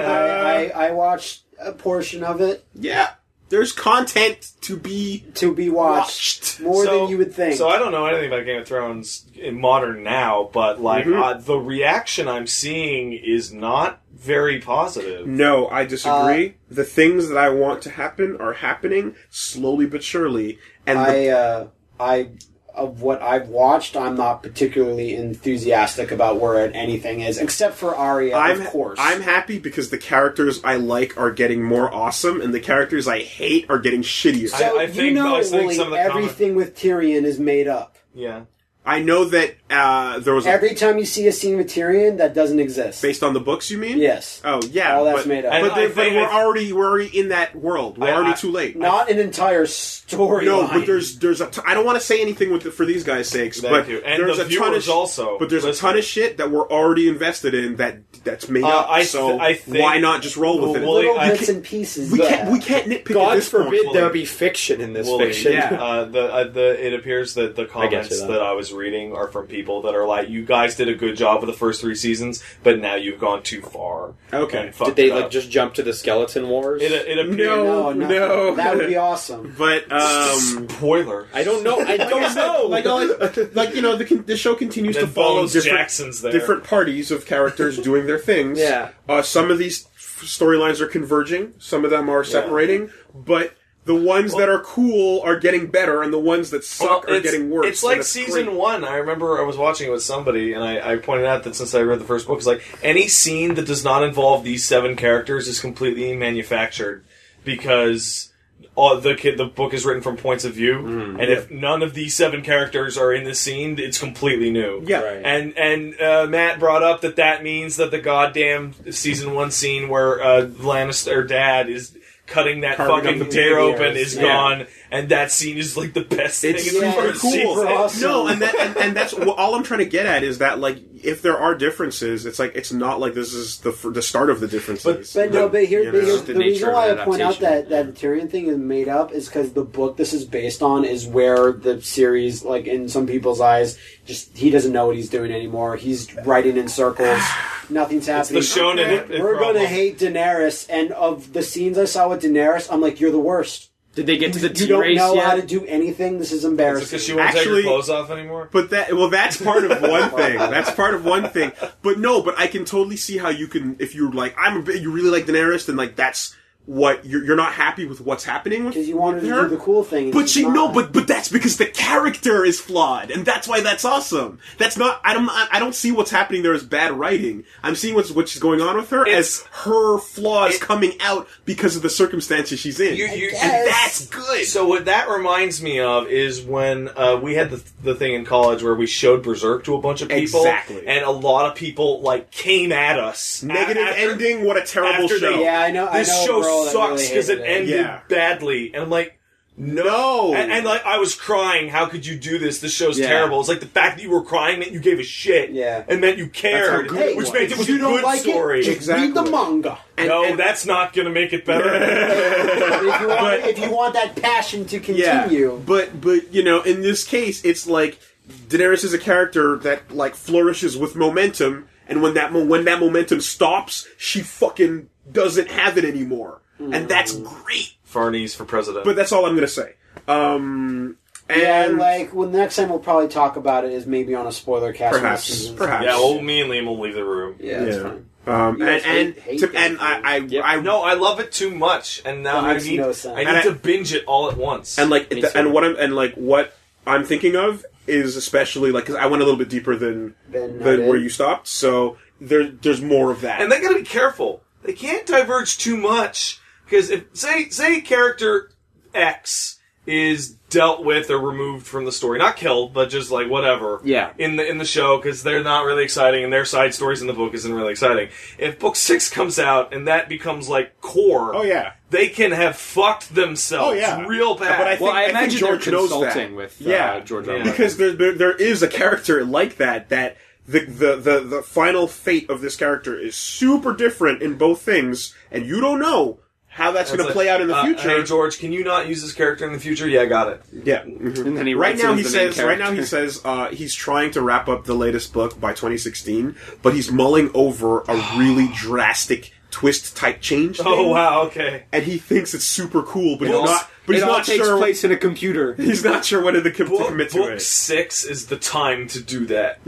A: I, I, I watched a portion of it
B: Yeah. There's content to be
A: to be watched,
B: watched.
A: more
D: So-
A: than you would think.
D: So I don't know anything about Game of Thrones in modern now, but like
B: Mhm.
D: uh, the reaction I'm seeing is not very positive.
B: No, I
A: Uh,
B: disagree. the things that I want to happen are happening slowly but surely, and the,
A: I, uh, I, of what I've watched, I'm not particularly enthusiastic about where anything is, except for Arya,
B: I'm
A: uh, of course.
B: I'm happy because the characters I like are getting more awesome, and the characters I hate are getting shittier.
A: so
D: I- I
A: you
D: think-
A: know,
D: I think
A: Wooly,
D: some of the
A: everything with Tyrion is made up.
D: Yeah.
B: I know that uh, there was a,
A: Every time you see a scene with Tyrion, that doesn't exist.
B: based on the books. You mean?
A: Yes.
B: Oh yeah.
A: All that's
B: but,
A: made up.
D: And
B: But, they,
D: I
B: but
D: think-
B: we're already we're already in that world. We're
D: I-
B: already
D: I-
B: too late.
A: Not an entire story.
B: no, but there's there's a t- I don't want to say anything with the, for these guys' sakes,
D: Thank
B: but
D: you. And
B: there's
D: the
B: a ton of
D: viewers also.
B: But there's
D: Listen.
B: a ton of shit that we're already invested in that that's made
D: Uh,
B: up.
D: I th-
B: so
D: I think-
B: why not just roll with it?
D: Well,
A: little
D: I
A: bits
D: can't-
A: and pieces.
B: we
A: yeah.
B: can't we can't nitpick. at
E: God
B: this point.
E: forbid
D: point,
E: there
D: Wooly.
E: be fiction in this
D: Wooly,
E: fiction.
B: yeah.
D: Uh, the, uh, the it appears that the
E: you
D: comments
E: that.
D: that I was reading are from people that are like, "You guys did a good job with the first three seasons, but now you've gone too far."
B: Okay.
D: and
E: Did
D: fucked
E: they
D: it
E: like
D: up."
E: just jump to the skeleton wars?
D: It, it appeared.
A: No, no,
B: No.
A: that would be awesome.
B: But um,
D: Spoiler.
E: I don't know. I don't know.
B: like all, like you know the con- the show continues
D: Then
B: to follow
D: Bones
B: different
D: Jackson's there.
B: different parties of characters doing their things.
E: Yeah.
B: Uh, some of these f- storylines are converging. Some of them are separating. But the ones that are cool are getting better, and the ones that
D: Well,
B: suck are getting worse.
D: It's
B: and
D: like
B: that's
D: season
B: great.
D: one. I remember I was watching it with somebody, and I, I pointed out that since I read the first book, it's like any scene that does not involve these seven characters is completely manufactured because all the kid, the book is written from points of view,
B: Mm.
D: and if none of these seven characters are in the scene, it's completely new.
B: Yeah.
E: Right.
D: And and uh, Matt brought up that that means that the goddamn season one scene where uh, Lannister dad is cutting that
B: Carving up
D: fucking
B: the
D: tear
A: baby
D: open
A: ears.
D: is
A: Yeah.
D: gone, and that scene is like the best
B: It's
D: thing in the
A: super
D: first
A: cool.
D: season.
A: Awesome.
B: No, and that and, and that's well, all I'm trying to get at is that like if there are differences, it's like it's not like this is the fir- the start of the differences.
A: But no, but here,
B: You
A: but
B: know?
A: here-
C: the
A: the reason
C: nature
A: why I
C: of
A: point out that
C: adaptation.
A: that the Tyrion thing is made up is because the book this is based on is where the series, like in some people's eyes, just he doesn't know what he's doing anymore. He's writing in circles. Nothing's
D: It's the
A: happening.
D: shonen.
B: Okay.
A: We're
D: problem.
A: gonna hate Daenerys, and of the scenes I saw with Daenerys, I'm like, you're the worst.
C: Did they get to the
A: You
C: T
A: don't
C: race
A: know how to
C: yet?
A: do anything. This is
D: Is it because she
A: embarrassing.
D: won't take her
B: Actually-
D: clothes off anymore?
B: But that well, that's part of one thing. That's part of one thing. But no, but I can totally see how you can if you're like I'm a bit, you really like Daenerys, then like that's what you're you're not happy with what's happening with
A: Because you wanted to
B: with her.
A: do the cool thing. and
B: But
A: she's
B: she
A: not.
B: no, but but that's because the character is flawed, and that's why that's awesome. That's not I don't I don't see what's happening there as bad writing. I'm seeing what's what's going on with her
D: It's-
B: as her flaws
D: it-
B: coming out because of the circumstances she's in,
D: You- you-
B: and
A: guess.
B: that's good.
D: So what that reminds me of is when uh, we had the, the thing in college where we showed Berserk to a bunch of people,
B: Exactly.
D: and a lot of people like came at us.
B: Negative
D: A- after-
B: ending. What a terrible
D: after
B: show.
D: they-
A: yeah, I know. I
D: This
A: know
D: show
A: a girl that
D: sucks
A: really
D: because
A: hated
D: it ended
B: Yeah.
D: badly, and I'm like.
B: No,
D: And, and like I was crying, how could you do this? This show's
C: Yeah.
D: terrible. It's like the fact that you were crying meant you gave a shit,
A: Yeah.
D: and meant you
B: how
D: cared,
B: good
A: Hey,
D: which meant it was
A: you
D: a
A: don't
D: good
A: like
D: story.
A: It, just read the
B: Exactly.
A: manga.
D: no,
B: and-
D: that's not going to make it better.
A: if, you want, if you want that passion to continue,
B: But but you know, in this case, it's like Daenerys is a character that like flourishes with momentum, and when that mo- when that momentum stops, she fucking doesn't have it anymore,
A: Mm.
B: and that's great.
D: Farnese for president.
B: But that's all I'm gonna say. Um, and
A: yeah, like well, next time we'll probably talk about it is maybe on a spoiler cast. when the
B: perhaps,
A: season's-
B: perhaps,
D: yeah, well, me and Liam will leave the room.
A: yeah, that's
B: Yeah.
A: fine.
B: Um,
A: You guys
B: and and,
A: hate- hate
B: to,
A: that
B: and I, I,
E: Yep.
B: I
D: No, I love it too much, and now
A: That
D: I
A: makes
D: need
A: no sense.
D: I need
B: And I-
D: to binge it all at once.
B: and like
E: Me
B: the-
E: too.
B: and what I'm and like what I'm thinking of is especially like 'cause I went a little bit deeper than
A: Than I
B: than
A: did.
B: where you stopped. So there there's more of that.
D: and they got to be careful. They can't diverge too much because if say say character X is dealt with or removed from the story, not killed, but just like whatever.
C: Yeah.
D: In the in the show because they're not really exciting and their side stories in the book isn't really exciting. If book six comes out and that becomes like core,
B: oh yeah.
D: they can have fucked themselves
B: Oh, yeah.
D: real bad.
B: But I think-
C: Well, I,
B: I think
C: imagine
B: George
C: they're
B: knows
C: consulting
B: that.
C: with uh,
B: Yeah.
C: George
D: Yeah.
C: R. R. Martin.
B: because there, there there is a character like that that the, the the the final fate of this character is super different in both things, and you don't know how that's going
D: It's
B: to
D: like,
B: play out in the
D: uh,
B: future.
D: Hey George, can you not use this character in the future? Yeah, I got it.
B: yeah. mhm.
C: and then he
B: Right
C: writes it
B: now
C: as
B: he
C: the main
B: says. Right now he
C: character.
B: says uh, he's trying to wrap up the latest book by 2016, but he's mulling over a really drastic twist type change.
D: Oh
B: thing,
D: wow, okay.
B: And he thinks it's super cool, but
C: It
B: he's
C: all-
B: not. But he's
C: it all
B: not
C: takes
B: sure.
C: place in a computer.
B: He's not sure whether to, com- to
D: Book,
B: commit to
D: book
B: it. Hmm.
D: six is the time to do that.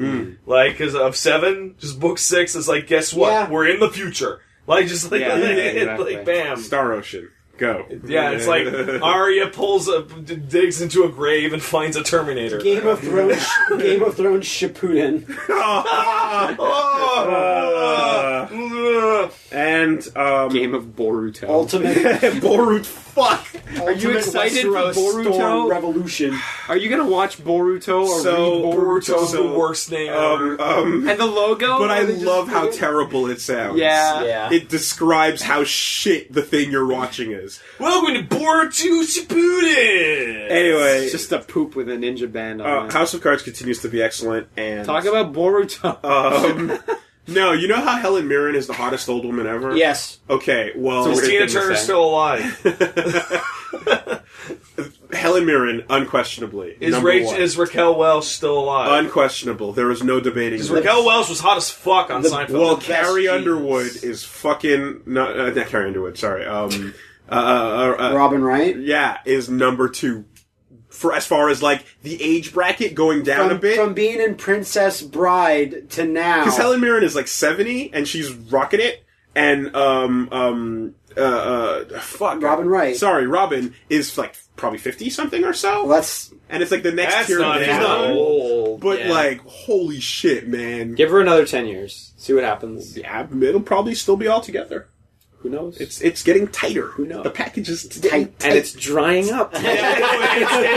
D: Like, because of seven, just book six is like, guess what?
A: Yeah.
D: We're in the future. Like, just like,
C: Yeah,
D: like,
B: yeah,
C: exactly.
D: like, bam.
B: Star Ocean, go.
D: Yeah, it's like Arya pulls up, d- digs into a grave and finds a Terminator.
A: Game of Thrones, Game of Thrones Shippuden.
D: Oh! Ugh.
B: and um,
C: Game of Boruto.
A: Ultimate,
B: Borut, fuck.
A: are
C: you excited for Boruto?
A: Revolution?
C: Are you gonna watch Boruto or
B: So-
C: read Boruto?
D: Boruto's
B: So,
D: the worst
C: Oh,
D: name
B: Um,
D: ever.
B: um,
C: And the logo.
B: but I
C: and they just-
B: love how terrible it sounds.
C: Yeah.
E: Yeah.
B: It describes how shit the thing you're watching is.
D: Welcome to Boruto Shippuden!
B: Anyway,
C: It's just a poop with a ninja band on
B: uh,
C: it.
B: House of Cards continues to be excellent. And
C: Talk about Boruto.
B: Um, no, you know how Helen Mirren is the hottest old woman ever.
A: Yes.
B: Okay. Well,
C: So
D: Is
C: weird
D: Tina
C: thing to
D: Turner's
C: say.
D: still alive?
B: Helen Mirren, unquestionably,
D: Is,
B: number
D: Rach-
B: one.
D: is Raquel Welch still alive?
B: unquestionable. There is no debating.
D: Because
B: that.
A: oh,
D: Raquel Welch was hot as fuck on
A: The-
D: Seinfeld.
B: Well,
A: best
B: Carrie
A: genes.
B: Underwood is fucking not, uh, not Carrie Underwood. Sorry. Um, uh, uh, uh, uh,
A: Robin Wright.
B: yeah, is number two for as far as like the age bracket going down
A: From,
B: a bit.
A: from being in Princess Bride to now.
B: Because Helen Mirren is like seventy and she's rocking it, and um um uh, uh fuck
A: Robin Wright.
B: Sorry, Robin is like probably fifty something or so,
A: Well, that's
B: and it's like the next
D: That's
B: tier
D: not
B: down.
D: how
E: old.
B: But
E: yeah.
B: like, holy shit, man!
E: give her another ten years. See what happens.
B: Yeah, it'll probably still be all together.
E: Who knows?
B: It's it's getting tighter.
E: Who knows?
B: The package is getting
A: tight.
E: and it's drying up.
D: Yeah, no,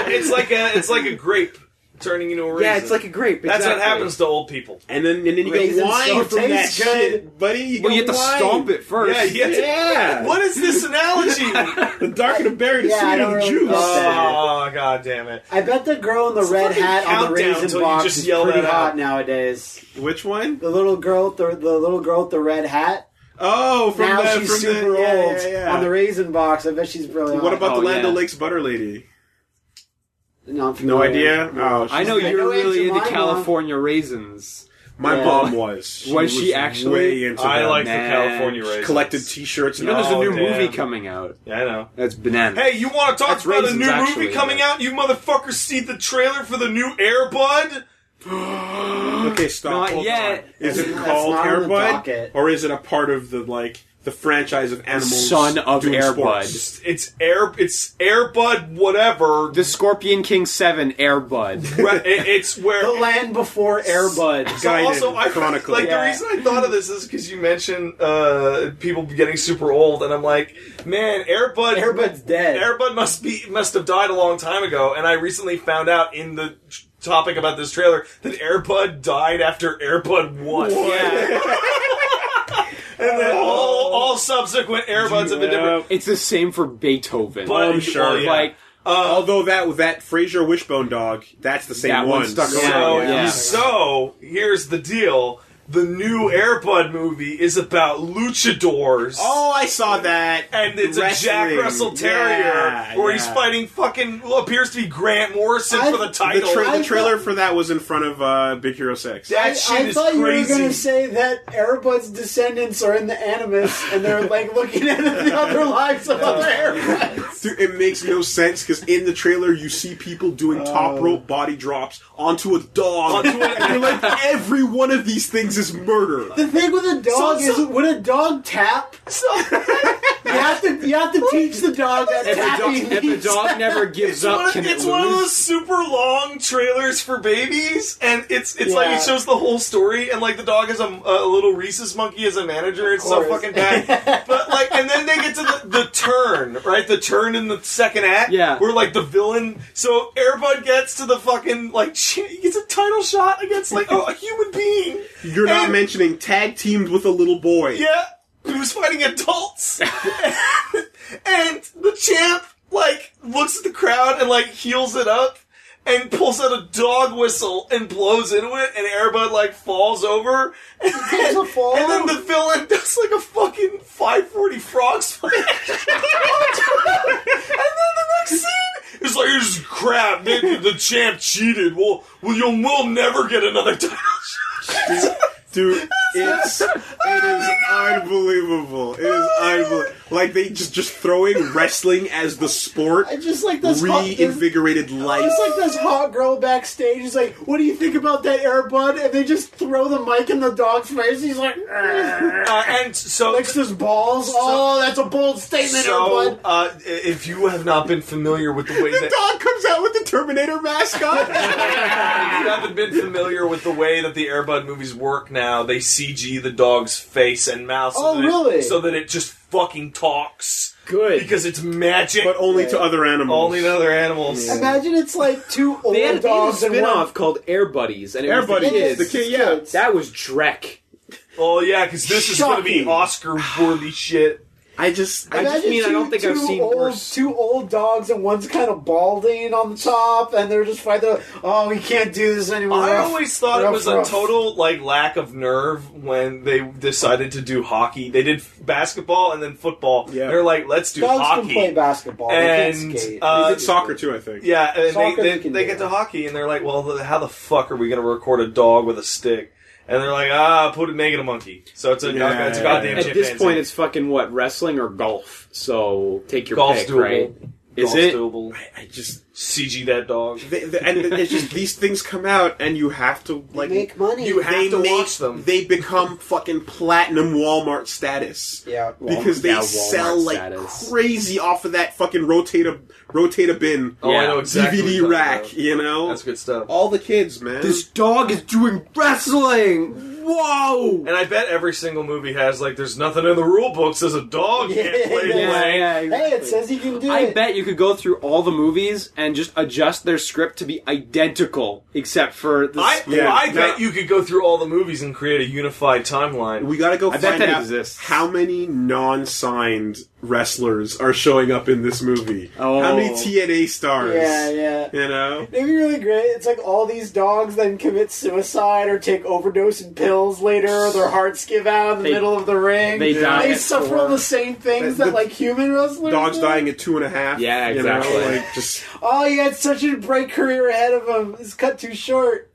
D: it's, it's like a it's like a grape turning into a raisin.
E: Yeah, it's like a grape.
D: that's
E: exactly.
D: what happens to old people.
B: And then and then you
A: Raisins
B: get wine
A: don't
B: from that
A: taste good.
B: shit, buddy. You
C: well, you
B: get
C: have to
B: wine.
C: stomp it first.
B: Yeah, yeah.
D: What is this analogy?
B: the darker the berry, the
A: Yeah, I
B: sweeter
A: don't
B: the
A: really
B: juice.
A: know that.
D: oh god damn it!
A: I bet the girl in the red
D: fucking
A: hat on the
D: countdown
A: raisin
D: till you
A: box
D: just
A: is
D: yell
A: pretty
D: that
A: hot
D: out.
A: nowadays.
B: Oh, Which one?
A: The little girl, with the, the little girl with the red hat.
B: Oh, from
A: now
B: the,
A: she's
B: from the-
A: super
B: yeah,
A: old
B: yeah, yeah.
A: on the raisin box. I bet she's really.
B: What
A: hot.
B: about
C: Oh,
B: the Land
C: yeah.
B: O'Lakes Butter Lady?
A: No, I'm
B: No
A: familiar.
B: idea. Oh,
C: I know
A: I
C: you're
A: know
C: really
A: Aunt
C: into
A: Jemima.
C: California raisins.
B: my
A: Yeah.
B: mom was. She
C: Was she actually-
B: way into
D: I
B: them.
D: like
C: man.
D: the California
B: She
D: raisins.
B: collected T-shirts. And
C: You know, there's a
D: Oh,
C: new
D: damn.
C: movie coming out.
D: Yeah, I know.
C: That's bananas.
D: Hey, you want to talk
C: That's
D: about
C: raisins,
D: a new
C: actually,
D: movie coming
C: yeah.
D: out? You motherfuckers see the trailer for the new Airbud?
B: okay, stop.
C: Not
B: hold
C: yet.
B: on. Is it
A: That's
B: called
A: not on the
B: Airbud,
A: docket.
B: or is it a part of the like the franchise of animals?
C: Son of
B: doing
C: Air
B: sports?
C: Bud.
D: It's Air. It's Airbud. Whatever.
C: the Scorpion King Seven Airbud.
D: Re- it- it's where
A: The land before Airbud.
D: So
B: Guided
D: also, I
B: Chronicle.
D: like
A: Yeah.
D: the reason I thought of this is because you mentioned uh, people getting super old, and I'm like, man, Airbud,
A: Airbud's dead.
D: Airbud must be must have died a long time ago. And I recently found out in the t- topic about this trailer that Airbud died after Airbud One.
C: yeah,
D: and then all all subsequent Airbuds have been different.
C: it's the same for Beethoven.
D: But
B: I'm sure,
D: well, yeah.
C: Like
B: Uh, Although that that Fraser Wishbone dog, that's the same
C: That
B: one.
C: one stuck
B: So-
C: around.
D: So,
C: Yeah.
D: so here's the deal: the new Airbud movie is about luchadors.
B: Oh, I saw that.
D: and it's
B: Wrestling.
D: a Jack Russell Terrier
B: Yeah,
D: where
B: yeah.
D: he's fighting fucking well, appears to be Grant Morrison
A: I-
D: for the
A: the
B: The,
D: title.
B: tra-
A: I
B: the trailer
A: thought-
B: for that was in front of uh, Big Hero Six.
D: that
A: I,
D: shit
A: I
D: is
A: thought
D: crazy.
A: you were going to say that Airbud's descendants are in the Animus and they're like looking at the other lives of other Airbuds.
B: stu- it makes no sense because in the trailer you see people doing top rope body drops onto a dog, and you're like, every one of these things is murder.
A: The thing with a dog
D: So- so-
A: is when a dog tap, you have to you have to teach the dog that
C: If a,
A: tapping
C: dog, if a dog never gives
D: It's,
C: up,
D: one,
C: can
D: of,
C: it
D: it's one of
C: lose?
D: those super long trailers for babies, and it's it's like
A: Yeah.
D: it shows the whole story, and like the dog is a, a little Reese's monkey as a manager. It's so
A: course.
D: fucking bad, but like, and then they get to the, the turn, right? The turn in the second act,
C: Yeah.
D: where like the villain. So Airbud gets to the fucking like she, he gets a title shot against like a, a human being.
B: You're not
D: And-
B: mentioning tag teamed with a little boy.
D: Yeah, he was fighting adults, and the champ like looks at the crowd and like heals it up and pulls out a dog whistle and blows into it, and Airbud like falls over, and then,
A: a fall.
D: and then the villain does like a fucking five forty frog splash, and then the next scene is like this is crap. The, the champ cheated. Well, well, you'll we'll never get another title shot.
B: Dude, it's it is unbelievable. It is unbelievable. Like they just just throwing wrestling as the sport
A: I just like this hot, this,
B: reinvigorated life.
A: it's like this hot girl backstage is like, "What do you think about that airbud?" And they just throw the mic in the dog's face. He's like, "Argh."
D: Uh, and so
A: licks his balls. oh, that's a bold statement,
D: So,
A: airbud.
D: uh, i- if you have not been familiar with the way
B: The
D: that
B: dog comes out with the Terminator mask on.
D: if you haven't been familiar with the way that the Airbud movies work now, they CG the dog's face and mouth. So
A: Oh,
D: that it-
A: really?
D: so that it just fucking talks
E: Good.
D: because it's magic.
B: but only to other animals.
D: only to other animals.
A: Imagine it's like two old
C: They had, they had a
A: dogs and
C: spin
A: one.
C: off called Air Buddies, and it
B: Air
C: was the
B: Buddies,
C: kids.
B: the kid- yeah.
A: Kids.
C: That was Drek.
D: Oh yeah, because this is going to be
A: Shocking.
D: Oscar-worthy shit.
B: I just I
C: I
A: Imagine
C: just mean I don't think I've seen
A: old,
C: worse.
A: Two old dogs and one's kind of balding on the top, and they're just fighting. they're, Oh, we can't do this anymore.
D: I
A: Rough,
D: always thought it
A: rough,
D: was a
A: rough."
D: total like lack of nerve when they decided to do hockey. They did basketball and then football.
B: Yeah.
D: They're like, let's do
A: Dogs
D: hockey.
A: can play basketball. they
D: And,
A: can skate.
D: uh,
A: They
B: did
A: can-
B: soccer too, I think.
D: Yeah, and
A: Soccer
D: they,
A: we
D: they,
A: can
D: they
A: do.
D: get to hockey and they're like, well, the, how the fuck are we going to record a dog with a stick? And they're like, ah, put it, make it a monkey. So it's a,
B: Yeah,
D: it's a
B: yeah,
D: goddamn
B: yeah.
C: At this
D: chimpanzee.
C: point, it's fucking what wrestling or golf. So take your
D: golf's
C: pick,
D: doable.
C: right? Is
D: Golf's
C: it?
D: doable.
B: I, I just
D: CG that dog.
B: they, they, and it's just these things come out and you have to like
A: make money.
B: You have
D: They
B: to
D: make-
B: watch them. They become fucking platinum Walmart status.
A: yeah.
B: because they
C: Yeah, Walmart
B: sell like
C: status.
B: crazy off of that fucking rotator rotator bin
D: Oh, I know
C: Yeah.
D: exactly. what
B: DVD
D: you're talking
B: rack.
D: about.
B: You know,
D: That's good stuff.
B: all the kids, man.
C: dog is doing wrestling. Whoa!
D: And I bet every single movie has, like, there's nothing in the rule book says a dog can't play
A: Yeah,
D: play.
C: yeah,
A: Hey, it
C: exactly.
A: says you can do
C: I
A: it.
C: bet you could go through all the movies and just adjust their script to be identical, except for the.
D: I,
B: Yeah.
D: I bet
B: Yeah.
D: you could go through all the movies and create a unified timeline.
B: we gotta go
C: I bet
B: find
C: that
B: out
C: exists.
B: how many non-signed wrestlers are showing up in this movie.
C: Oh.
B: How many TNA stars?
A: Yeah, yeah.
B: You know,
A: It'd be really great. It's like all these dogs then commit suicide or take overdose and pills later. Their hearts give out in the
C: They-
A: middle of the ring.
C: they die at
A: suffer
C: four.
A: all the same things
B: The-
A: that like human wrestlers.
B: dogs
A: do.
B: dying at two and a half.
C: Yeah,
B: you know,
C: exactly.
B: like just
A: Oh, he had such a bright career ahead of him. It's cut too short.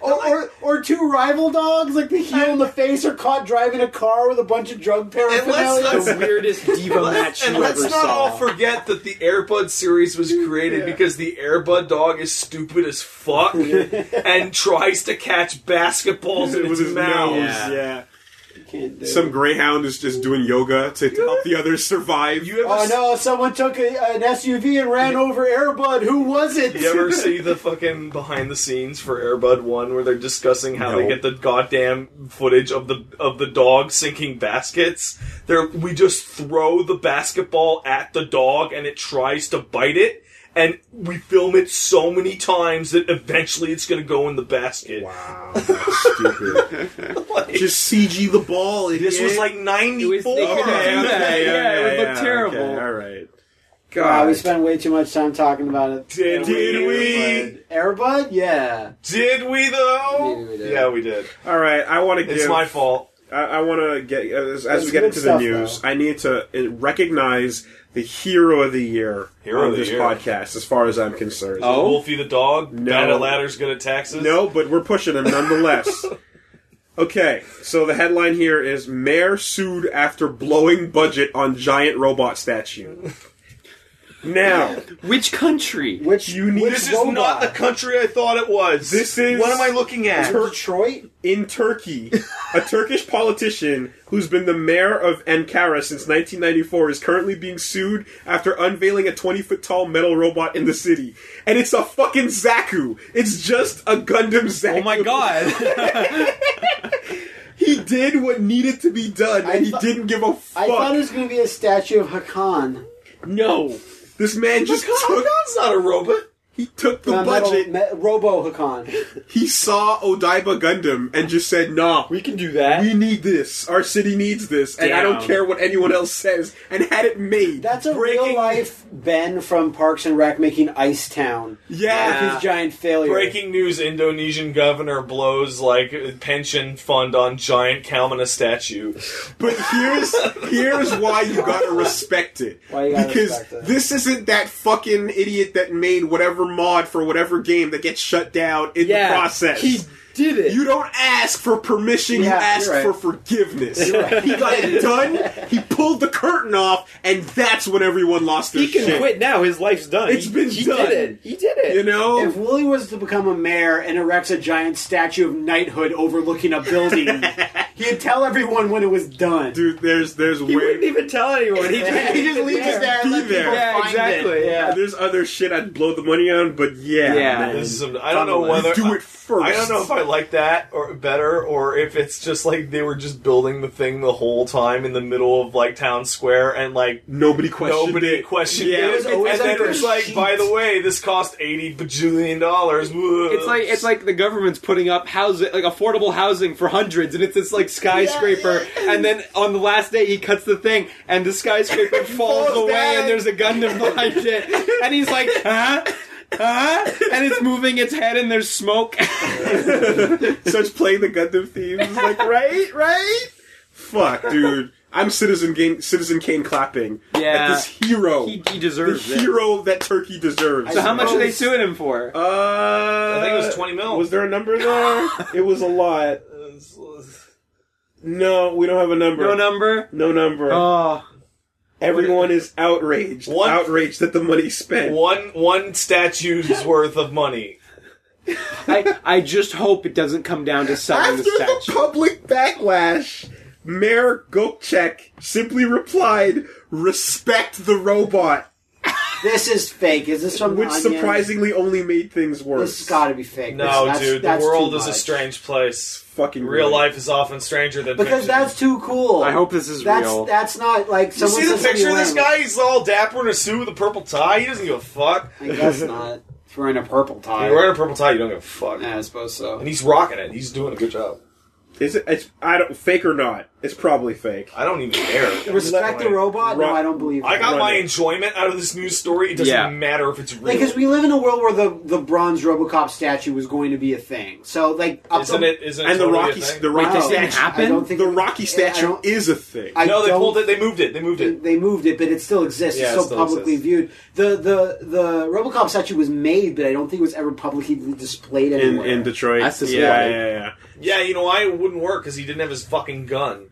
A: Or, or, or two rival dogs, like the heel and the face, are caught driving a car with a bunch of drug paraphernalia.
D: let's-
C: the weirdest diva match
D: Let's-
C: you
D: and let's
C: ever
D: not
C: saw.
D: all forget that the Airbud series was created because the Airbud dog is stupid as fuck and tries to catch basketballs
B: it
D: in
B: was
D: his
B: his
D: mouth.
B: nose.
C: Yeah.
B: yeah.
A: Can't do it.
B: Some greyhound is just doing yoga to, to help the others survive.
D: You ever,
A: Oh no! Someone took a, an SUV and ran over Airbud. Who was it?
D: you ever see the fucking behind the scenes for Airbud One where they're discussing how they
B: No.
D: get the goddamn footage of the of the dog sinking baskets? There, we just throw the basketball at the dog and it tries to bite it. And we film it so many times that eventually it's going to go in the basket.
B: Wow, that's stupid. Just CG the ball. Idiot.
D: This was like
C: It was, they
D: 94.
C: could do
B: Okay,
C: that.
B: okay,
C: yeah, it would
B: okay,
C: look
B: yeah,
C: terrible.
B: okay, all right.
A: Wow, we spent way too much time talking about it.
D: Did we?
A: Airbud? Yeah.
D: Did we though?
A: Maybe we did.
D: Yeah, we did.
B: All right. I want to give.
D: It's my fault.
B: I, I want to get as, as
A: That's
B: we get
A: good
B: into
A: stuff,
B: the news. I need to uh, recognize the hero of the year
D: Hero
B: on
D: of the
B: this
D: year.
B: podcast, as far as I'm concerned.
C: Oh.
D: Wolfie the dog.
B: No.
D: Bad at ladders, good at taxes.
B: No, but we're pushing him nonetheless. okay, so the headline here is Mayor sued after blowing budget on giant robot statue. Now,
C: Which country?
A: Which
B: You need-
A: which
D: This is
A: robot?
D: not the country I thought it was.
B: This is-
D: What am I looking at?
B: Tur-
A: Detroit.
B: in Turkey, a Turkish politician who's been the mayor of Ankara since 1994 is currently being sued after unveiling a 20 foot tall metal robot in the city. And it's a fucking Zaku. It's just a Gundam Zaku.
D: Oh my god.
B: He did what needed to be done, and he
A: thought-
B: didn't give a fuck.
A: I thought it was going to be a statue of Hakan.
B: no, this man just took.
D: That's not a robot.
B: He took the
A: Uh, metal-
B: budget.
A: me- Robo Hakan.
B: He saw Odaiba Gundam and just said, "Nah,
E: We can do that.
B: We need this. Our city needs this, and I don't
C: Damn.
B: care what anyone else says. And had it made.
A: That's a
B: Breaking-
A: real life Ben from Parks and Rec making Ice Town.
B: Yeah.
A: With his giant failure.
D: Breaking news: Indonesian governor blows like pension fund on giant Kalmana statue.
B: But here's here's why you gotta respect it.
A: Why you gotta
B: because
A: respect it.
B: this isn't that fucking idiot that made whatever mod for whatever game that gets shut down in the process.
E: He did it.
B: You don't ask for permission, you
A: Yeah,
B: ask
A: you're right.
B: for forgiveness. He got it done, he pulled the curtain off, and that's when everyone lost their
E: he can
B: shit.
E: quit now. His life's done.
B: It's
E: he,
B: been
E: he
B: done.
E: Did it. He did it.
B: You know?
A: If Wooly was to become a mayor and erects a giant statue of knighthood overlooking a building, he'd tell everyone when it was done.
B: Dude, there's there's
E: he
B: way
E: wouldn't even tell anyone. He just, he just leaves it there.
B: Be there.
E: Yeah, exactly.
B: Yeah,
E: Yeah.
B: there's other shit I'd blow the money on, but yeah,
C: Yeah.
B: man.
D: This is some, I don't know
C: Nonetheless.
D: whether
B: do it first.
D: I don't know if I like that or better, or if it's just like they were just building the thing the whole time in the middle of like town square and like
B: nobody questioned
D: nobody
B: it.
D: questioned
B: Yeah.
D: it.
B: It was
D: and
A: always
D: then
A: under
D: it's like,
A: sheet.
D: by the way, this cost eighty bajillion dollars.
C: It's like it's like the government's putting up housing, like affordable housing for hundreds, and it's this like skyscraper. And then on the last day, he cuts the thing, and the skyscraper falls
B: Falls
C: away,
B: down.
C: and there's a Gundam behind it, and he's like, huh, huh, and it's moving its head, and there's smoke.
B: Such playing the Gundam theme, It's like right, right. Fuck, dude. I'm Citizen Game, Citizen Kane clapping at
C: Yeah.
B: this hero,
C: he, he
B: the
C: deserves it.
B: hero that Turkey deserves.
C: So how much are they
A: Gross.
C: suing him for?
B: Uh,
D: I
B: I
D: think it was twenty mil.
B: Was there a number there? it was a lot. No, we don't have a number.
C: no number.
B: No number.
C: Oh,
B: Everyone is outraged.
D: One-
B: Outraged that the money spent.
D: one one statue's worth of money?
C: I I just hope it doesn't come down to selling
B: After
C: the
B: the
C: statue.
B: public backlash, Mayor Gokchek simply replied, "Respect the robot,"
A: This is fake. Is this from
B: which
A: the Onion?
B: surprisingly only made things worse.
A: This has got to be fake.
D: No,
A: That's-
D: dude,
A: that's
D: the world
A: too
D: is a
A: much.
D: strange place.
B: fucking
D: Real
B: great.
D: life is often stranger than
A: Because
D: fiction.
A: that's too cool.
C: I hope this is
A: that's,
C: real.
A: That's not like
D: You
A: someone
D: see the
A: says
D: picture of this
A: something
D: guy? He's all dapper in a suit with a purple tie. He doesn't give a fuck.
A: random. I guess not. If we're in a purple
D: If
A: tie.
D: you're wearing a purple tie, you don't give a fuck.
A: yeah, I suppose so.
D: And he's rocking it. He's doing a good job.
B: Is it? It's, I don't fake or not. It's probably fake.
D: I don't even care.
A: Respect the robot? No, I don't believe
D: I
A: that.
D: got
B: Run
D: my
B: it.
D: enjoyment out of this news story. It doesn't
C: Yeah.
D: matter if it's real.
A: Because we live in a world where the, the bronze RoboCop statue was going to be a thing, so like up
D: isn't it? Isn't it
B: and the
D: totally a
B: Rocky,
D: thing?
B: the
C: Wait,
B: Rocky
C: this
A: Wow.
C: didn't
B: statue,
C: happen.
A: I don't think
B: the Rocky
A: I
B: statue
A: don't-
B: is a thing.
A: I
D: no, they
A: don't
D: pulled it. They moved it. They moved it.
A: they moved it, but it still exists.
D: Yeah, it
A: it's so
D: still
A: publicly
D: exists.
A: viewed. The the the RoboCop statue was made, but I don't think it was ever publicly displayed
B: in,
A: anywhere.
B: in Detroit,
C: That's just
B: yeah,
C: weird.
B: yeah, yeah.
D: Yeah, you know why it wouldn't work? Because he didn't have his fucking gun.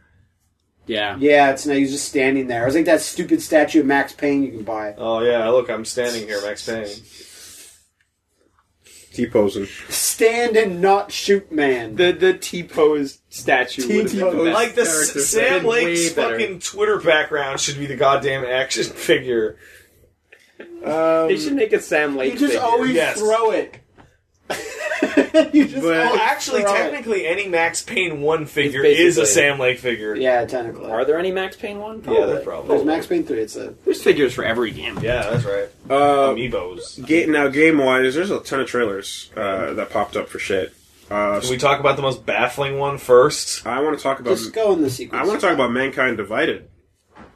C: Yeah.
A: yeah, it's now he's just standing there. It's like that stupid statue of Max Payne you can buy.
D: Oh yeah, look, I'm standing here, Max Payne.
B: T posing.
A: Stand and not shoot, man.
E: The the T pose statue. would have been
B: T-pose.
E: the best
D: Like the
E: character.
D: S-
E: Would've
D: Sam
E: been way
D: Lake's
E: better.
D: fucking Twitter background should be the goddamn action figure.
B: Um,
E: They should make a Sam Lake.
A: you just
E: figure.
A: always
D: yes.
A: throw it. you just always
B: But-
D: Well, actually,
A: throw it.
D: technically, any Max Payne one figure
E: It's
D: is a
E: basically-
D: Sam Lake figure.
A: yeah, technically.
E: Are there any Max Payne one?
D: yeah, they're
E: Probably.
A: There's
D: probably.
A: Max Payne three. It's a
C: There's figures for every game.
D: Yeah, that's right.
B: uh,
D: Amiibos.
B: Ga- now, game wise, there's a ton of trailers uh, that popped up for shit. Uh,
D: Can we talk about the most baffling one first?
B: I want to talk about.
A: just go in the sequence.
B: I want to talk about mankind divided.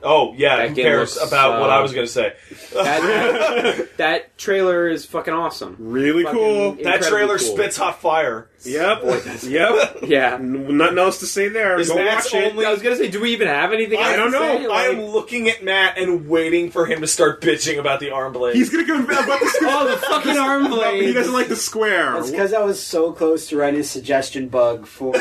D: Oh yeah,
C: That
D: who
C: game
D: cares
C: looks,
D: about what
C: uh,
D: I was gonna say?
C: That, that trailer is fucking awesome.
B: Really
C: Fucking
B: cool.
C: incredibly
D: That trailer
C: cool.
D: spits hot fire.
B: Yep. yep.
C: Yeah.
B: N- Nothing else to say there.
D: Is
B: Go
D: Matt's
B: watch it.
D: only-
C: I was gonna say, do we even have anything?
D: I
C: else
B: don't
C: to
B: know.
C: say?
D: I
C: Like-
D: am looking at Matt and waiting for him to start bitching about the arm blade.
B: He's gonna go about the square.
C: oh, the fucking arm blade.
B: He doesn't like the square.
A: That's because I was so close to writing a suggestion bug for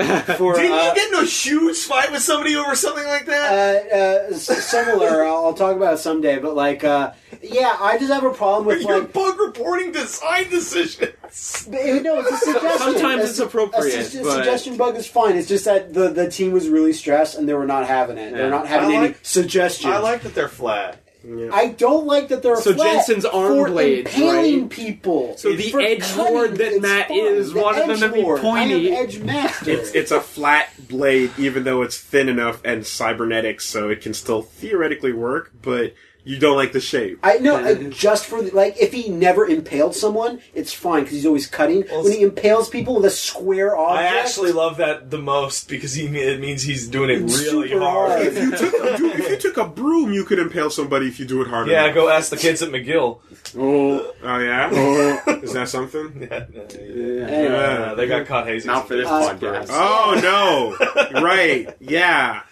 A: for
D: Didn't
A: uh,
D: you get in a huge fight with somebody over something like
A: uh,
D: that?
A: uh, s- similar. I'll, I'll talk about it someday. But like, uh, yeah, I just have a problem with
D: Your
A: like
D: bug reporting design decisions.
A: Eh, No, it's a suggestion.
C: Sometimes
A: A-
C: it's appropriate,
A: A, su-
C: but-
A: suggestion bug is fine. It's just that the, the team was really stressed and they were not having it.
C: Yeah.
A: They're not having
D: I
A: any
D: like-
A: suggestions.
D: I like that they're flat.
A: I don't like that they're
C: So
A: flat
C: Jensen's arm
A: for
C: blades,
A: impaling
C: right?
A: people.
C: So
A: It's
C: the
A: for
C: edge
A: cutting,
C: lord that
A: it's
C: Matt
A: fine.
C: is
A: The
C: wanted them to be
A: edgelord.
C: pointy.
A: I am edge master.
B: It's it's a flat blade, even though it's thin enough and cybernetic, so it can still theoretically work. But you don't like the shape.
A: I no, I, just for the, like if he never impaled someone, it's fine because he's always cutting. when he impales people with a square
D: I
A: object,
D: actually love that the most because he, it means he's doing it
A: It's
D: really
A: super
D: hard.
A: hard.
B: if you took a, dude, if you took a broom, you could impale somebody if you do it hard
D: Yeah,
B: enough.
D: go ask the kids at McGill.
C: Oh,
B: Oh yeah, is that something?
A: Anyway.
D: Uh, they got caught hazing.
C: Not for this
A: Uh,
C: podcast.
B: Oh no! right? Yeah.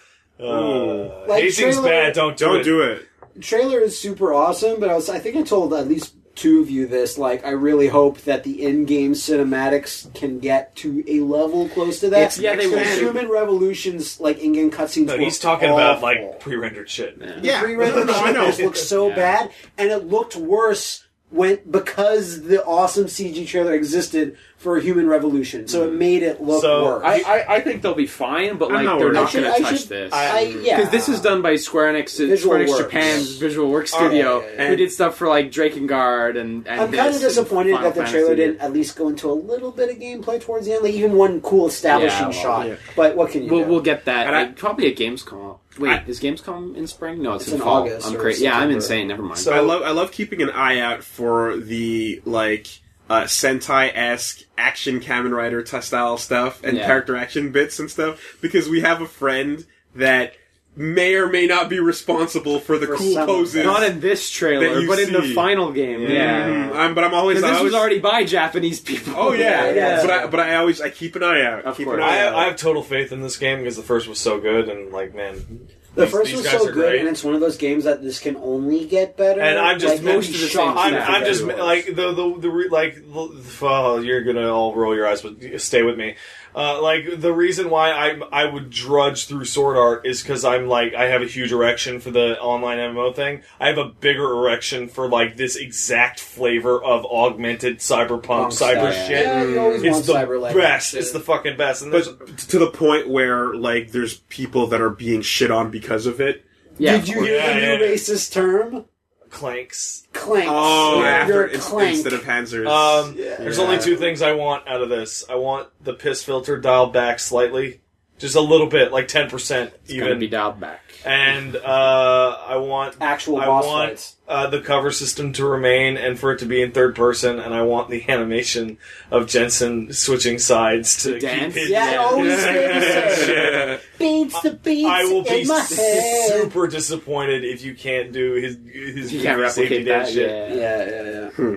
D: Uh,
A: Like,
D: hazing's
A: trailer-
D: bad. Don't do
B: Don't
D: it.
B: do it.
A: trailer is super awesome, but I was I think I told at least two of you this. Like, I really hope that the in-game cinematics can get to a level close to that.
C: It's- yeah, they
A: So
C: will.
A: Human Revolutions, like in-game cutscenes.
D: No,
A: were
D: he's talking about
A: awful.
D: like pre-rendered shit.
B: Yeah,
A: pre-rendered
B: I know.
A: shit looked so
C: Yeah.
A: bad, and it looked worse when because the awesome CG trailer existed for Human Revolution, so it made it look
D: Mm. So,
A: worse.
C: I, I, I think they'll be fine, but
B: I'm
C: like
B: not
C: they're
B: worried.
C: not
B: I should-
C: going
A: I
C: to touch
A: should-
C: this.
A: I- yeah,
C: Because this is done by Square Enix, uh,
A: Visual
C: Square Enix
A: Works. Oh,
C: Japan's Visual Works
D: Alright.
C: Studio, who
B: And-
C: did stuff for like Drakengard and. and
A: I'm kind
C: this
A: of
C: and
A: disappointed
C: Final
A: that the
C: Fantasy.
A: trailer didn't at least go into a little bit of gameplay towards the end, like even one cool establishing
C: Yeah, well,
A: shot.
B: yeah.
A: But what can you
C: We'll,
A: do?
C: we'll get that.
B: And I-
C: like, probably at Gamescom. Wait,
B: I-
C: is Gamescom in spring? No, it's,
A: It's
C: in,
A: in
C: fall.
A: August
C: I'm
A: or
C: crazy. Yeah, I'm
A: September.
C: insane. Never mind.
D: So-
B: I love I love keeping an eye out for the like uh, Sentai esque action Kamen Rider t- style stuff and
C: Yeah.
B: character action bits and stuff because we have a friend that may or may not be responsible for the
A: For
B: cool
A: some of
B: poses.
A: them.
C: not in this
B: That
C: trailer,
B: you
C: but in the
B: see.
C: final game. Yeah.
B: Mhm. I'm- but I'm always.
C: 'Cause
B: I
C: This was
B: always-
C: already by Japanese people.
B: Oh yeah,
A: Yeah, yeah.
B: but I, but I always I keep an eye out.
C: Of
B: keep
C: course.
B: an eye
D: I,
B: out.
D: I have total faith in this game because the first was so good, and like, man,
A: The
D: these-
A: first
D: these
A: was
D: guys
A: so
D: are
A: good,
D: great.
A: and it's one of those games that this can only get better.
D: And I'm just-
A: like, you'll
D: most
A: be
C: of the
A: shocked
C: things
D: I'm,
A: when
C: Yeah.
A: it
D: I'm
A: gets
D: just
A: better.
D: like the the the re, like the- oh, you're gonna all roll your eyes, but stay with me. Uh, like the reason why I I would drudge through Sword Art is because I'm like I have a huge erection for the online MMO thing. I have a bigger erection for like this exact flavor of augmented cyberpunk
A: Punk
D: cyber
A: style.
D: shit.
A: Yeah, you always
D: It's
A: want
D: the
A: cyber like
D: best.
A: that
D: It's the
A: shit.
D: fucking best. And there's
B: but to the point where like there's people that are being shit on because of it.
C: Yeah,
A: Did
C: of
A: you
C: course.
A: hear
D: Yeah,
A: the
D: yeah.
A: new racist term?
D: clanks.
A: Clanks.
B: Oh,
A: You're
B: after
A: a
B: in-
A: clank.
B: instead of Panzers.
D: Um,
A: Yeah.
D: There's only two things I want out of this. I want the piss filter dialed back slightly, just a little bit, like ten percent
C: It's going to
D: even.
C: be dialed back.
D: and uh, I want
A: actual
D: I
A: boss
D: want
A: fights.
D: uh, the cover system to remain and for it to be in third person. And I want the animation of Jensen switching sides to,
C: To dance?
D: Keep it
A: Yeah, it always stays the same.
B: yeah.
A: Beats the beats
D: I will be
A: in my head.
D: super disappointed if you can't do his his
C: You can't
D: safety
C: replicate
D: dance
C: that.
D: shit.
C: Yeah.
A: Yeah, yeah, yeah.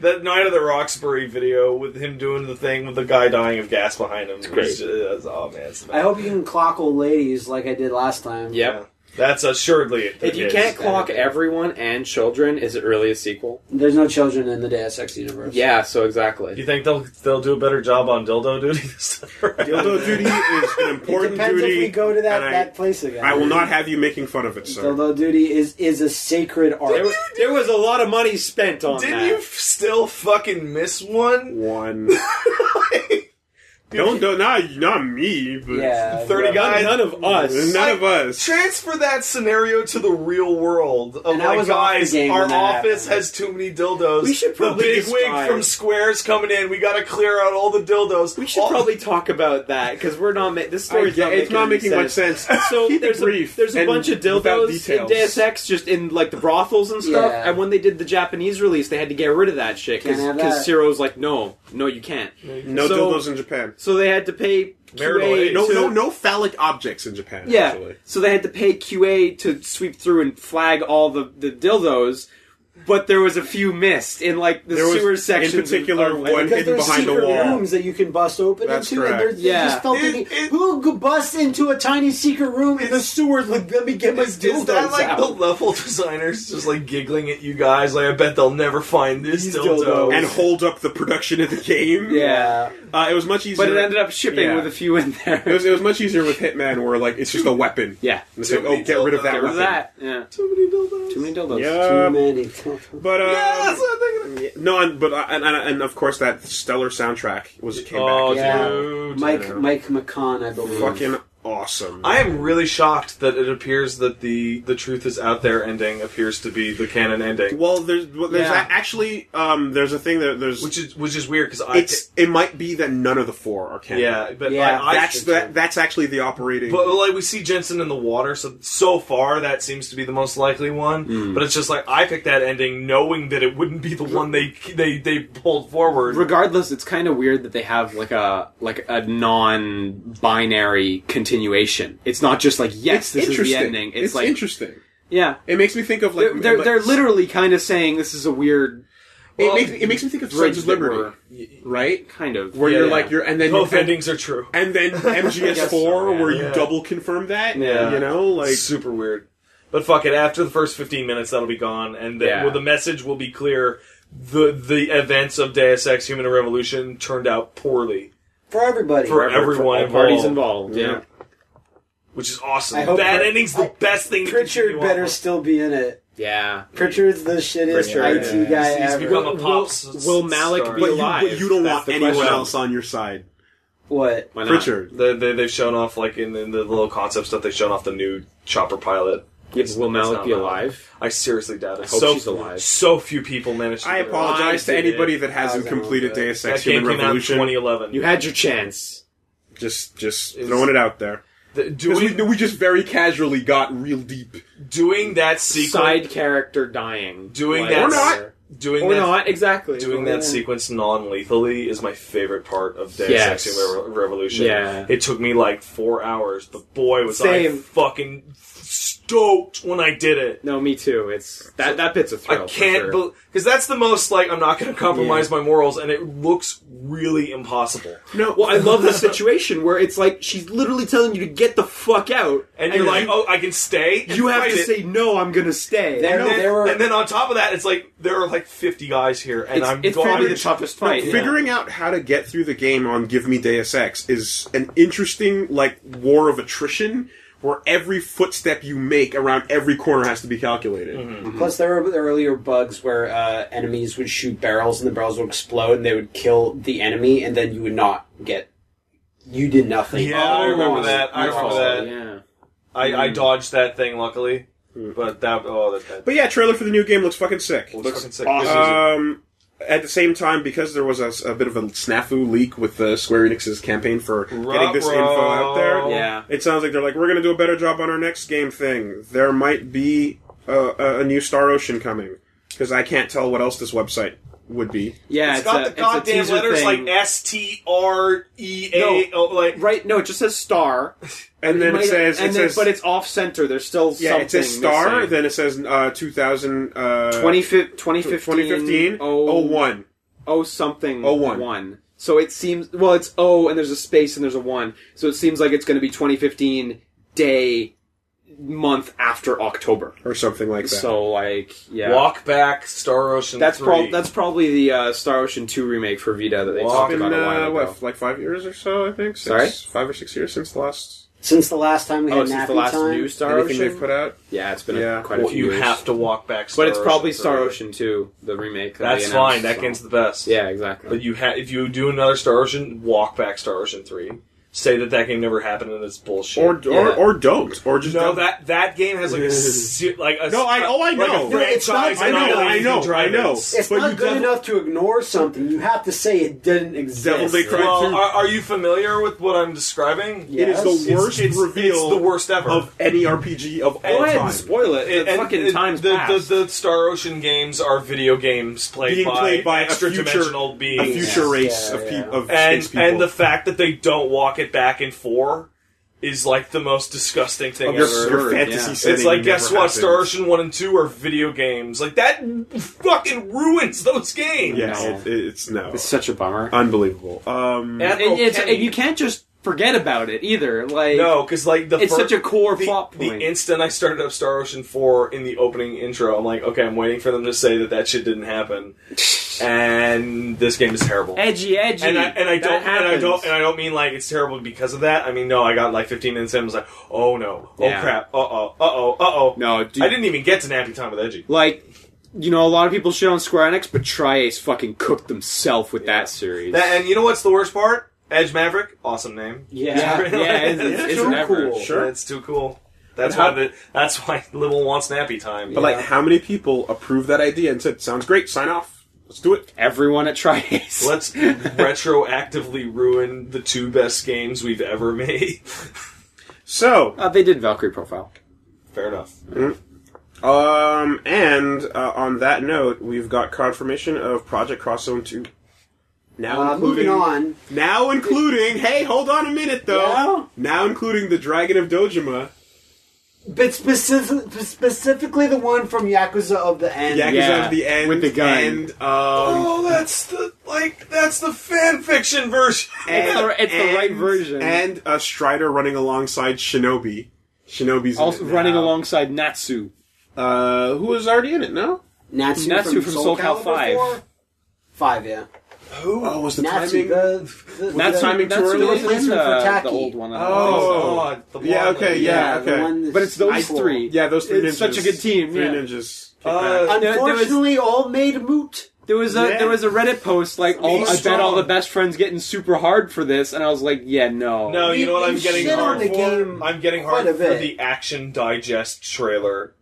D: That Night of the Roxbury video with him doing the thing with the guy dying of gas behind him. It's
C: great.
D: oh man, it's
A: I hope you can clock old ladies like I did last time.
C: Yep.
D: That's assuredly it.
C: If you
D: Yes.
C: can't clock everyone and children, is it really a sequel?
A: There's no children in the Deus Ex universe.
C: Yeah, so
D: you
C: exactly.
D: think they'll they'll do a better job on dildo duty this time? around?
B: Dildo duty is an
A: It
B: important
A: depends
B: duty.
A: if we go to that,
B: and I-
A: that place again.
B: I will not have you making fun of it, sir.
A: Dildo duty is is a sacred art.
C: There was, there was a lot of money spent on
D: Didn't
C: that.
D: you f- still fucking miss one?
B: One. don't don't not not me, but
A: yeah,
D: Thirty
A: whatever.
D: guys.
C: None of us.
B: none of us.
D: Transfer that scenario to the real world. Of
A: And I
D: like,
A: was off the
D: guys,
A: game
D: our
A: when that
D: office
A: happened.
D: has too many dildos.
C: We should probably
D: the big wig
C: describe-
D: from Square's coming in. We got to clear out all the dildos.
C: We should
D: all,
C: probably talk about that because we're not. Ma- this
B: I
C: story's
B: get,
C: not
B: it's not making
C: any
B: much sense.
C: So
B: Keep it
C: there's a,
B: brief
C: there's a
B: and
C: bunch of
B: without
C: dildos in
B: details.
C: Deus Ex, just in like the brothels and stuff.
A: Yeah.
C: And when they did the Japanese release, they had to get rid of that shit
A: Can't have
C: because
A: that.
C: Ciro's like, no, no, you can't.
B: No
C: So-
B: dildos in Japan.
C: So they had to pay
D: Marital
C: QA
D: aid.
B: No
C: to-
B: no no phallic objects in Japan.
C: Yeah.
B: Actually.
C: So they had to pay QA to sweep through and flag all the, the dildos, but there was a few missed in like the
B: There was,
C: sewer
B: in
C: sections. of-
B: particular,
C: of-
B: one
A: Because
B: hidden
A: there's
B: behind the
A: secret
B: wall.
A: rooms that you can bust open
B: That's
A: into, and
B: correct.
A: there's
C: Yeah.
A: they just felt
D: It-
A: the need-
D: it-
A: who g- busts into a tiny secret room in the sewers? Like, let me get my
D: Is, is
A: dildos
D: that like
A: out.
D: the level designers just like giggling at you guys? Like, I bet they'll never find this
A: These
D: dildo.
A: dildos.
B: And hold up the production of the game.
A: yeah,
B: Uh, it was much easier.
C: But it ended up shipping
B: Yeah.
C: with a few in
B: It
C: there.
B: was, it was much easier with Hitman, where like it's just a weapon.
C: yeah.
B: And it's like, oh, get rid of that
C: Get rid
B: weapon.
C: of that. Yeah. Too many dildos.
A: Uh,
B: Yeah.
A: too many
B: But um,
D: that's what
B: yeah, no, and but I- and, and and of course that stellar soundtrack was came
D: Oh,
B: back.
A: Yeah.
D: dude.
A: Mike Mike McCon, I believe.
B: Fucking awesome.
D: I am really shocked that it appears that the the truth is out there ending appears to be the canon ending,
B: well, there's well, there's
A: Yeah.
B: a- actually um, there's a thing that there's
D: which is which is weird because I
B: it's it might be that none of the four are canon.
D: yeah, but
A: Yeah,
D: I, I
B: that's that that's actually the operating.
D: But like we see Jensen in the water, so so far that seems to be the most likely one. But it's just like I picked that ending knowing that it wouldn't be the one they they they pulled forward.
C: Regardless, it's kind of weird that they have like a like a non-binary continuation. It's not just like yes, this is the ending. It's, like
B: interesting.
C: yeah,
B: It makes me think of like
C: they're, they're,
B: like-
C: they're literally kind of saying this is a weird
B: it
D: well,
B: makes it makes me think of
C: bridge
B: Sons of
C: that
B: Liberty, right?
C: kind of
B: Where
D: Yeah,
B: you're
D: yeah.
B: like you're and then
D: Both
B: you, and-
D: endings are true.
B: and then MGS4
C: so, yeah.
B: where you
D: Yeah.
B: double confirm that.
D: Yeah.
B: you know, like
D: Like super weird. But fuck it. After the first fifteen minutes, that'll be gone, and then
C: Yeah.
D: well, the message will be clear. The the events of Deus Ex: Human Revolution turned out poorly,
A: for everybody.
D: For everyone
C: all parties involved.
D: involved.
C: Yeah.
B: Yeah.
D: which is awesome.
A: I hope
D: that
A: Pr-
D: ending's the
A: I-
D: best thing. that
A: Pritchard
D: you
A: better
D: want.
A: still be in it.
C: yeah,
A: Pritchard's the shittiest
C: Pritchard,
A: IT
C: yeah.
A: guy
D: He's
A: ever.
D: become a pop. s-
C: will Malik
D: star.
C: be
B: but you,
C: alive?
B: but you don't
C: That's
B: want
C: the
B: anyone
C: question.
B: else on your side.
A: what?
C: Why not?
B: Pritchard,
D: They, they, they've shown off, like, in, in the little concept stuff, they've shown off the new chopper pilot.
C: Yes, will
D: That's
C: Malik
D: not
C: be
D: Malik.
C: alive?
D: I seriously doubt it.
C: I hope
D: so,
C: she's alive.
D: So few people managed to
B: I
D: get it.
B: apologize to
C: did it.
B: anybody that hasn't
A: Thousand
B: completed
A: of them.
B: Deus
D: That
B: Ex
D: game
B: Human
D: came out in
B: Revolution.
D: 2011.
C: You had your chance.
B: Just, just
D: It's-
B: throwing it out there.
D: The- do
B: 'Cause we,
D: we,
B: we just very casually got real deep.
D: doing that sequence...
C: Side character dying.
D: Doing
C: Like-
D: that...
B: Or not.
D: Doing
C: Or
D: that,
C: not, exactly.
D: Doing that sequence non-lethally is my favorite part of Deus
C: Yes.
D: Ex Human Re- Revolution.
C: Yeah.
D: It took me like four hours, but boy was I
C: Same.
D: fucking stoked when I did it.
C: No, me too. It's that that bit's a thrill.
D: I
C: for
D: can't
C: sure.
D: because that's the most like I'm not going to compromise my morals, and it looks really impossible.
B: No,
C: Well, I love the situation where it's like she's literally telling you to get the fuck out,
D: And you're like, oh, I can stay. and
C: you have
D: fight
C: to
D: it.
C: say no. I'm gonna stay.
A: There-
D: And then,
A: there were-
D: and then on top of that, it's like there are like 50 guys here, and
C: it's,
D: I'm
C: it's
D: gone.
C: probably the toughest
B: No,
C: fight. yeah.
B: figuring out how to get through the game on Give Me Deus Ex is an interesting, like, war of attrition where every footstep you make around every corner has to be calculated.
A: Plus, there were the earlier bugs where uh, enemies would shoot barrels and the barrels would explode and they would kill the enemy, and then you would not get. You did nothing. Oh,
D: Yeah, I
A: All
D: remember
A: wrong.
D: that. I
A: Your
D: remember
A: fault.
D: that.
C: Oh, Yeah. Mm.
D: I, I dodged that thing luckily, but that oh that, that
B: But yeah, trailer for the new game looks fucking sick.
D: was fucking sick.
C: awesome. Uh,
D: This is-
B: Um, at the same time, because there was a, s- a bit of a snafu leak with uh, Square Enix's campaign for getting this
D: Ruh-roh.
B: info out there,
C: Yeah.
B: it sounds like they're like, we're going to do a better job on our next game thing. There might be uh, a, a new Star Ocean coming because I can't tell what else this website would be.
C: Yeah,
D: it's got
C: a,
D: the goddamn
C: it's a teaser
D: letters
C: thing.
D: like S T R E A.
C: No.
D: oh, Like
C: Right? No, it just says star.
B: And then it
C: Might-
B: says,
C: and
B: it
C: then-
B: says,
C: but it's off center. There's still
B: yeah,
C: something
B: it says Star.
C: missing.
B: Then it says uh, 2000, uh,
C: 20, fi- 2015,
B: 2015,
C: oh,
B: 01.
C: oh something
B: Oh, one.
C: one. So it seems well, it's O and there's a space and there's a one. So it seems like it's going to be 2015 day month after October.
B: or something like that.
C: So like yeah,
D: walk back Star Ocean.
C: that's
D: probably
C: probably that's probably the uh, Star Ocean two remake for Vita that they
D: Walk
C: talked
B: been
C: about a while
B: uh,
C: ago.
B: what, like five years or so, I think. Six,
C: Sorry?
B: five or six years since the last
A: Since the last time we had
C: Oh, since
A: nappy
C: the last
A: time,
C: new Star
B: anything
C: Ocean.
B: they've put out.
C: yeah, it's been
B: Yeah.
C: A, quite a few
D: you
C: years.
D: have to walk back. Star
C: but it's probably
D: Ocean
C: Star
D: three.
C: Ocean two, the remake. that
D: That's
C: they
D: fine.
C: announced,
D: That
C: so-
D: game's the best.
C: yeah, exactly.
D: But you ha- if you do another Star Ocean, walk back Star Ocean three. Say that that game never happened and it's bullshit.
B: Or, or
C: Yeah.
B: or don't or just
D: no,
B: don't.
D: that that game has like a se- like a
B: No, I- oh, I
D: like a
B: know.
A: No, it's not-
D: franchise
A: I
D: and
A: know,
D: all
A: I
D: these
B: know,
D: drive-ins.
B: I know.
A: It's
B: But
A: not
B: you
A: good
B: def-
A: enough to ignore something. You have to say it didn't exist.
B: Devil May Cry
D: Well,
B: through-
D: are, are you familiar with what I'm describing?
A: Yeah.
B: it is
A: Yes.
B: the
A: It's-
B: worst
D: it's-
B: reveal
D: it's the worst ever.
B: of any RPG of all
D: Go
C: Go ahead
B: time.
C: and spoil it.
D: And-
C: The
D: and
C: fucking
D: the-
C: time's
D: the,
C: passed.
D: the, the Star Ocean games are video games played,
B: Being
D: by,
B: played by a
D: extra
B: future-
D: dimensional beings.
B: a future race
A: Yeah,
B: of,
A: yeah.
B: peop of
D: and
B: space people.
D: and the fact that they don't walk it back in four is like the most disgusting thing
B: of your,
D: ever.
B: your
C: Absurd,
B: fantasy
C: yeah.
B: setting
D: it's like guess
B: never
D: what?
B: happens.
D: Star Ocean one and two are video games. Like that fucking ruins those games.
B: Yeah,
C: No.
B: it, it's no,
C: it's such a bummer.
B: unbelievable. Um,
D: And-
C: and, it's,
D: Kenny-
C: and you can't just forget about it either. Like
D: No, because like the
C: It's
D: fir-
C: such a core
D: the,
C: plot
D: The
C: point.
D: instant I started up Star Ocean Four in the opening intro, I'm like, okay, I'm waiting for them to say that that shit didn't happen, and this game is terrible.
C: edgy, edgy.
D: and I, and I
C: That
D: don't and I
C: happens.
D: don't and I don't mean like it's terrible because of that. I mean no, I got like 15 minutes in and was like, oh no, oh
C: Yeah.
D: crap, uh oh, uh oh, uh oh.
C: No, dude.
D: I didn't even get to nappy time with Edgy.
C: like you know, a lot of people shit on Square Enix, but Tri-Ace fucking cooked themselves with that series.
D: That- and you know what's the worst part? Edge Maverick, awesome name.
C: yeah, yeah, it's, it's,
A: Yeah,
C: it's
A: sure,
C: never
A: cool.
D: Sure, it's too cool. That's why the, that's why Little wants nappy time.
B: But like, how many people approved that idea and said, "Sounds great, sign off, let's do it."
C: everyone at Tri-Ace.
D: let's retroactively ruin the two best games we've ever made.
B: So,
C: Uh, they did Valkyrie Profile.
D: Fair enough.
B: um, and uh, on that note, we've got confirmation of Project Crosszone Two. Now
A: Uh,
B: including
A: moving on.
B: Now including. hey, hold on a minute though.
A: Yeah?
B: Now including the Dragon of Dojima,
A: But specific, specifically the one from Yakuza of the End.
B: Yakuza
C: Yeah,
B: of the End,
C: with the gun.
B: and um,
D: Oh, that's the like that's the fan fiction version.
C: It's the- it's the right version.
B: And uh, Strider running alongside Shinobi. Shinobi's in
C: Also
B: it
C: running
B: now.
C: alongside Natsu.
B: Uh, who was already in it? No.
A: Natsu,
C: Natsu
A: from,
C: from
A: Soul
C: Soul Calibur
A: Calibur 5. 5, yeah.
B: Who? Oh, was the
A: Natsu,
B: timing?
A: the, the,
C: Natsu,
B: timing
C: Natsu
B: too early?
C: was in
A: Replacement for
C: the,
A: Taki.
C: the old one.
B: Oh.
D: the blonde
B: Yeah, okay,
D: lady.
B: yeah,
A: the
B: okay.
A: one that's
C: But it's those
A: equal.
C: three.
B: Yeah, those three
C: It's
B: ninjas.
C: such a good team,
B: Three
C: yeah.
B: ninjas. Kick
D: Uh,
B: back.
C: there- there was-
A: Unfortunately, all made moot.
C: There was a
B: Yeah.
C: there was a Reddit post like all,
B: Be
C: I bet all
B: strong.
C: the best friends getting super hard for this, and I was like, yeah, no,
D: No, you
A: You-
D: know what I'm
A: you
D: getting
A: shit on
D: hard
A: the
D: for?
A: game
D: I'm getting
A: quite
D: hard
A: a
D: for
A: bit.
D: the Action Digest trailer.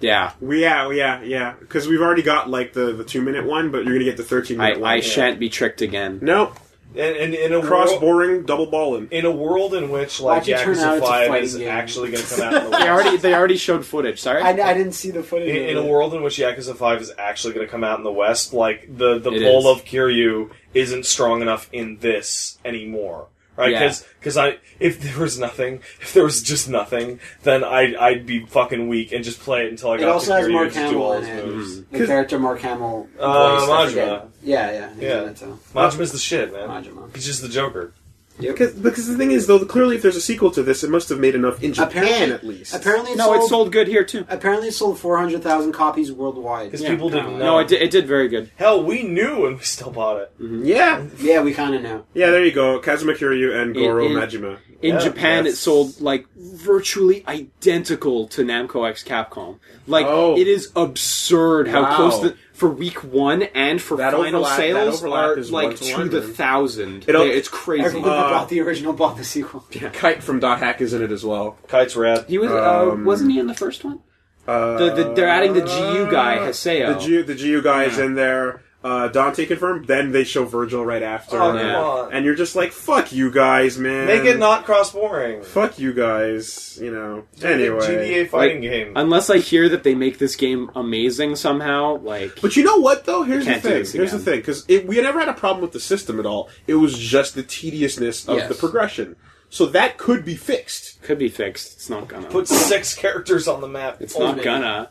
C: yeah,
B: We, yeah, yeah, yeah. Because we've already got like the, the two minute one, but you're gonna get the thirteen
C: I,
B: minute one.
C: I shan't be tricked again.
B: no
D: And, and in a
B: cross
D: world,
B: boring double balling.
D: in a world in which like
A: Watch it turn out
D: Yakuza
A: it's a
D: Five
A: fighting
D: is
A: game.
D: actually going to come out in the
C: They already they already showed footage. Sorry,
A: I, I didn't see the footage.
D: In,
A: of
D: in a
A: it.
D: world in which Yakuza Five is actually going to come out in the West, like the the
C: It
D: pull
C: is.
D: of Kiryu isn't strong enough in this anymore, right?
C: Yeah.
D: Because I if there was nothing, if there was just nothing, then I I'd be fucking weak and just play it until I got
A: It also
D: to
A: has
D: Kiryu
A: Mark
D: to do all
A: Hamill in
D: his
A: it.
D: moves.
C: Mm-hmm.
A: The character Mark Hamill.
D: Uh,
A: voiced, I forget.
D: Majima.
A: Yeah, yeah. he's
D: Yeah.
A: in it, too.
D: Majima's the shit, man.
A: Majima.
D: He's just the Joker.
B: Because because the thing is though, clearly if there's a sequel to this, it must have made enough in Japan
A: Apparently-
B: at least.
A: Apparently, it
C: no,
A: sold,
C: it sold good here too.
A: Apparently, it sold four hundred thousand copies worldwide.
D: Because people didn't know.
C: No, it did, it did very good.
D: Hell, we knew and we still bought it.
B: Yeah,
A: Yeah, we kind of know.
B: yeah. There you go, Kazuma Kiryu and Goro
C: It- it-
B: Majima.
C: In
D: Yeah,
C: Japan,
D: that's-
C: it sold like virtually identical to Namco X Capcom. Like
B: Oh.
C: it is absurd how
B: Wow.
C: close the, for week one and for
B: That
C: final
B: overlap- that
C: sales
B: overlap
C: are
B: is
C: like to
B: one-to-one,
C: the
B: man.
C: thousand.
B: It'll-
C: it's crazy.
A: Everyone who
B: Uh,
A: bought the original bought the sequel.
B: Kite from Dot Hack is in it as well.
D: Kite's rad.
C: he was uh,
B: um,
C: wasn't he in the first one?
B: Uh,
C: The, the, they're adding the GU guy, Haseo.
B: The G the GU guy is in there. Uh, Dante confirmed. Then they show Virgil right after,
D: Oh,
C: yeah.
D: come on.
B: and you're just like, "Fuck you guys, man!
D: Make it not cross boring.
B: Fuck you guys, you know." Anyway,
D: GDA fighting game.
C: Unless I hear that they make this game amazing somehow, like
B: but you know what though? Here's the
C: Can't do
B: thing.
C: this
B: Here's the
C: again.
B: thing. Because we never had a problem with the system at all. It was just the tediousness of
C: Yes.
B: the progression. So that could be fixed.
C: could be fixed. It's not gonna.
D: Put six characters on the map.
C: it's
D: Oh,
C: not
A: man.
C: gonna.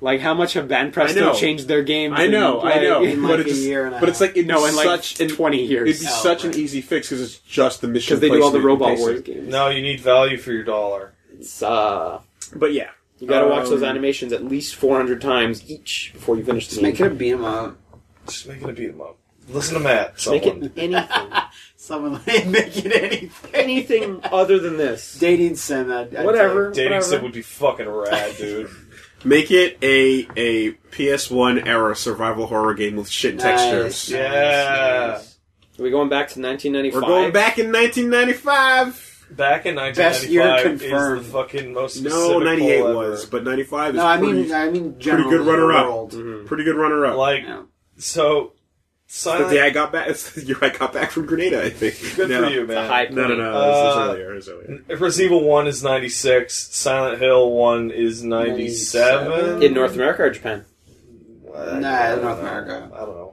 C: Like how much have Van
B: I know.
C: Presto changed their game?
B: I know, I know,
A: in
B: but
A: like
B: it's
A: a year and a
B: but it's
A: half.
B: like it'd
C: No,
B: be
C: in like
B: such an,
C: twenty
B: it'd
C: years
B: be
A: Oh,
B: such
A: right.
B: an easy fix because it's just the mission
C: because they do all the
B: placement and
C: Robot
B: pacing.
C: Wars games.
D: No, you need value for your dollar.
C: It's, uh,
B: But yeah,
C: you gotta watch those
B: Um,
C: animations at least four hundred times each before you finish the
A: Just
C: game.
A: make it a beat 'em up.
D: Just make it a beat 'em up. Listen to Matt.
C: Make
D: Someone.
C: it anything,
A: Someone make it anything.
C: anything other than this.
A: Dating sim. I'd, I'd
C: Whatever.
D: Dating
C: whatever.
D: sim would be fucking rad, dude.
B: Make it a a PS1 era survival horror game with shit
A: Nice.
B: textures.
A: Yeah.
D: Yeah.
C: Are we going back to nineteen ninety
B: We're going back in 1995.
D: Back in
A: Best year
D: 1995
A: confirmed.
D: is the fucking most specific
B: No, 98
D: poll ever.
B: was, but 95 is
A: No, I
B: pretty,
A: mean, I mean,
B: pretty
A: generally
B: good runner
A: the
B: up.
A: world.
C: Mm-hmm. uh,
B: Pretty good runner up.
D: Like,
A: Yeah.
D: so,
B: the
D: Silent...
B: day I got back, it's the year I got back from Grenada. I think.
D: good
B: no.
D: for you, man.
C: High point.
B: No, no, no.
D: Uh,
B: this is earlier. This is earlier.
D: Resident Evil 1 is 96. Silent Hill 1 is 97.
C: in North America or Japan.
D: Well, I
A: Nah,
D: don't
A: North
D: know.
A: America.
D: I don't know.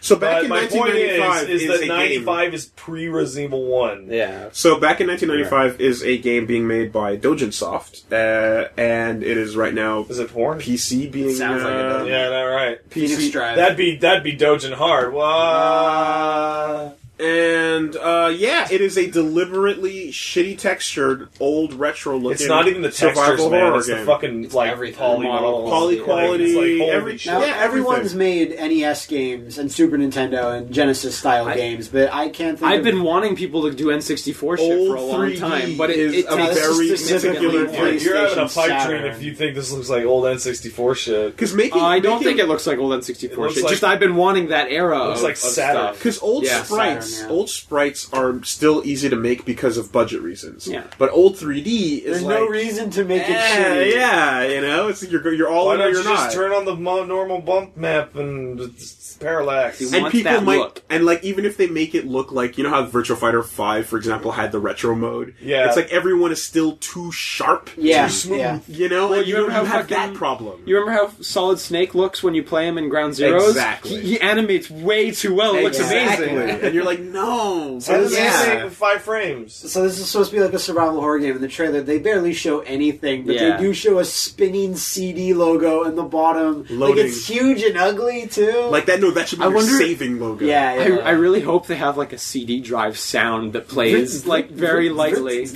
B: So back
D: But
B: in
D: my point
B: 1995
D: is, is, that
B: a game-
D: 95 is pre Resident Evil 1.
C: Yeah,
B: So back in 1995 is a game being made by Dojinsoft, uh, and it is right now
D: Is it porn?
B: PC being
A: Sounds like it
B: uh,
A: does.
D: Yeah, all right.
A: Phoenix Drive.
D: That'd be that'd be dojin hard. Wah.
B: Uh, And uh, yeah, it is a deliberately shitty textured old retro looking.
D: It's not even the textures,
B: survival
D: man.
B: horror
D: It's the
B: game.
D: fucking like
F: everything.
D: poly
C: Model.
D: quality,
B: Poly quality,
D: It's like,
B: every-
D: holy shit.
A: Now,
B: Yeah,
A: everyone's
B: everything.
A: made NES games and Super Nintendo and Genesis style
C: I-
A: games, but I can't think
C: I've
A: of-
C: been wanting people to do N64 shit
B: Old
C: for a long
B: 3D
C: time, but it,
B: is
C: it
B: a
C: takes
B: very
C: significantly
B: particular
C: more.
D: Yeah, you're having a
A: PlayStation,
D: pipe
A: Saturn.
D: dream if you think this looks like old N64 shit.
B: Because making,
C: Uh, I don't
B: making-
C: think it looks like old
D: It
C: N64
D: looks
C: shit.
D: like-
C: Just I've been wanting that era.
D: looks
C: of,
D: like
C: of
D: Saturn.
C: stuff.
B: Because old
C: Yeah,
A: Saturn,
B: sprites,
A: yeah.
B: old sprites are still easy to make because of budget reasons.
C: Yeah.
B: But old 3D is
A: There's
B: like,
A: no reason to make it
B: yeah,
A: shitty.
B: yeah, you know, it's you're you're all
D: Why
B: in or
D: don't
B: you're
D: you
B: not.
D: just turn on the mo- normal bump map and it's parallax?
C: See,
B: and
C: wants
B: people
C: that
B: might,
C: look.
B: and like even if they make it look like you know how Virtual Fighter Five, for example, had the retro mode.
D: Yeah.
B: it's like everyone is still too sharp,
A: Yeah,
B: too smooth.
A: yeah.
B: You know,
C: Well,
B: and
C: you
B: you, don't
C: remember how
B: have that
C: fucking-
B: problem.
C: You remember how Solid Snake looks when you play him in Ground Zeroes?
B: Exactly.
C: He, he animates way too well. It looks
B: exactly.
C: amazing.
B: and you're like, no,
A: So this is-
B: yeah.
D: five frames.
A: So this is supposed to be like a survival horror game. In the trailer, they barely show anything, but
C: Yeah.
A: they do show a spinning CD logo in the bottom. Like
B: Loading.
A: it's huge and ugly too.
B: like that. No, that should be
C: I
B: your
C: wonder-
B: saving logo.
A: yeah,
C: I,
A: yeah.
C: I really hope they have like a CD drive sound that plays like very lightly.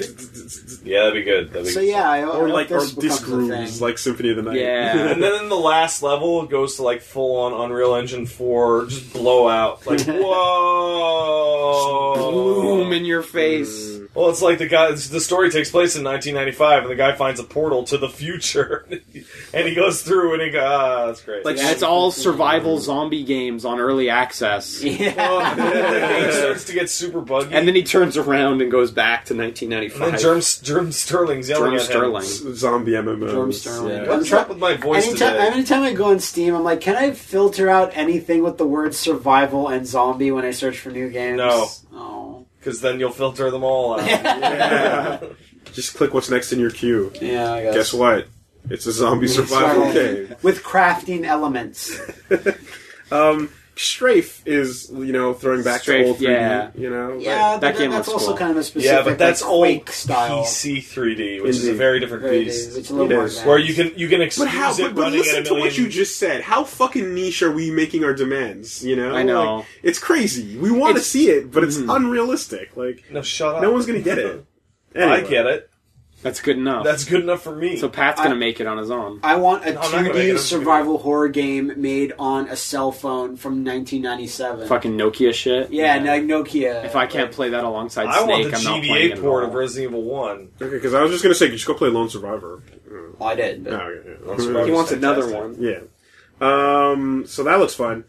D: Yeah, that'd be good. That'd be
A: so
D: good.
A: yeah, I, I
B: or
A: hope
B: like or
A: this becomes
B: disc
A: a
B: grooves,
A: thing.
B: like Symphony of the Night.
C: Yeah.
D: And then in the last level, it goes to like full on Unreal Engine 4, just blowout. Like, whoa!
C: Boom in your face.
D: Well, it's like the guy. it's- The story takes place in 1995, and the guy finds a portal to the future, and he goes through, and he goes, "Ah, that's great."
C: Like it's all survival zombie games on early access.
A: Yeah.
D: Oh, and then the game starts to get super buggy,
C: And then he turns around and goes back to
D: and then
C: 1995.
D: Germ, Germ Sterling's yelling
C: Germ
D: at
C: Sterling.
D: him.
B: Zombie MMOs.
A: Germ Sterling.
B: Yeah.
D: What's up with my voice
A: Anytime,
D: today?
A: anytime I go on Steam, I'm like, can I filter out anything with the words survival and zombie when I search for new games?
D: No.
A: Oh.
D: Because then you'll filter them all out.
B: Yeah. Just click what's next in your queue.
A: Yeah, I guess.
B: Guess what? It's a zombie survival
A: Survival.
B: game.
A: With crafting elements.
B: Um, Strafe is you know throwing back
C: Strafe,
B: to old 3D.
C: yeah.
B: You know, like-
A: Yeah,
C: that
A: but
C: game
A: that's
C: looks
A: also
C: cool.
A: kind of a specific
D: yeah, but that's
A: like,
D: old
A: Quake style.
D: PC 3D, which is a
B: Indeed.
D: very different
A: Right,
D: beast.
A: It's a little
B: It
A: more
B: is.
A: advanced.
D: Where you can you can excuse
B: But how?
D: it
B: But, but
D: running
B: listen
D: at a
B: to
D: million.
B: what you just said. How fucking niche are we making our demands? You know,
C: I know.
B: Like, it's crazy. We want to
C: It's- Mm-hmm.
B: see it, but it's unrealistic. Like
D: no, shut up.
B: no one's gonna get it.
D: I
B: Anyway.
D: get it.
C: That's good enough.
D: That's good enough for me.
C: so Pat's gonna
A: I-
C: make it on his own.
A: I want a
D: No, I'm not gonna make it.
A: 2D
D: I'm just gonna
A: survival horror game made on a cell phone from 1997.
C: Fucking Nokia shit.
A: Yeah, like Nokia.
C: If I can't play that alongside
D: I want
C: Snake,
D: the
C: I'm not playing it
D: GBA
C: at
D: port
C: all.
D: of Resident Evil One.
B: Okay, because I was just gonna say, just go play Lone Survivor.
A: Well, I did. But
B: Oh, yeah, yeah.
D: Survivor.
C: He wants another
D: Fantastic.
C: one.
B: Yeah. Um, so that looks fun.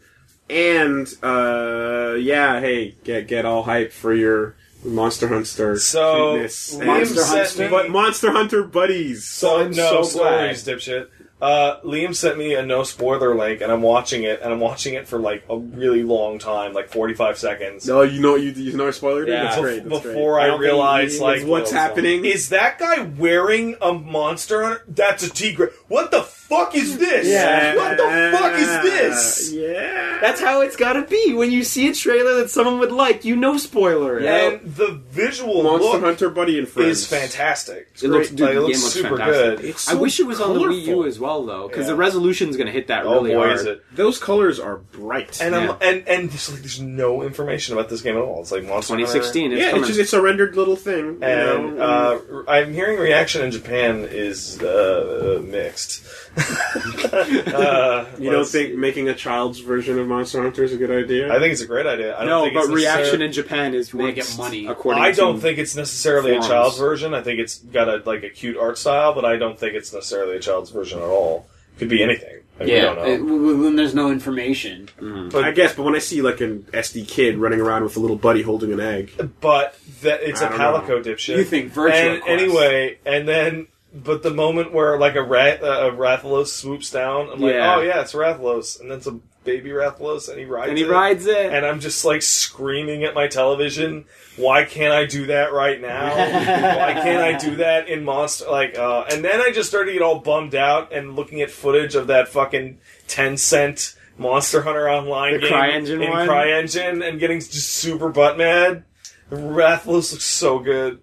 B: And uh, yeah, hey, get get all hype for your Monster Hunter.
D: So
B: fitness and-
A: Monster
D: Liam sent
A: Hunter.
D: me.
B: but Monster Hunter buddies.
D: so,
B: I'm
D: no
B: so glad.
D: stories, dipshit. Uh, Liam sent me a no spoiler link, and I'm watching it, and I'm watching it for like a really long time, like 45 seconds.
B: No, you know you, you know I spoiled it.
C: Yeah.
B: that's
D: Bef-
B: great. That's
D: before
B: great.
D: I
B: don't think
D: realized,
B: you-
D: like,
B: what's
D: well,
B: happening.
D: Is that guy wearing a monster? On- That's a tigre. What the fuck is this?
B: yeah.
D: What the fuck is this?
B: Yeah.
E: That's how it's gotta be. When you see a trailer that someone would like, you know spoiler. it.
B: Yeah.
D: And the visual
B: Monster
D: look
B: Hunter buddy and friends
D: is fantastic.
C: It looks, dude,
D: Like, it
C: the
D: looks
C: game looks
D: super
C: fantastic.
D: good.
B: It's
C: I
B: so
C: wish it was on the Wii U
B: colorful.
C: as well, though, because
D: Yeah.
C: the resolution's going to hit that
D: Oh
C: really
D: boy,
C: hard.
D: is it!
B: Those colors are bright.
D: And
C: Yeah.
D: I'm and and there's like there's no information about this game at all. It's like Monster Hunter.
C: 2016 is
B: yeah,
C: coming.
B: it's just it's a rendered little thing. you
D: And
B: know?
D: uh, I'm hearing reaction in Japan is uh, mixed. uh,
B: you don't
D: let's-
B: think making a child's version of Monster Hunter is a good idea?
D: I think it's a great idea. I don't
C: no,
D: think
C: but
D: it's necessarily-
C: reaction in Japan is
A: wanna
C: mixed,
A: get money.
C: According
D: I don't
C: to,
D: think it's necessarily
C: forums.
D: a child's version. I think it's got a like a cute art style, but I don't think it's necessarily a child's version at all. Could be anything. I mean, we
A: yeah,
D: don't know.
A: it- w- w- when there's no information.
B: I guess, but when I see like an SD kid running around with a little buddy holding an egg,
D: but that it's
B: I
D: a
B: don't
D: palico dipshit.
A: You think Virtua
D: and
A: Quest.
D: anyway, and then but the moment where like a rat uh, a Rathalos swoops down, I'm like,
C: Yeah.
D: oh yeah, it's Rathalos, and then it's a baby Rathalos, and he rides
C: And he
D: it.
C: rides it.
D: and I'm just like screaming at my television, why can't I do that right now? why can't I do that in Monster? Like, uh, and then I just started to get all bummed out and looking at footage of that fucking 10 cent Monster Hunter Online
C: The
D: game
C: CryEngine
D: in
C: one?
D: CryEngine and getting just super butt mad. Rathalos looks so good.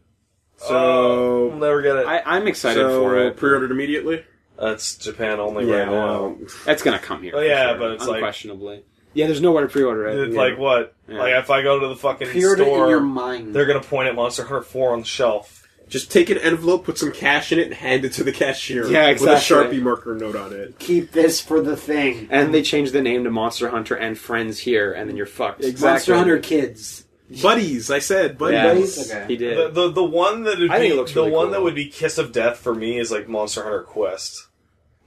B: So-
D: Uh, I'll never get it.
C: I, I'm excited
B: so
C: for it.
B: pre-ordered immediately.
D: That's Japan only right now.
B: no.
C: That's going to come here.
D: Oh, yeah,
C: for sure,
D: but it's like-
C: unquestionably. Yeah, there's nowhere to pre-order it.
D: It's Like what?
C: Yeah.
D: Like if I go to the fucking
A: Pre-order
D: store,
A: in your mind.
D: they're gonna point at Monster Hunter Four on the shelf.
B: Just take an envelope, put some cash in it, and hand it to the cashier.
C: Yeah,
B: With a
C: exactly.
B: Sharpie marker note on it.
A: Keep this for the thing.
C: And they changed the name to Monster Hunter and Friends here, and then you're fucked.
A: Monster Hunter Kids.
B: Buddies, I said
C: Yeah.
B: buddies.
A: Buddies? Okay.
C: He did.
D: The, the the one that would
C: I
D: be,
C: think it looks
D: the
C: really
D: one
C: cool.
D: that would be kiss of death for me is like Monster Hunter Quest.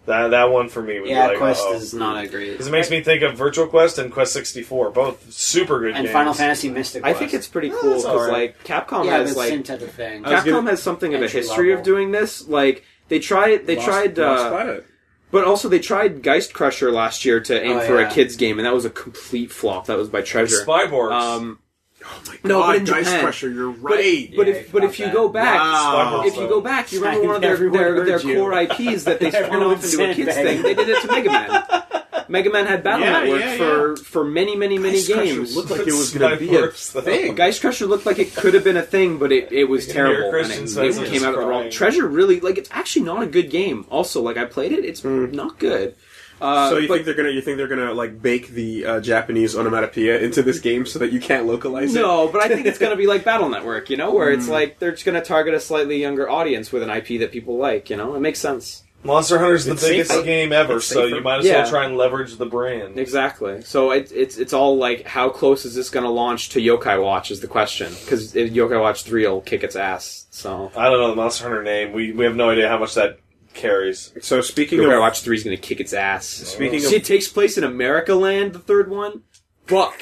D: That that one for me would
A: Yeah,
D: be like oh.
A: Quest
D: uh-oh.
A: is not a great.
D: Because it makes me think of Virtual Quest and Quest 64, both super good
A: And
D: games.
A: Final Fantasy Mystic.
C: I
A: Quest.
C: think it's pretty
D: No,
C: cool
D: that's
C: because
D: alright.
C: like Capcom
A: yeah,
C: has
A: the same
C: like
A: type of thing.
B: I was
C: Capcom
B: gonna-
C: has something of a
A: Entry
C: history
A: level.
C: of doing this. Like they tried, they
A: Lost-
C: tried,
B: Lost
C: uh,
B: Planet.
C: but also they tried Geist Crusher last year to aim
A: Oh,
C: for
A: yeah.
C: a kids game, and that was a complete flop. That was by Treasure.
D: Spyborgs.
C: Um,
B: Oh my
C: No,
B: god,
C: but in
B: Dice
C: Japan.
B: Crusher, you're
C: but,
B: right.
C: but
A: Yeah,
C: if but if you
A: about
C: go
A: that.
C: back,
B: Wow.
C: if you go back, you remember
A: Sorry,
C: one of their
A: everyone
C: their, their
A: heard you.
C: core IPs that they spun
A: Everyone
C: off into a
A: said
C: kids
A: that.
C: thing. They did it to Mega Man. Mega Man had Battle
B: Yeah,
C: Network
B: yeah,
C: for for many many many
B: Dice Crusher
C: games.
B: looked like it was gonna be a
D: Spyborgs, though.
B: thing.
C: Geist Crusher looked like it could have been a thing, but it, it was
D: Yeah,
C: terrible.
D: Christian
C: and it-
D: says
C: it
D: he's
C: came out at the wrong.
D: crying.
C: Treasure really like it's actually not a good game. Also, like I played it, it's not good. Uh,
B: Hmm. so you
C: but
B: think they're gonna you think they're gonna like bake the uh, Japanese onomatopoeia into this game so that you can't localize it?
C: no, but I think it's going to be like Battle Network, you know, where it's
B: Hmm.
C: like they're just going to target a slightly younger audience with an IP that people like. You know, it makes sense
D: Monster Hunter's the
B: It's
D: biggest
B: safer.
D: game ever,
B: It's
D: so
B: safer.
D: you might as
C: Yeah.
D: well try and leverage the brand.
C: exactly. So it, it's it's all like how close is this going to launch to Yokai Watch is the question because Yokai Watch three will kick its ass. So
D: I don't know the Monster Hunter name. We we have no idea how much that carries.
B: So speaking
C: Yokai
B: of
C: Watch three is going to kick its ass.
B: speaking
C: See,
B: of
C: it takes place in America Land, the third one. Fuck.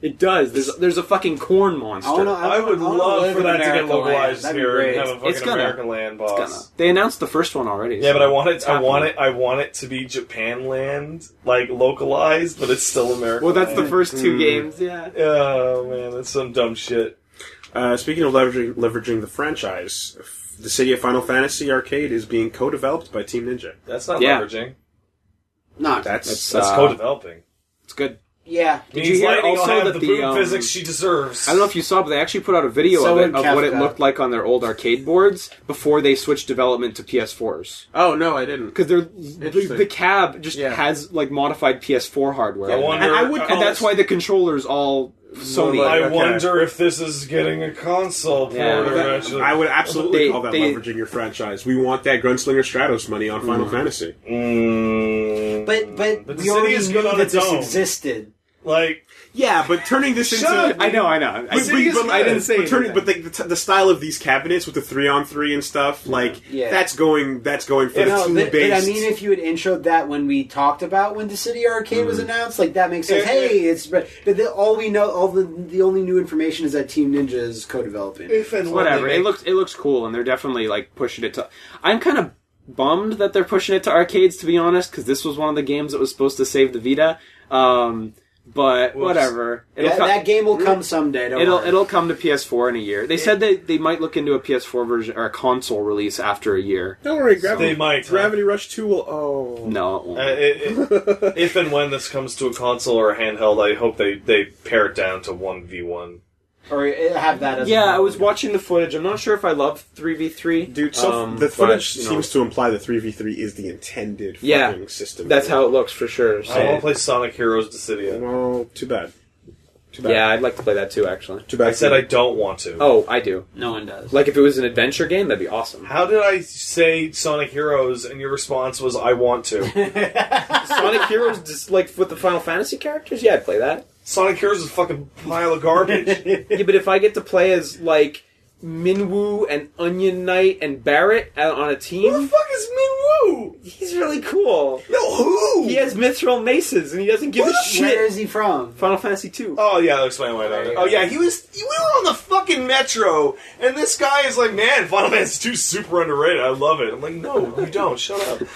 C: It does. There's there's a fucking corn monster.
A: I, wanna,
D: I would
A: wanna
D: love
A: live
D: for
A: in
D: that to
A: America
D: get
A: land.
D: localized
A: That'd be
D: here
A: great.
D: and have a fucking
C: It's gonna.
D: American land boss.
C: It's gonna- They announced the first one already.
D: Yeah,
C: so
D: but I want it.
C: it's
D: I want
C: happening.
D: it. I want it to be Japan land, like localized, but it's still American.
C: Well, that's the
D: land.
C: first two games. Yeah.
D: Oh man, that's some dumb shit.
B: uh, speaking of leveraging leveraging the franchise, f- the City of Final Fantasy Arcade is being co-developed by Team Ninja.
D: That's not
C: Yeah.
D: leveraging.
A: Not.
B: That's,
C: That's,
D: That's
C: Uh,
D: co-developing.
C: It's good.
A: yeah.
C: Did
D: Means
C: you hear
D: Lightning will
C: also
D: have
C: that
D: the,
C: the,
D: boom
C: um,
D: physics she deserves.
C: I don't know if you saw, but they actually put out a video
A: So
C: of it
A: would
C: of what it
A: Kafka.
C: looked like on their old arcade boards before they switched development to PS4s.
B: oh no, I didn't.
C: Because they're the,
B: Interesting.
C: the cab just
B: Yeah.
C: has like modified PS4 hardware,
D: I
C: in it.
D: wonder-
C: and I would,
D: I
C: and that's
D: almost-
C: why the controllers all Sony.
B: like-
D: I
B: Okay.
D: wonder if this is getting a console port
C: Yeah.
D: eventually.
B: I would absolutely
C: They-
B: call that
C: they-
B: leveraging your franchise. We want that Gunslinger Stratos money on Final Fantasy.
D: Mm.
A: But but,
D: the
A: we
D: city
A: already
D: is
A: knew
D: good on
A: that
D: its
A: this
D: own.
A: existed.
D: Like
B: Yeah, but turning this into
D: up,
C: I know, I know. I,
B: But- but-
C: but-
B: but-
C: I didn't say
B: but, turning,
C: anything.
B: but the, the, t- the style of these cabinets with the three on three and stuff, like
A: Yeah.
B: that's going that's going for the
A: No,
B: two
A: but, but I
B: based.
A: mean, if you had introed that when we talked about when the City Arcade was announced, like that makes sense.
D: Mm. It-
A: hey, it's but, but the, all we know, all the the only new information is that Team Ninja is co-developing.
D: if and when
C: whatever.
D: they
C: It
D: make-
C: looks it looks cool, and they're definitely like pushing it to. I'm kind of bummed that they're pushing it to arcades, to be honest, because this was one of the games that was supposed to save the Vita. Um, but whatever, it'll
A: that,
C: come,
A: that game will come someday. Don't
C: it'll
A: worry.
C: it'll come to PS4 in a year. They said they they might look into a PS4 version or a console release after a year.
B: Don't worry, Gravity,
D: They might, huh?
B: Gravity Rush Two will. Oh,
C: No, it won't.
D: Uh, it- it- if and when this comes to a console or a handheld, I hope they, they pare it down to one v one.
A: or uh, have that. as
C: yeah,
A: a-
C: I was watching the footage. I'm not sure if I love three v three.
B: dude, so
C: Um,
B: the
C: but,
B: footage
C: you know,
B: seems to imply that three v three is the intended
C: Yeah,
B: fucking system.
C: that's how it looks for sure.
D: I want to
C: So.
D: play Sonic Heroes Dissidia.
B: Well, too bad. Too bad.
C: Yeah, I'd like to play that too, actually.
B: Too bad.
D: I said I don't want to.
C: Oh, I do.
A: No one does.
C: Like if it was an adventure game, that'd be awesome.
D: How did I say Sonic Heroes and your response was I want to?
C: Sonic Heroes, just like with the Final Fantasy characters, yeah, I'd play that.
D: Sonic Heroes is a fucking pile of garbage.
C: Yeah, but if I get to play as like Minwoo and Onion Knight and Barrett out on a team,
D: fuck is Minwoo?
C: he's really cool.
D: No, who?
C: He has mithril maces and he doesn't give a
A: Where
C: shit.
A: is he from?
C: Final Fantasy two.
D: Oh yeah, that'll explain why that. Oh yeah, he was. We were on the fucking metro, and this guy is like, "Man, Final Fantasy 2 super underrated. I love it." I'm like, "No, you don't. Shut up.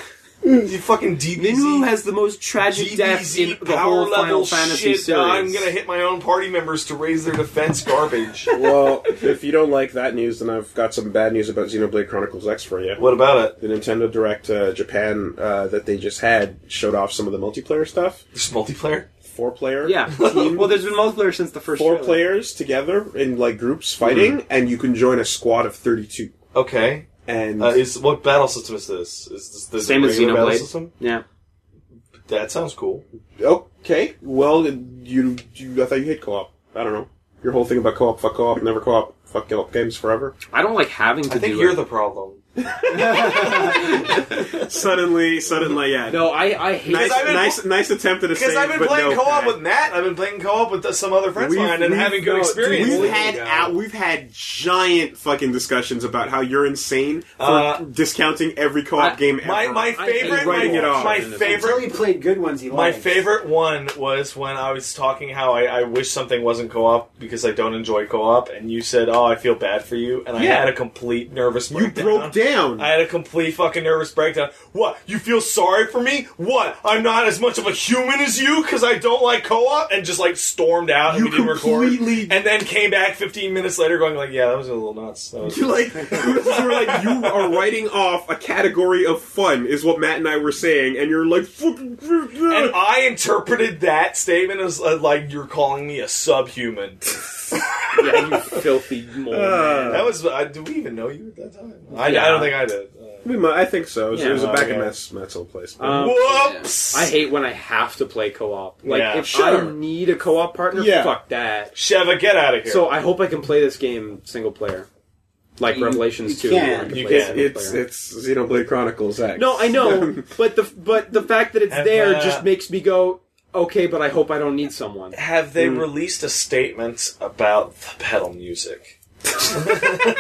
D: You fucking
C: Minwoo
D: DBZ,
C: has the most tragic death in
D: DBZ
C: the
D: power
C: whole
D: level
C: Final Fantasy
D: shit.
C: series.
D: I'm gonna hit my own party members to raise their defense. Garbage.
B: well, if you don't like that news, then I've got some bad news about Xenoblade Chronicles X for you.
D: what about it?
B: the Nintendo Direct uh, Japan uh, that they just had showed off some of the multiplayer stuff.
D: There's multiplayer.
B: Four player,
C: Yeah.
B: team,
C: well, there's been multiplayer since the first.
B: four
C: trailer.
B: players together in like groups fighting,
C: Mm-hmm.
B: and you can join a squad of thirty-two.
D: Okay.
B: And
D: Uh, is what battle system is this? Is this the
C: Same as
D: regular battle
C: Xenoblade.
D: system?
C: Yeah.
D: That sounds cool.
B: Okay. Well, you, you I thought you hate co-op. I don't know. Your whole thing about co-op, fuck co-op, never co-op, fuck co-op games forever.
C: I don't like having to
D: I think
C: do
D: you're
C: it.
D: the problem.
B: suddenly, suddenly, yeah.
C: no, I, I hate
B: Nice,
D: I've been-
B: nice, nice attempt at a
D: Because
B: save,
D: I've been
B: but
D: playing
B: no,
D: co-op
B: Pat.
D: with Matt. I've been playing co-op with some other friends of
B: We've-
D: mine and
B: we've-
D: having good
C: no,
D: experience.
C: dude,
B: We've
C: Really?
B: had out, we've had giant fucking discussions about how you're insane for
D: Uh,
B: discounting every co-op
C: I-
B: game ever.
D: my my
C: I hate
D: favorite, my,
B: writing it off.
D: my
C: Until
A: Until
D: favorite
A: he played good ones, he
D: My
A: liked.
D: favorite one was when I was talking how I, I wish something wasn't co-op because I don't enjoy co-op, and you said, "Oh, I feel bad for you," and I
C: Yeah.
D: had a complete nervous
B: you
D: breakdown.
B: broke down.
D: I had a complete fucking nervous breakdown. What? You feel sorry for me? What? I'm not as much of a human as you because I don't like co-op, and just like stormed out and
B: You
D: we didn't record,
B: completely-
D: and then came back 15 minutes later going like, "Yeah, that was a little nuts." That was
B: you like you were like you are writing off a category of fun is what Matt and I were saying, and you're like, "Fucking-
D: And I interpreted that statement as uh, like you're calling me a subhuman.
C: yeah, you filthy mole man.
D: That was. Uh, do we even know you at that time? I, I
C: Yeah.
D: don't think I did. Uh,
B: We might- I think so. It was- it was
C: Yeah.
B: a back
D: Okay.
B: in Matt's, Matt's old place.
C: Um,
D: Uh, Whoops!
C: yeah. I hate when I have to play co-op. Like
D: Yeah.
C: if
B: Sure.
C: I need a co-op partner,
B: Yeah.
C: fuck that.
D: Sheva, get out of here.
C: So I hope I can play this game single player, like
A: You-
C: Revelations
A: you
C: two.
A: can.
C: where I
D: You
C: play it
D: can.
C: single
B: it's
C: player.
B: it's Xenoblade Chronicles X.
C: no, I know, but the but the fact that it's
D: Have,
C: there
D: uh,
C: just makes me go okay. But I hope I don't need someone.
D: have they released a statement about the pedal music?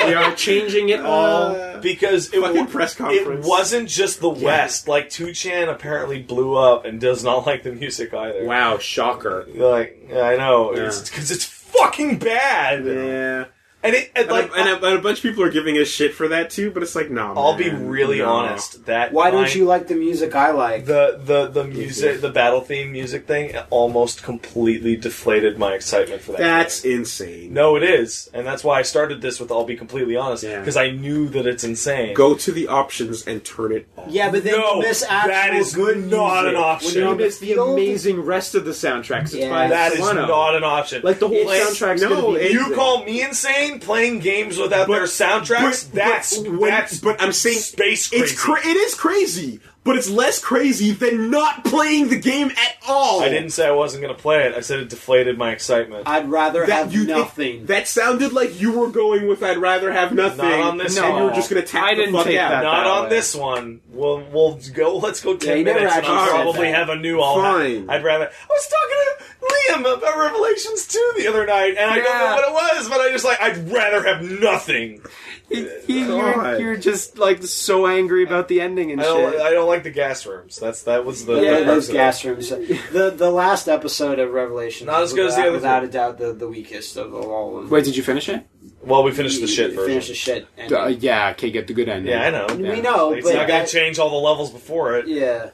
C: We are changing it all.
B: Uh,
D: Because it,
B: Fucking
D: wa-
B: press
D: it
B: conference.
D: wasn't just the West. Like 2chan apparently blew up and does not like the music either.
C: Wow, shocker.
D: Like I know
C: Yeah.
D: because it's, fucking bad.
B: yeah.
D: And it and like
B: and, a, and, a, and a bunch of people are giving us shit for that too, but it's like, nah.
D: I'll be
B: man,
D: really
B: no.
D: honest. That
A: Why don't
D: I-
A: you like the music I like?
D: the the the music the battle theme music thing almost completely deflated my excitement for that.
B: That's
D: game.
B: insane.
D: no, it is, and that's why I started this with. I'll be completely honest
C: Yeah.
D: because I knew that it's insane.
B: Go to the options and turn it off.
A: yeah, but then
D: no,
A: you miss actual
D: that is
A: good
D: not
A: music.
D: an option.
A: When
C: You
A: you're on the
C: miss the
A: field,
C: amazing rest of the soundtracks. It's
A: Yeah.
C: by
D: that is
C: Solano.
D: not an option.
C: like the whole
D: Play-
C: soundtrack's
B: no,
C: gonna be
B: it-
D: You
C: amazing.
D: call me insane playing games without their soundtracks?
B: but-
D: that's
B: but when-
D: that's
B: but I'm saying
D: space crazy.
B: It's cra- it is crazy, but it's less crazy than not playing the game at all.
D: I didn't say I wasn't going to play it. I said it deflated my excitement.
A: I'd rather
B: That
A: have
B: you it-
A: nothing.
B: that sounded like you were going with "I'd rather have nothing."
D: Not on this
B: and you were
D: call.
B: just going to tap
C: I
B: the
C: didn't
B: fuck
C: take
B: out.
C: that
D: Not
C: that
D: on
C: way.
D: this one. We'll we'll go. Let's go ten
A: They never
D: minutes. And I'll
A: actually said
D: probably
A: that.
D: have a new. I'll have-
B: Fine.
D: I'd rather. I was talking to Liam about Revelations two the other night, and I don't know
E: Yeah.
D: what it was, but I just like I'd rather have nothing.
E: you're,
B: God.
E: you're just like so angry about the ending and
D: I don't.
E: shit.
D: I don't like the gas rooms. That's that was the.
A: Yeah,
D: the
A: those
D: person.
A: gas rooms. The the last episode of Revelation.
D: Not as good as the
A: without-
D: other
A: Without
D: two.
A: a doubt, the, the weakest of all of them.
C: Wait, did you finish it?
D: Well, we finished the shit version.
A: Finish the shit. and-
C: Uh, yeah, okay, get the good ending.
D: yeah, I know.
A: we
C: yeah.
A: know,
D: it's
A: but
D: not gonna
A: that-
D: change all the levels before it.
A: yeah.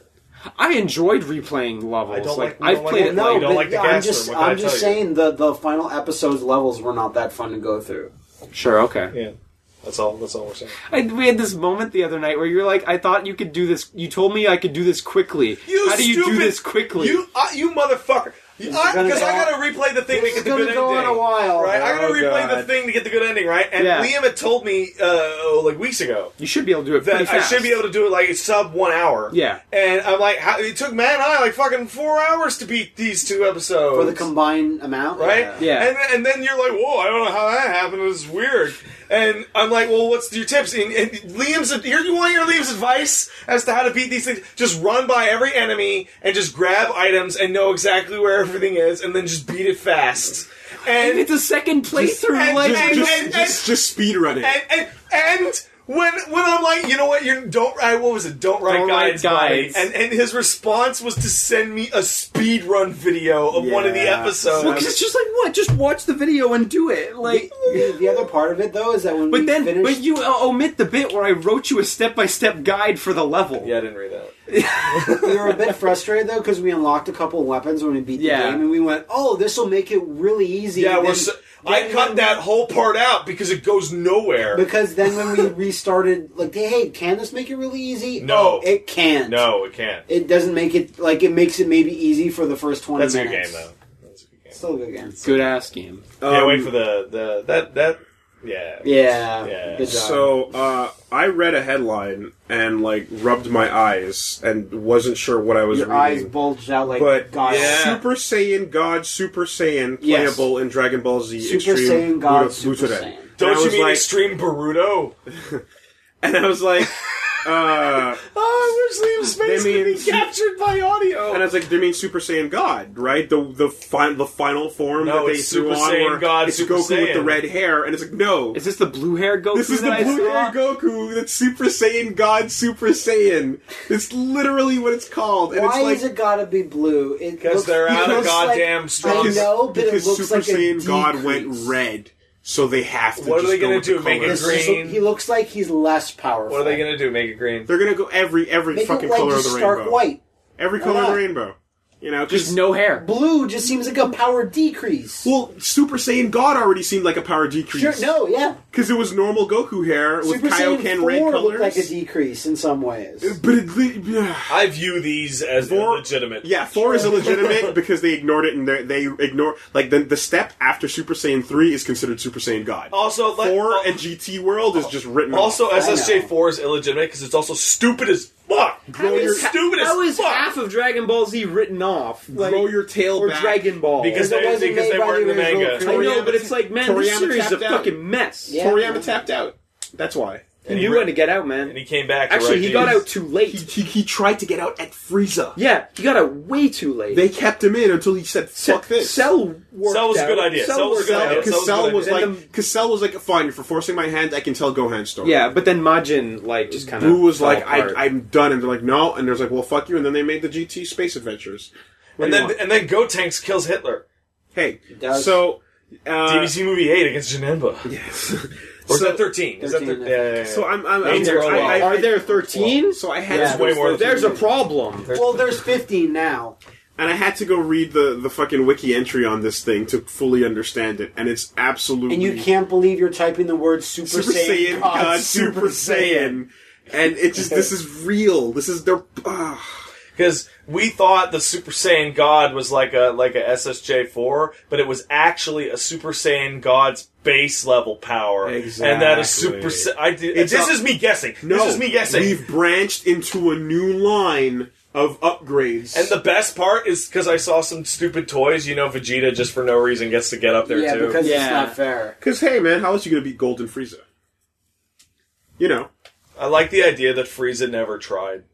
C: I enjoyed replaying levels.
D: I don't like-
C: like,
D: I don't
C: I've
D: like
C: played
D: it.
C: it
D: No,
C: like
D: you don't
A: but
D: like the
A: I'm
D: gas
A: just
D: room, what can I
A: I'm just
D: tell you?
A: saying the the final episode's levels were not that fun to go through.
C: sure, okay.
D: Yeah. That's all. That's all we're saying.
C: I, we had this moment the other night where you were like, "I thought you could do this. You told me I could do this quickly.
D: You
C: How do you do
D: stupid-
C: this quickly?"
D: You, uh, you motherfucker. Because I,
A: gonna
D: 'cause I
A: go-
D: gotta replay the thing to
A: This
D: get
A: is
D: the good
A: gonna
D: ending.
A: go on a while.
D: right? I gotta
B: Oh,
D: replay the
B: God.
D: thing to get the good ending, right? And
C: Yeah.
D: Liam had told me uh, like weeks ago
C: You should be able to do it pretty
D: that I
C: fast.
D: should be able to do it like sub one hour.
C: Yeah.
D: And I'm like, how, it took Matt and I like fucking four hours to beat these two episodes
A: For the combined amount,
D: right?
A: Yeah.
C: Yeah.
D: And, and then you're like, whoa, I don't know how that happened. It's weird. And I'm like, well, what's your tips? And, and Liam's, here you want your Liam's advice as to how to beat these things? Just run by every enemy and just grab items and know exactly where everything is, and then just beat it fast. And
C: It's a second playthrough.
D: and-
C: Like,
B: Just, just,
D: and-
B: just, just speed run it.
D: and and and when when I'm like, you know what, you don't write what was it? Don't write
C: Don't write
D: guides, buddy.
C: guides.
D: And and his response was to send me a speed run video of one of the
B: Yeah.
D: episodes.
C: Well, 'cause it's just like what? Just watch the video and do it. Like,
A: The, the other part of it though is that when we
C: but then,
A: finished,
C: but you uh, omit the bit where I wrote you a step-by-step guide for the level.
D: yeah, I didn't read that.
A: we were a bit frustrated though because we unlocked a couple weapons when we beat
C: Yeah.
A: the game, and we went, "Oh, this will make it really easy."
D: Yeah,
A: And
D: we're
A: then-
D: so, I
A: then
D: cut
A: when-
D: that whole part out because it goes nowhere.
A: Because then when we restarted, like, hey, can this make it really easy?
D: No.
A: Oh, it can't.
D: no, it can't.
A: It doesn't make it, like, it makes it maybe easy for the first 20
D: That's a good
A: minutes.
D: game though. That's a good game.
A: Still a good game.
C: Good ass game.
D: Can't
B: Um,
D: wait for the, the that that Yeah.
A: Yeah.
D: Yeah.
A: Good job.
B: So uh, I read a headline and like rubbed my eyes and wasn't sure what I was
A: Your eyes
B: reading.
A: bulged out like
B: but
A: God.
D: Yeah.
B: Super Saiyan God Super Saiyan
A: Yes.
B: playable in Dragon Ball Z
A: Super
B: Extreme
A: Saiyan God
B: Buddha-
A: Super
B: Butoden.
A: Saiyan.
B: And I
D: Don't you
B: was
D: mean
B: like-
D: extreme Baruto?
B: And I was like, uh,
D: Oh, I wish Liam Space
B: They mean-
D: could be captured by audio.
B: and I was like, they mean Super Saiyan God, right? The the final the final form
D: No,
B: that they
D: it's
B: threw
D: Super
B: on
D: Saiyan
B: where
D: God
B: it's
D: Super
B: Goku with the
D: Saiyan.
B: red hair, and it's like, no,
C: Is this the blue hair Goku?
B: This is the
C: that I
B: blue
C: saw?
B: hair Goku that's Super Saiyan God Super Saiyan. It's literally what it's called. And
A: Why
B: it's like
A: is it gotta be blue? It
D: Because
A: looks-
D: they're
A: it
D: out of
A: looks like-
D: goddamn strong.
A: I know, but it
B: because
A: looks
B: Super
A: like a
B: Saiyan God went
A: decrease.
B: red, so they have to
D: What are
B: just
D: they
B: go
D: gonna
B: with
D: do,
B: the
D: make it
B: colors.
A: This is-
D: green.
A: he looks like he's less powerful.
D: What are they gonna do? Make it green?
B: They're gonna go every every
A: Make
B: fucking
A: it like
B: color of
A: just
B: the
A: stark
B: rainbow.
A: white.
B: Every
A: Why
B: color of
A: not?
B: the rainbow. You know,
C: Just
B: because
C: no hair.
A: Blue just seems like a power decrease.
B: well, Super Saiyan God already seemed like a power decrease.
A: sure, no, yeah.
B: because it was normal Goku hair with
A: Super Saiyan
B: Kaioken red
A: Four
B: colors.
A: looked like a decrease in some ways.
B: but it, yeah.
D: I view these as
B: Four-
D: legitimate.
B: Yeah, four is illegitimate because they ignored it and they they ignore like the the step after Super Saiyan three is considered Super Saiyan God.
D: Also, like,
B: four
D: uh,
B: and GT World is just written
D: Also,
B: off.
D: SSJ four is illegitimate because it's also stupid as fuck.
B: Grow
D: It's
B: your-
D: stupid as
C: How is
D: fuck.
C: half of Dragon Ball Z written off? Like,
B: grow your tail
C: or
B: back.
C: Dragon Ball?
D: because
A: Because it
D: they
A: wasn't
D: because
A: made
D: they
A: by
D: weren't in the
A: the original
D: manga.
C: I
A: creator.
C: know,
B: Toriyama
C: but it's like, man,
B: Toriyama
C: this series is a
B: tapped out.
C: fucking mess.
A: Yeah.
B: Toriyama tapped out. That's why
C: He knew when to get out, man.
D: And he came back. to
C: Actually,
D: write
C: he got
D: these.
C: out too late.
B: he, he, he tried to get out at Frieza.
C: yeah, he got out way too late.
B: They kept him in until he said,
C: Ce-
B: "Fuck this."
C: Cell worked
D: Cell was a
C: out.
D: good idea. Cell was a good
C: worked
D: idea.
C: out.
D: Cell
B: Because Cell
D: was
B: was
C: good.
B: like,
C: And then-
B: because Cell was like, fine, for forcing my hand, I can tell Gohan's story.
C: Yeah, but then Majin like just kind of
B: Boo was like, I, I'm done. And they're like, no. And there's like, well, fuck you. And then they made the GT Space Adventures. What
D: And
B: do you
D: then
B: want?
D: and then Gotenks kills Hitler.
B: hey,
A: does-
B: so. Uh,
D: DBZ movie eight against Janemba.
B: yes.
D: Or is
B: so,
D: that thirteen? Is that
A: 13,
D: thir- yeah, yeah, yeah.
B: so I'm. I'm, I'm
D: Eight
B: I-
D: or
B: I-
D: twelve.
B: I-
C: Are there thirteen?
B: So I had
A: Yeah.
B: to
D: Way
B: go
D: more than
B: through-
C: There's a problem.
A: Well, there's 15 now.
B: and I had to go read the the fucking wiki entry on this thing to fully understand it, and it's absolutely
A: And you can't believe you're typing the word Super,
B: Mm-hmm. Super Saiyan God Super Saiyan, and it just this is real. This is their. Uh,
D: Because we thought the Super Saiyan God was like a like a SSJ four, but it was actually a Super Saiyan God's base level power, and that is Super. Sa-
B: Exactly.
D: I did,
B: It's
D: this
B: not-
D: is me guessing.
B: no,
D: this is me guessing.
B: We've branched into a new line of upgrades,
D: and the best part is because I saw some stupid toys. You know, Vegeta just for no reason gets to get up there
A: Yeah,
D: too.
A: because
C: Yeah.
A: it's not fair.
B: because hey man, how else you gonna beat Golden Frieza? You know,
D: I like the idea that Frieza never tried.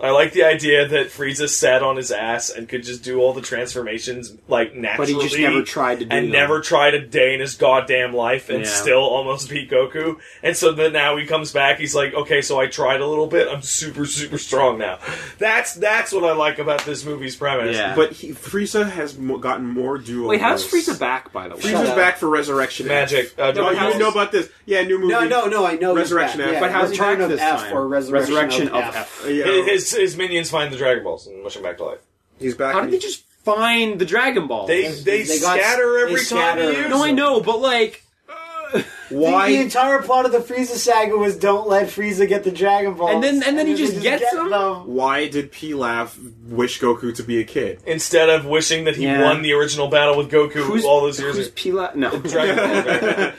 D: I like the idea that Frieza sat on his ass and could just do all the transformations like
C: But
D: naturally.
C: he just never tried to do
D: and
C: them.
D: never tried a day in his goddamn life and
C: Yeah.
D: still almost beat Goku. And so then now he comes back, he's like, okay, so I tried a little bit, I'm super, super strong now. That's that's what I like about this movie's premise.
C: Yeah.
B: but he, Frieza has mo- gotten more duo.
C: Wait, how's
B: roles.
C: Frieza back by the way?
A: Shut
B: Frieza's
A: up.
B: back for Resurrection
D: Magic.
B: F.
D: Uh,
C: No,
B: Oh,
C: but
B: you
C: how's-
B: didn't know about this? Yeah, new movie.
A: No, no, no, I know. he's
B: Resurrection
A: back.
B: F.
A: Yeah,
B: But
C: how's he
A: Return
C: back
A: of
C: this
A: F
C: time?
A: or Resurrection,
C: Resurrection
A: of,
C: of
A: F.
B: Uh, yeah,
D: His, his, his minions find the Dragon Balls and mush him back to life.
B: he's back.
C: How did they just find the Dragon Ball?
D: They they,
A: They got-
D: scatter
A: they
D: every time
A: scatter.
D: you use
C: no, I
D: them.
C: know, but like,
A: The, the
B: Why?
A: entire plot of the Frieza saga was don't let Frieza get the Dragon Balls.
C: And then- and then he
A: they
C: just gets
A: get
C: them?
B: Why did Pilaf wish Goku to be a kid?
D: Instead of wishing that he
C: Yeah.
D: won the original battle with Goku
C: who's
D: all those years
C: Who's
D: ago.
C: Pila? No,
D: Dragon Ball, Dragon Ball.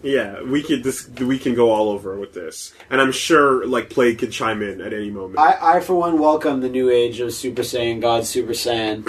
B: Yeah, we could this we can go all over with this, and I'm sure like Plague can chime in at any moment.
A: I, I, for one, welcome the new age of Super Saiyan God Super Saiyan.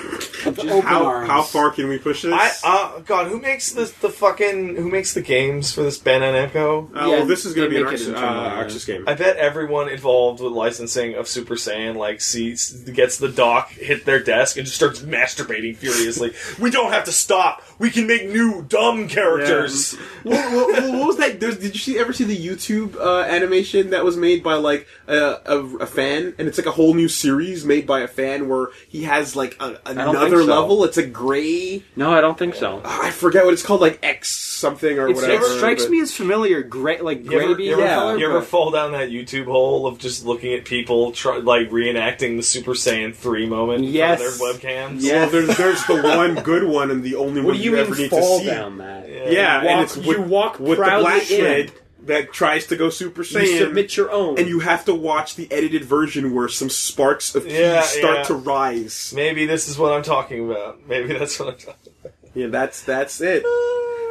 A: With open
B: how
A: arms.
B: how far can we push this?
D: I uh, God, who makes the the fucking who makes the games for this Ben and Echo?
B: Uh,
C: Yeah,
B: well, this is going to
C: they
B: be an
C: make it
B: Arxis,
C: internal, yeah.
B: uh, Arxis game.
D: I bet everyone involved with licensing of Super Saiyan like sees gets the doc hit their desk and just starts masturbating furiously. we don't have to stop. We can make new dumb characters.
B: what, what, what was that? There's, did you see, ever see the YouTube uh, animation that was made by like a, a, a fan, and it's like a whole new series made by a fan where he has like a,
C: don't
B: another
C: think so.
B: level. It's a gray.
C: no, I don't think so.
B: I forget what it's called, like X something or
C: It's-
B: whatever.
C: it strikes
B: but-
C: me as familiar, gray, like
D: You ever,
C: gravy
D: you ever-
C: color.
D: you ever
C: but-
D: fall down that YouTube hole of just looking at people try, like reenacting the Super Saiyan three moment
C: Yes.
D: from their webcams?
C: Yeah.
B: Well, there's, there's the one good one and the only
C: what
B: one
C: do
B: you,
C: you
B: ever
C: mean
B: need
C: fall
B: to see.
C: down that?
B: Yeah,
C: Walk-
B: and it's with,
C: you walk
B: with the
C: proudly
B: black
C: in.
B: kid that tries to go Super
C: You
B: Saiyan.
C: submit your own,
B: and you have to watch the edited version where some sparks of peace
D: Yeah,
B: start
D: yeah.
B: to rise.
D: Maybe this is what I'm talking about. Maybe that's what I'm talking about.
B: Yeah, that's that's it.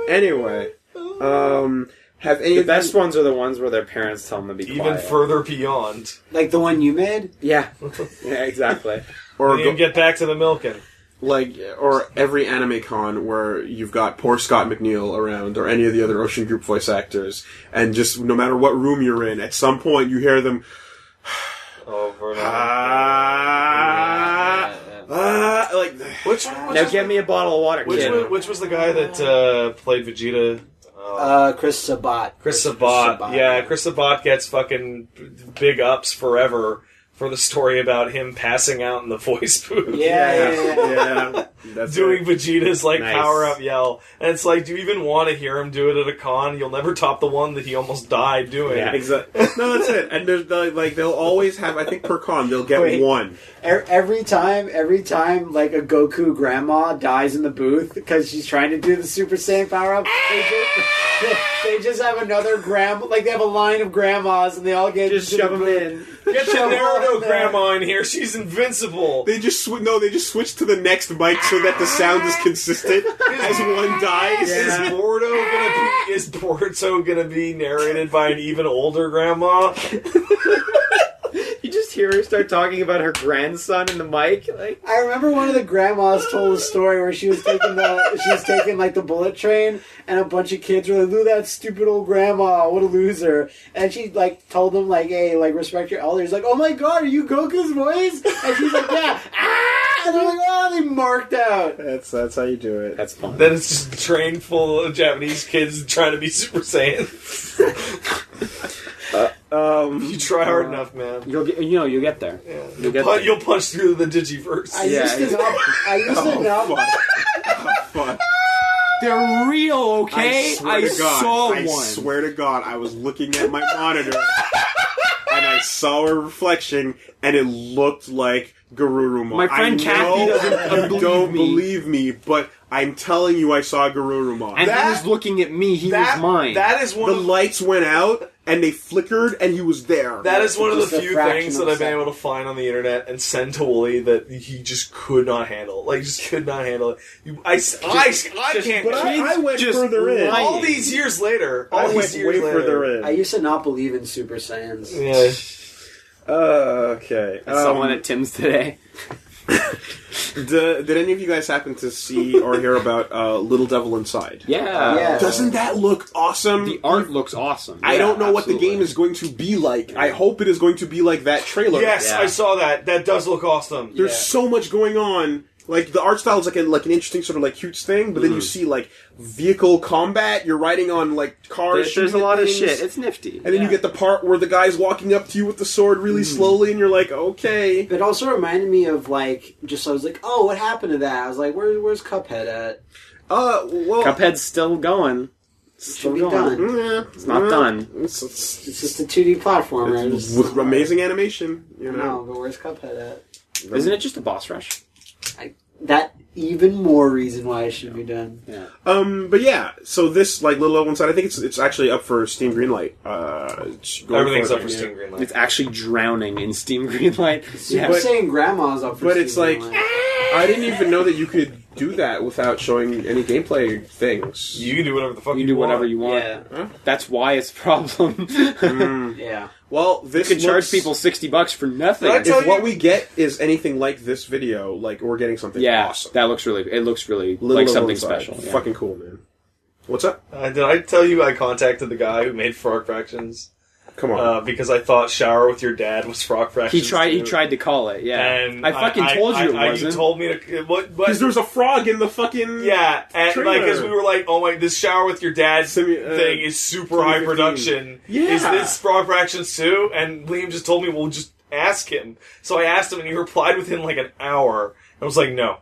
B: Anyway, Um, have any
C: The
B: of you-
C: best ones are the ones where their parents tell them to be
D: Even
C: quiet.
D: further beyond.
A: Like the one you made?
C: yeah, yeah, exactly.
B: or
D: We didn't
B: go-
D: get back to the milking.
B: like or every anime con where you've got poor Scott McNeil around or any of the other Ocean Group voice actors, and just no matter what room you're in, at some point you hear them.
D: Over and
B: Ah, ah, like
D: Which one was
C: Now give me a bottle of water,
D: which,
C: kid.
D: was, which was the guy that uh, played Vegeta?
A: Uh, Chris Sabat.
D: Chris Sabat. Yeah, Chris Sabat gets fucking big ups forever for the story about him passing out in the voice booth.
A: Yeah, yeah, yeah. yeah.
B: yeah, that's
D: Doing Vegeta's like
C: Nice.
D: power up yell, and it's like, do you even want to hear him do it at a con? You'll never top the one that he almost died doing.
C: Yeah.
B: Exactly. No, that's it. And there's the, like they'll always have. I think per con they'll get
A: Wait.
B: one.
A: E- Every time, every time, like a Goku grandma dies in the booth because she's trying to do the Super Saiyan power up. They just, they just have another grandma, like they have a line of grandmas, and they all get
C: Just
A: into the
C: shove them
A: booth.
C: in.
D: Get the
A: Shove 'em
D: Naruto
A: in there.
D: grandma in here; she's invincible.
B: They just sw- no. They just switch to the next mic so that the sound is consistent as one dies.
D: Is
A: Yeah.
D: Boruto gonna be is Boruto gonna be narrated by an even older grandma?
C: You just hear her start talking about her grandson in the mic, like
A: I remember one of the grandmas told a story where she was taking the she was taking like the bullet train and a bunch of kids were like, Look at that stupid old grandma, what a loser and she like told them like, hey, like respect your elders, like, Oh my god, are you Goku's voice? And she's like, Yeah, ah and they're like, Oh they marked out.
B: That's that's how you do it.
C: that's fun.
D: Then it's just a train full of Japanese kids trying to be Super Saiyan.
B: Um,
D: you try hard
A: Uh,
D: enough, man.
C: You'll get, you know, you'll get there.
D: Yeah.
C: You'll get
D: Pu-
C: there.
D: you'll punch through the Digiverse.
A: I
C: Yeah,
A: used to
C: it's-
A: not I used to
B: oh,
A: not
B: fuck. Oh, fuck.
C: They're real, okay?
B: I, swear to God, I swear to God, I was looking at my monitor and I saw a reflection, and it looked like Garurumon.
C: My friend
B: I
C: Kathy
B: know
C: doesn't
B: you
C: believe
B: don't
C: me.
B: believe me, but I'm telling you, I saw Garurumon.
C: and
D: That-
C: he was looking at me. He
D: that,
C: was mine.
D: that is one
B: the
D: of
B: lights went out and they flickered, and he was there.
D: that is one of the
A: Just a
D: few
A: fraction
D: things
A: of
D: that
A: a
D: I've been
A: second.
D: able to find on the internet and send to Wooly that he just could not handle. Like, just could not handle it. You, I, s- I s- I
C: just-
D: can't.
B: But I, I went
C: Just
B: further in.
C: lying.
D: all these years later, all
B: I went
D: these years
B: Oh, way
D: later,
B: further in.
A: I used to not believe in Super Saiyans.
D: Yeah.
B: uh, okay. um,
C: That's someone Oh, at Tim's today.
B: d- did any of you guys happen to see or hear about uh, Little Devil Inside?
C: Yeah.
A: Yeah.
B: Doesn't that look awesome?
C: Uh, The art looks awesome.
B: I
C: Yeah,
B: don't know what the
C: absolutely.
B: game is going to be like. I hope it is going to be like that trailer.
D: Yes,
C: Yeah.
D: I saw that. That does look awesome.
B: There's
A: Yeah.
B: so much going on. Like the art style is like a, like an interesting sort of like cute thing, but then
C: Mm.
B: you see like vehicle combat. You're riding on like
C: There-
B: cars.
C: there's a
B: shooting at
C: lot of
B: things,
C: shit. It's nifty.
B: And then you get the part where the guy's walking up to you with the sword really
C: Mm.
B: slowly, and you're like, okay.
A: It also reminded me of like just I was like, oh, what happened to that? I was like, Where, where's Cuphead at?
B: Uh, well,
C: Cuphead's still going.
A: Should
C: Still
A: be
C: going.
A: done.
B: yeah,
C: It's not
B: yeah.
C: done.
B: Mm-hmm. It's, it's,
A: It's just a 2D platformer. It's
B: it's
A: just-
B: with amazing animation, you
A: I
B: know.
A: know, but where's Cuphead at?
C: Isn't it just a boss rush?
A: That even more reason why it should be done.
B: Um, but yeah, so this like little one side, I think it's it's actually up for Steam Greenlight. Uh, it's going
D: Everything's up
B: forward,
D: for
B: yeah.
D: Steam Greenlight.
C: It's actually drowning in Steam Greenlight.
A: Super
C: Yeah.
A: Saiyan Grandma's up for
B: but it's
A: Steam
B: like-
A: Greenlight.
B: I didn't even know that you could do that without showing any gameplay things.
D: you can do whatever the fuck
C: You
D: you,
C: can do whatever
D: want.
C: you want.
A: Yeah.
C: That's why it's a problem.
B: Mm.
A: Yeah.
B: well, this
C: You can charge
B: looks-
C: people sixty bucks for nothing.
D: Did I tell
B: If what
D: you-
B: we get is anything like this video, like we're getting something
C: yeah,
B: awesome.
C: that looks really. It looks really
B: Little
C: like
B: Devil
C: something
B: Inside.
C: special. yeah.
B: Fucking cool, man. What's up?
D: Uh, did I tell you I contacted the guy who made Frog Fractions
B: Come on.
D: uh, because I thought "Shower with Your Dad" was Frog
C: He
D: Fractions?
C: tried. He
D: too.
C: tried to call it. Yeah,
D: And
C: I fucking told you
D: I-
C: it
D: I-
C: wasn't.
D: You told me to. What?
B: Because
D: what
B: there's a frog in the fucking
D: yeah, and like
B: Trailer.
D: because we were like, oh my, this shower with your dad
B: Simu- uh,
D: thing is super high
B: 2015.
D: production.
B: Yeah.
D: Is this Frog Fractions too? And Liam just told me, well, just ask him. So I asked him, and he replied within like an hour. I was like, no,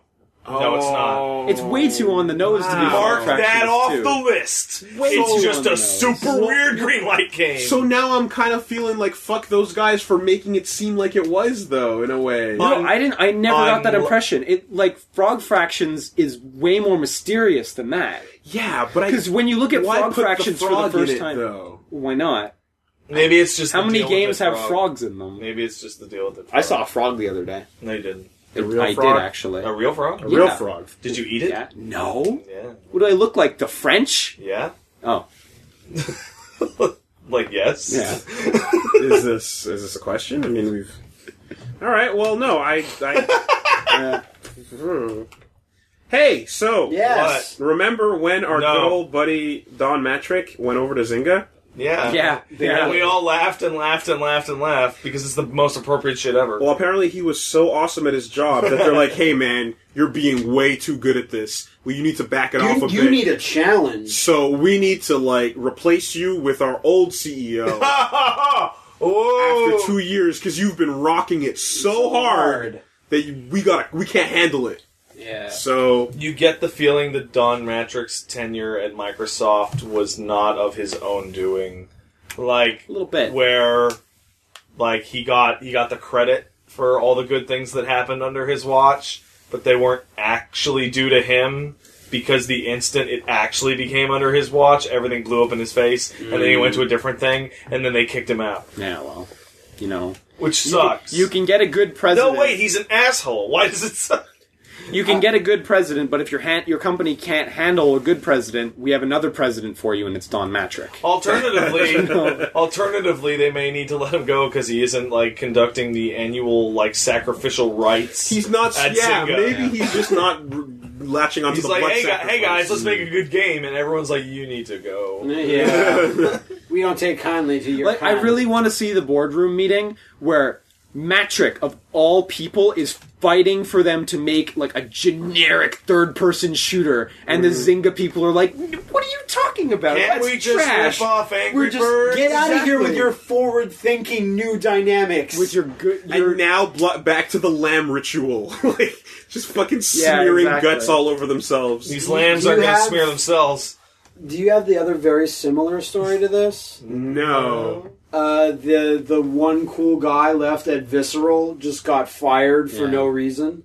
D: no, it's not.
B: Oh.
C: it's way too on the nose to be
B: Wow.
C: Frog
D: Mark that
C: Fractions
D: off
C: too.
D: the list.
B: Way
D: it's
B: too
D: just
C: on the
D: a
C: nose.
D: super
B: So-
D: weird green light game.
B: So now I'm kind of feeling like fuck those guys for making it seem like it was though in a way.
D: But-
C: No, I didn't. I never got that
D: unlo-
C: impression. It like Frog Fractions is way more mysterious than that.
B: yeah, but I
C: Because when you look at
B: why
C: Frog
B: put
C: Fractions
B: the frog
C: for the first
B: in it,
C: time,
B: though?
C: why not?
D: maybe it's just
C: How
D: the
C: many
D: deal with
C: games
D: the
C: have
D: frog.
C: frogs in them?
D: Maybe it's just the deal with it.
C: I saw a frog the other day.
D: No, you didn't.
B: A real
C: I
B: frog?
C: did actually.
D: A real frog?
B: A real
C: Yeah.
B: frog.
D: Did you eat it?
C: Yeah. No.
D: Yeah.
C: What do I look like? The French?
D: Yeah.
C: Oh,
D: like yes.
C: Yeah.
B: is this is this a question? I mean, we've. All right. Well, no. I. I
C: Yeah.
B: Hmm. Hey. So.
A: Yes.
B: Remember when our
D: No.
B: good old buddy Don Matrick went over to Zynga?
D: Yeah.
C: Yeah.
D: And we all laughed and laughed and laughed and laughed because it's the most appropriate shit ever.
B: Well, apparently he was so awesome at his job that they're like, "Hey, man, you're being way too good at this. Well, you need to back it off
A: You,
B: a
A: you
B: bit."
A: need a challenge.
B: so we need to like replace you with our old CEO
D: oh,
B: after two years because you've been rocking it so, hard, that you, we got to we can't handle it.
C: Yeah.
B: So
D: you get the feeling that Don Matrick's tenure at Microsoft was not of his own doing. Like
C: A little bit.
D: where like he got he got the credit for all the good things that happened under his watch, but they weren't actually due to him because the instant it actually became under his watch, everything blew up in his face, and then he went to a different thing, and then they kicked him out,
C: Yeah, well, you know.
D: which
C: You
D: sucks.
C: can- You can get a good
D: no
C: president.
D: wait, he's an asshole. Why does it suck?
C: You can get a good president, but if your han- your company can't handle a good president, we have another president for you, and it's Don Matrick.
D: Alternatively, alternatively, they may need to let him go because he isn't like conducting the annual like sacrificial rites.
B: he's not.
D: at
B: yeah,
D: Zynga.
B: maybe he's just not r- latching onto
D: He's
B: the
D: like,
B: blood
D: hey, gu- hey
B: sacrifice."
D: guys, let's make a good game, and everyone's like, you need to go.
A: Yeah. we don't take kindly to your.
C: Like, I
A: kind.
C: really want to see the boardroom meeting where Matrick, of all people, is fighting for them to make like a generic third-person shooter, and the Zynga people are like, "What are you talking about?
D: Can't
C: That's
D: we just
C: trash."
D: rip off Angry
C: We're just-
D: Birds?
A: get out of here with
C: Exactly.
A: your forward-thinking new dynamics.
C: With your good, your
B: And now blo- back to the lamb ritual, like just fucking
C: Yeah,
B: smearing
C: exactly.
B: guts all over themselves.
D: These lambs
A: you
D: are going to
A: have-
D: smear themselves.
A: Do you have the other very similar story to this?
B: no,
A: Uh, the the one cool guy left at Visceral just got fired for
C: Yeah.
A: no reason.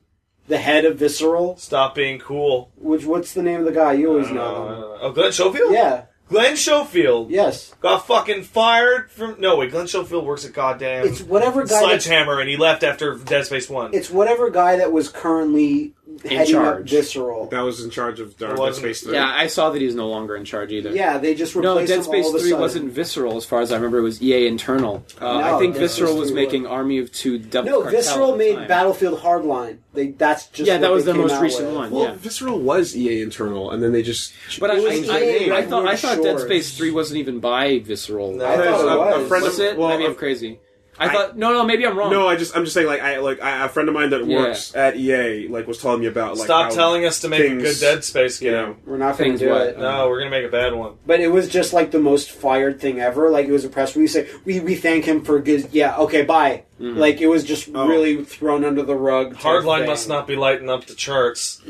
A: The head of Visceral,
D: Stop being cool.
A: which what's the name of the guy? You always
D: Uh,
A: know.
D: oh, Glenn Schofield?
A: him. Yeah.
D: Glenn Schofield
A: Yes.
D: got fucking fired from. No, wait, Glenn Schofield works at goddamn
A: It's whatever guy. That,
D: Sledgehammer, and he left after Dead Space 1.
A: it's whatever guy that was currently heading up
C: charge.
A: Visceral.
B: that was in charge of Dark Dead
D: wasn't-
B: Space Three.
C: yeah, I saw that he's no longer in charge either.
A: yeah, they just replaced
C: No, Dead
A: him
C: Space
A: all of a
C: 3
A: sudden.
C: wasn't Visceral, as far as I remember. It was EA internal. Uh,
A: No,
C: I think
A: Dead Space
C: Visceral was
A: 3
C: making Army of Two. Double
A: No,
C: Cartel at
A: Visceral
C: the
A: made
C: time.
A: Battlefield Hardline. They that's just
C: Yeah,
A: what
C: that was
A: they
C: their
A: came
C: most
A: out
C: recent
A: with.
C: one.
B: Well,
C: yeah.
B: Visceral was EA internal, and then they just
C: But I, I,
A: was EA,
C: I, I
A: right?
C: thought I
A: Weird
C: thought Dead
A: shorts.
C: Space Three wasn't even by Visceral.
D: No.
A: I
B: There's
A: thought it
B: a- a
A: was.
B: friend of-
C: was it?
B: well,
C: Maybe
B: a-
C: I'm crazy. I,
B: I-
C: thought no, no. Maybe I'm wrong.
B: No, I just I'm just saying like I like I, a friend of mine that
C: Yeah.
B: works at EA like was telling me about like
D: Stop
B: how,
D: telling us to make a good
B: things-
D: Dead Space game.
B: you know
A: We're not going to
C: Things
A: do
C: what?
A: it.
D: No, we're going to make a bad one.
A: But it was just like the most fired thing ever. Like it was a press release. Like, we we thank him for good. Yeah, okay, bye. Like it was just
B: Mm-hmm. Oh.
A: really thrown under the rug. type
D: Hardline
A: thing.
D: must not be lighting up the charts.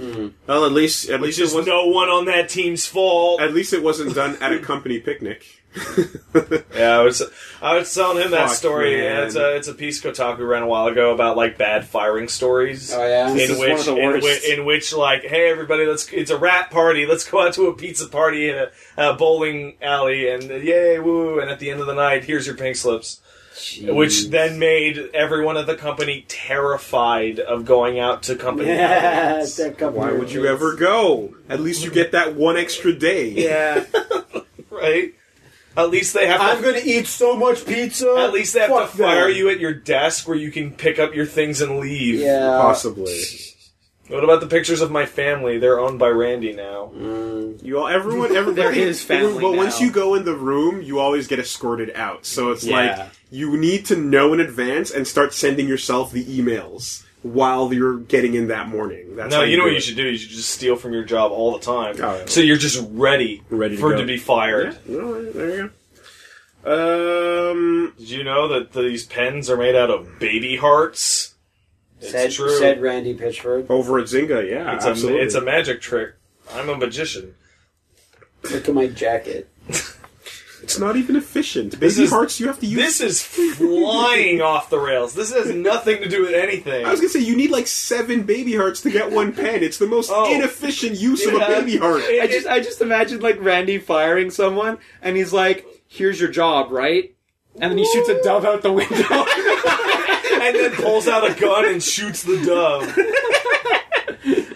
B: well at least at
D: Which
B: least
D: is
B: it was
D: no one on that team's fault.
B: at least it wasn't done at a company picnic.
D: Yeah, I was I was telling him that
B: Fuck,
D: story.
B: man.
D: Yeah, It's a it's a piece Kotaku ran a while ago about like bad firing stories.
A: Oh yeah.
B: Uh, This
D: In
B: is one
D: which,
B: of the
D: in,
B: worst.
D: whi- in which, like, hey everybody, let's it's a rap party. Let's go out to a pizza party in a, a bowling alley, and yay woo! And at the end of the night, here's your pink slips, which then made everyone at the company terrified of going out to company.
A: yeah,
D: outings.
A: that couple
B: Why
A: of
B: would you
A: years.
B: ever go? At least you get that one extra day.
A: Yeah,
D: right? At least they have. to
A: I'm gonna eat so much pizza.
D: At least they have
A: Fuck
D: to fire
A: them.
D: you at your desk where you can pick up your things and leave.
A: Yeah,
B: Possibly.
D: What about the pictures of my family? They're owned by Randy now.
B: You all, everyone, everybody.
C: There is family
B: Well, once
C: now.
B: you go in the room, you always get escorted out. So it's
C: Yeah.
B: like you need to know in advance and start sending yourself the emails while you're getting in that morning. That's
D: No,
B: how
D: you know
B: do
D: what
B: it.
D: you should do? You should just steal from your job all the time.
B: Oh, yeah.
D: So you're just ready,
B: Ready to
D: for it
B: go.
D: to be fired.
B: Yeah, all right, there you go. Um,
D: Did you know that these pens are made out of baby hearts? It's
A: said
D: true.
A: said Randy Pitchford.
B: over at Zynga, yeah,
D: it's, a,
B: absolutely.
D: it's a magic trick. I'm a magician.
A: Look at my jacket.
B: It's not even efficient.
D: This
B: Baby
D: is-
B: hearts, you have to use.
D: This is flying off the rails. This has nothing to do with anything.
B: I was gonna say you need like seven baby hearts to get one pen. It's the most
D: Oh.
B: inefficient use of a
D: Yeah.
B: baby heart.
D: It-
C: I just I just imagine like Randy firing someone, and he's like, "Here's your job, right?" And then he shoots a dove out the window.
D: and then pulls out a gun and shoots the dove.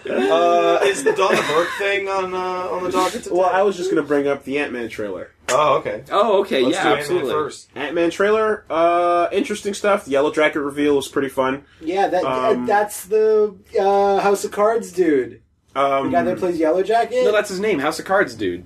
D: Uh, is the Dawn of Earth thing on uh, on the docket today?
B: Well, I was just going to bring up the Ant Man trailer.
D: oh, okay.
C: Oh, okay,
D: Let's do
C: yeah,
D: Ant-Man
C: absolutely.
D: first.
B: Ant Man trailer, uh, interesting stuff. The Yellow Jacket reveal was pretty fun.
A: Yeah, that,
B: Um,
A: that's the uh, House of Cards dude.
B: Um,
A: The guy that plays Yellow Jacket?
C: No, that's his name, House of Cards, dude.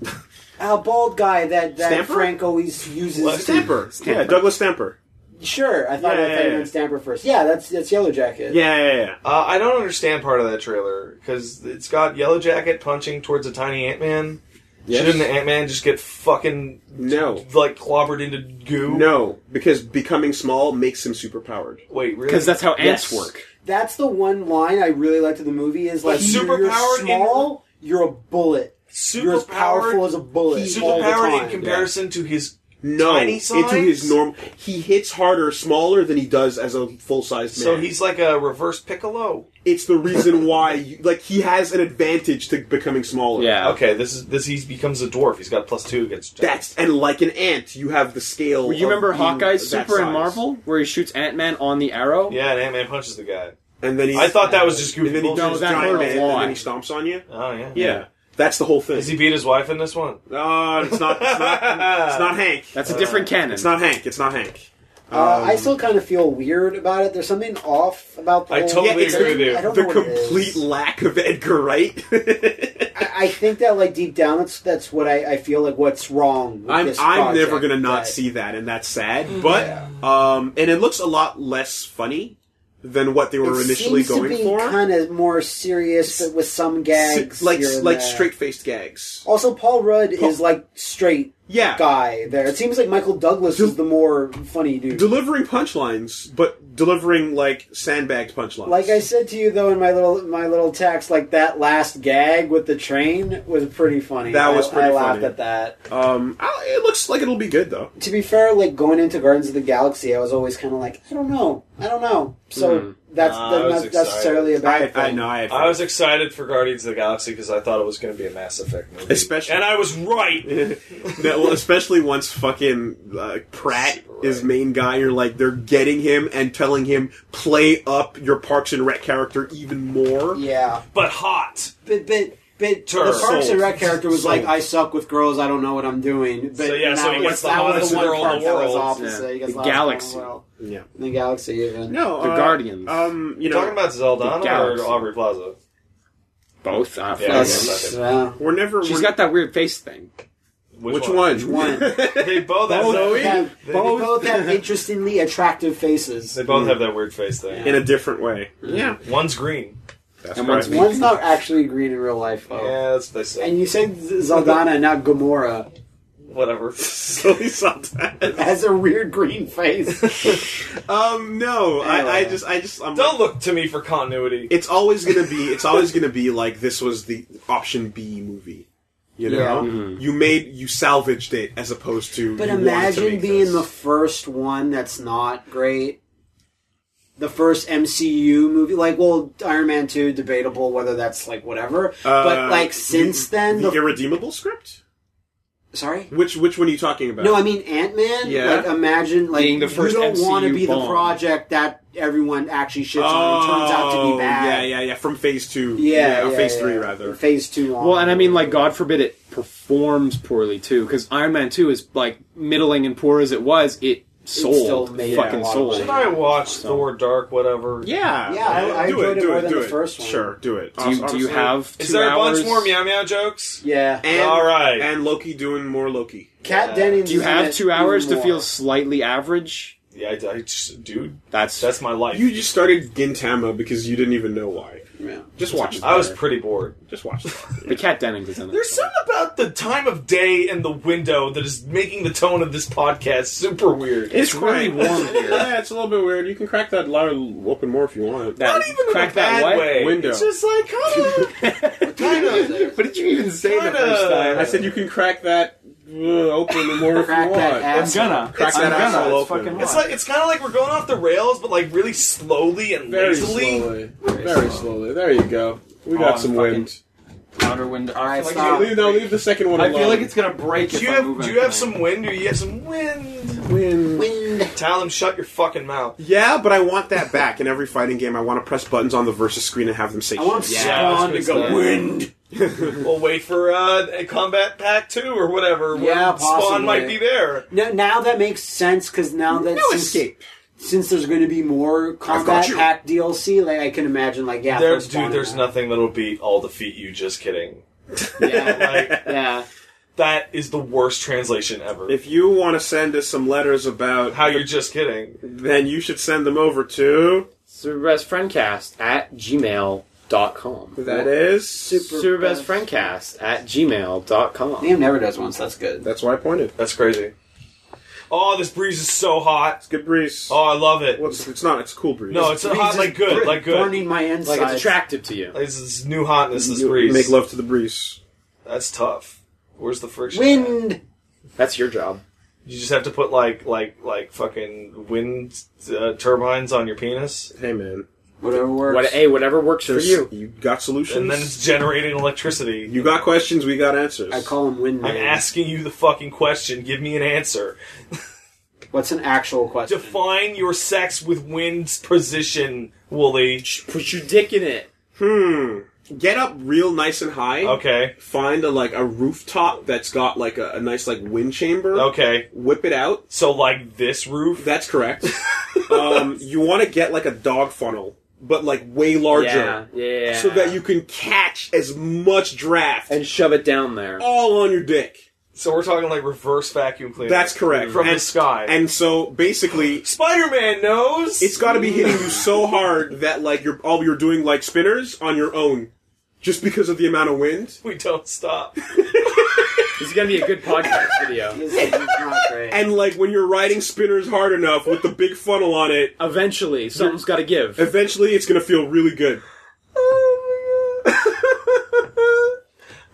A: Ah, bald guy that, that
B: Stamper?
A: Frank always uses.
B: Stamper. Yeah, Douglas Stamper.
A: Sure, I thought
B: Yeah,
A: I thought
B: yeah,
A: you
B: yeah.
A: meant Stamper first. Yeah, that's that's Yellow Jacket.
B: Yeah, yeah, yeah.
D: Uh, I don't understand part of that trailer because it's got Yellow Jacket punching towards a tiny Ant Man. Shouldn't the Ant Man just get fucking
B: No.
D: like clobbered into goo?
B: No, because becoming small makes him superpowered.
D: wait, really?
C: Because that's how ants
B: Yes.
C: work.
A: That's the one line I really liked in the movie is like
D: But
A: you're, you're
D: superpowered in-
A: small, you're a bullet. You're as powerful as a bullet. all the
D: superpowered
A: time.
D: in comparison to his
B: No,
D: Tiny
B: into his
D: size?
B: normal. He hits harder, smaller than he does as a full sized man.
D: So he's like a reverse Piccolo.
B: It's the reason why, you, like, he has an advantage to becoming smaller.
C: Yeah.
D: Okay, this is this. He becomes a dwarf. He's got plus two against.
B: That's and like an ant, you have the scale.
C: Well, you
B: of
C: remember
B: being
C: Hawkeye's
B: that
C: Super in
B: size.
C: Marvel, where he shoots Ant Man on the arrow?
D: yeah, and Ant Man punches the guy.
B: and then he's,
D: I thought that was just goofy
B: and then he
D: bullshit.
B: turns
C: No, that
B: giant
C: hurt a
B: man, and
C: lot.
B: then he stomps on you.
D: Oh yeah.
B: Yeah, that's the whole thing.
D: Does he beat his wife in this one?
B: Uh, it's not. It's not, it's not Hank.
C: That's a different canon.
B: It's not Hank. It's not Hank. Um,
A: Uh, I still kind of feel weird about it. There's something off about the
D: I
A: whole
D: totally
A: I don't-
D: agree with you.
A: I don't
B: the
A: know what it is.
B: complete lack of Edgar Wright.
A: I, I think that like deep down, that's that's what I, I feel like. What's wrong? With
B: I'm
A: this
B: I'm never
A: project,
B: gonna not
A: that-
B: see that, and that's sad. But um, and it looks a lot less funny than what they were
A: It
B: initially
A: seems
B: going
A: to be
B: for.
A: Kind of more serious, but with some gags,
B: S- like
A: here and
B: like
A: there.
B: straight faced gags.
A: Also, Paul Rudd is like straight
B: Yeah,
A: guy there. It seems like Michael Douglas
B: Del-
A: is the more funny dude.
B: delivering punchlines, but delivering like sandbagged punchlines.
A: like I said to you though in my little my little text, like that last gag with the train was pretty funny.
B: That
A: I-
B: was pretty
A: I laughed
B: funny.
A: at that.
B: um, I, it looks like it'll be good though.
A: to be fair, like going into Gardens of the Galaxy, I was always kind of like, I don't know, I don't know. So
C: Hmm.
A: that's
D: Nah, Ah, I
A: that's
D: was
A: not necessarily a
B: I,
A: bad
B: I
A: thing.
B: know. I, had
D: I was excited for Guardians of the Galaxy because I thought it was going to be a Mass Effect movie,
B: Especially-
D: and I was right.
B: no, well, especially once fucking uh, Pratt
D: Super
B: is
D: right.
B: main guy, you're like they're getting him and telling him play up your Parks and Rec character even more.
A: Yeah,
D: But hot.
A: but but but
D: Turd.
A: the Parks and Rec
B: Sold.
A: character was
B: Sold.
A: like, I suck with girls, I don't know what I'm doing. But
D: So, yeah,
A: that
D: so he
A: was-
D: gets the
A: that was
D: hottest
A: one
D: girl in
A: part
D: the
A: that was
D: world.
A: opposite.
C: Yeah.
A: He gets
C: The
A: hottest girl in
C: Galaxy.
A: the world.
B: Yeah.
A: In the galaxy even.
B: No,
C: The
B: uh,
C: Guardians.
B: Um, you
D: You
B: know,
D: talking about Zeldana
C: The
D: or
C: Galaxy.
D: Aubrey Plaza?
C: Both. Uh,
D: Yeah,
C: fuck.
D: yeah.
A: That's, uh,
B: we're never.
C: She's
B: we're,
C: got that weird face thing.
B: which one?
A: one.
D: they both have
A: both,
D: that,
A: have,
D: they,
A: both, both have interestingly attractive faces.
D: they both have that weird face thing.
B: In a different way.
C: Yeah.
D: One's green.
B: That's
C: And
B: correct.
A: One's not actually green in real life, though.
D: Yeah, that's what they say.
A: Oh. And you said Z- Zaldana, not Gamora.
D: Whatever.
B: Silly sometimes.
A: has a weird green face.
B: Um, no, I, I
A: Anyway.
B: just, I just, I'm like-
D: Don't look to me for continuity.
B: it's always gonna be it's always gonna be like this was the option B movie. You know?
A: Yeah.
D: Mm-hmm.
B: You made you salvaged it as opposed to
A: but
B: you wanted to
A: imagine
B: make
A: being
B: this.
A: the first one that's not great. The first MCU movie, like, well, Iron Man 2, debatable whether that's, like, whatever.
B: Uh,
A: but, like, since
B: the-
A: then,
B: the,
A: the.
B: irredeemable script?
A: sorry?
B: Which which one are you talking about?
A: No, I mean Ant Man.
B: Yeah.
A: Like, imagine, like,
C: Being the first
A: you don't want to
C: MCU
A: be the
C: bomb.
A: project that everyone actually shits on
B: oh,
A: and turns out to be bad.
B: Yeah, yeah, yeah. From phase two.
A: Yeah, yeah,
B: phase
A: yeah.
B: three rather.
A: Phase two. On.
C: Well, and I mean, like, God forbid it performs poorly too, because Iron Man Two is like middling and poor as it was, it sold,
A: still made
C: fucking
A: a lot of
C: sold.
A: money.
D: Should I watch Thor Dark, whatever?
B: Yeah.
A: Yeah, I- I
B: Ah, do
A: enjoyed
B: it,
A: it
B: do
A: more
B: it,
A: than
B: do
A: the
B: it.
A: first one.
B: Sure, do it.
C: Do you, do you
B: Honestly.
C: have?
D: Is
C: two
D: there a bunch
C: hours?
D: more meow meow jokes?
A: yeah.
B: and,
D: All right.
B: and Loki doing more Loki.
A: Cat Dennings.
C: Do you
A: is in
C: have
A: it
C: two hours to
A: more.
C: feel slightly average?
D: yeah, I, I just, dude,
C: That's
D: that's my life.
B: You just started Gintama because you didn't even know why.
A: Yeah.
B: Just watch it.
D: I was pretty bored.
B: Just watch it.
C: the Cat Dennings is in it.
D: There's something about the time of day and the window that is making the tone of this podcast super weird.
C: It's really warm here.
B: yeah, it's a little bit weird. You can crack that loud open more if you want.
C: That-
D: Not even
C: crack
D: in
C: that
D: a bad
C: what?
D: way.
B: Window.
D: It's just like kind of.
A: Kinda.
C: What did you even say the
D: Kinda.
C: first time?
B: I said you can crack that uh, open more if you
A: Crack
B: want.
A: that ass.
C: gonna.
B: Crack
C: I'm
B: that
C: gonna.
B: asshole
C: It's
B: open.
C: fucking
D: It's
C: hot.
D: like it's kind of like we're going off the rails, but like really slowly and
B: Very
D: lazily.
B: slowly. Very slowly. There you go. We got
C: Oh,
B: some
C: fucking-
B: wind.
C: outer window.
A: All right,
D: Like,
A: stop.
B: Leave, no, leave the second one
G: I
B: alone.
G: feel like it's gonna break.
D: Do
G: if
D: you
G: I
D: have
G: move
D: do you have
G: anything.
D: some wind? Do you have some wind?
B: wind.
A: Wind.
D: Tell him shut your fucking mouth.
B: Yeah, but I want that back in every fighting game. I want to press buttons on the versus screen and have them say.
A: I want
B: shit.
A: Spawn to
D: that's
A: go
D: good
A: wind.
D: We'll wait for uh, a Combat Pack Two or whatever. where
A: Yeah,
D: Spawn might
A: possibly.
D: be there.
A: Now, now that makes sense because now that
B: No
A: since,
B: escape.
A: since there's going to be more combat
B: you.
A: pack DLC, like I can imagine, like yeah,
D: There,
A: for Spawn
D: dude,
A: and
D: there's
A: that.
D: nothing that'll beat "I'll defeat you." Just kidding.
A: Yeah,
D: Like
A: yeah.
D: that is the worst translation ever.
B: If you want to send us some letters about
D: How you're just kidding.
B: then you should send them over to.
C: Super Best Friendcast at gmail.com.
B: That is.
C: Super Best Friendcast at gmail.com.
H: Liam never does one, so that's good.
B: That's why I pointed.
D: That's crazy. Oh, this breeze is so hot.
B: It's good breeze.
D: Oh, I love it.
B: Well, it's, it's not. It's cool breeze.
D: No, it's
A: Breeze
D: hot
A: is
D: like good,
A: br-
D: like good.
A: Burning my insides.
C: Like, it's attractive to you.
D: This is new hotness. This
B: You
D: breeze.
B: Make love to the breeze.
D: That's tough. Where's the friction?
A: Wind.
C: That's your job.
D: You just have to put like like like fucking wind uh, turbines on your penis,
B: Hey man,
A: Whatever works.
C: What, hey, whatever works for
B: There's-
C: you.
B: You got solutions.
D: and then it's generating electricity.
B: you got questions. We got answers.
A: I call him Windman.
D: I'm asking you the fucking question. Give me an answer.
A: What's an actual question?
D: Define your sex with wind's position, Wooly.
C: Put your dick in it.
B: Hmm. Get up real nice and high.
D: Okay,
B: Find a like a rooftop that's got like a, a nice like wind chamber.
D: okay.
B: Whip it out.
D: So like this roof.
B: That's correct. um, you want to get like a dog funnel, but like way larger,
C: Yeah, yeah.
B: so that you can catch as much draft
C: and shove it down there.
B: all on your dick.
D: So we're talking like reverse vacuum cleaner.
B: That's correct.
D: From the
B: And-
D: sky.
B: And so basically,
D: Spider-Man knows.
B: it's got to be hitting you so hard that like you're all you're doing like spinners on your own, just because of the amount of wind.
D: we don't stop.
C: This is gonna be a good podcast video.
A: This is not great.
B: And like when you're riding spinners hard enough with the big funnel on it,
C: Eventually, something's got to give.
B: eventually it's gonna feel really good. Oh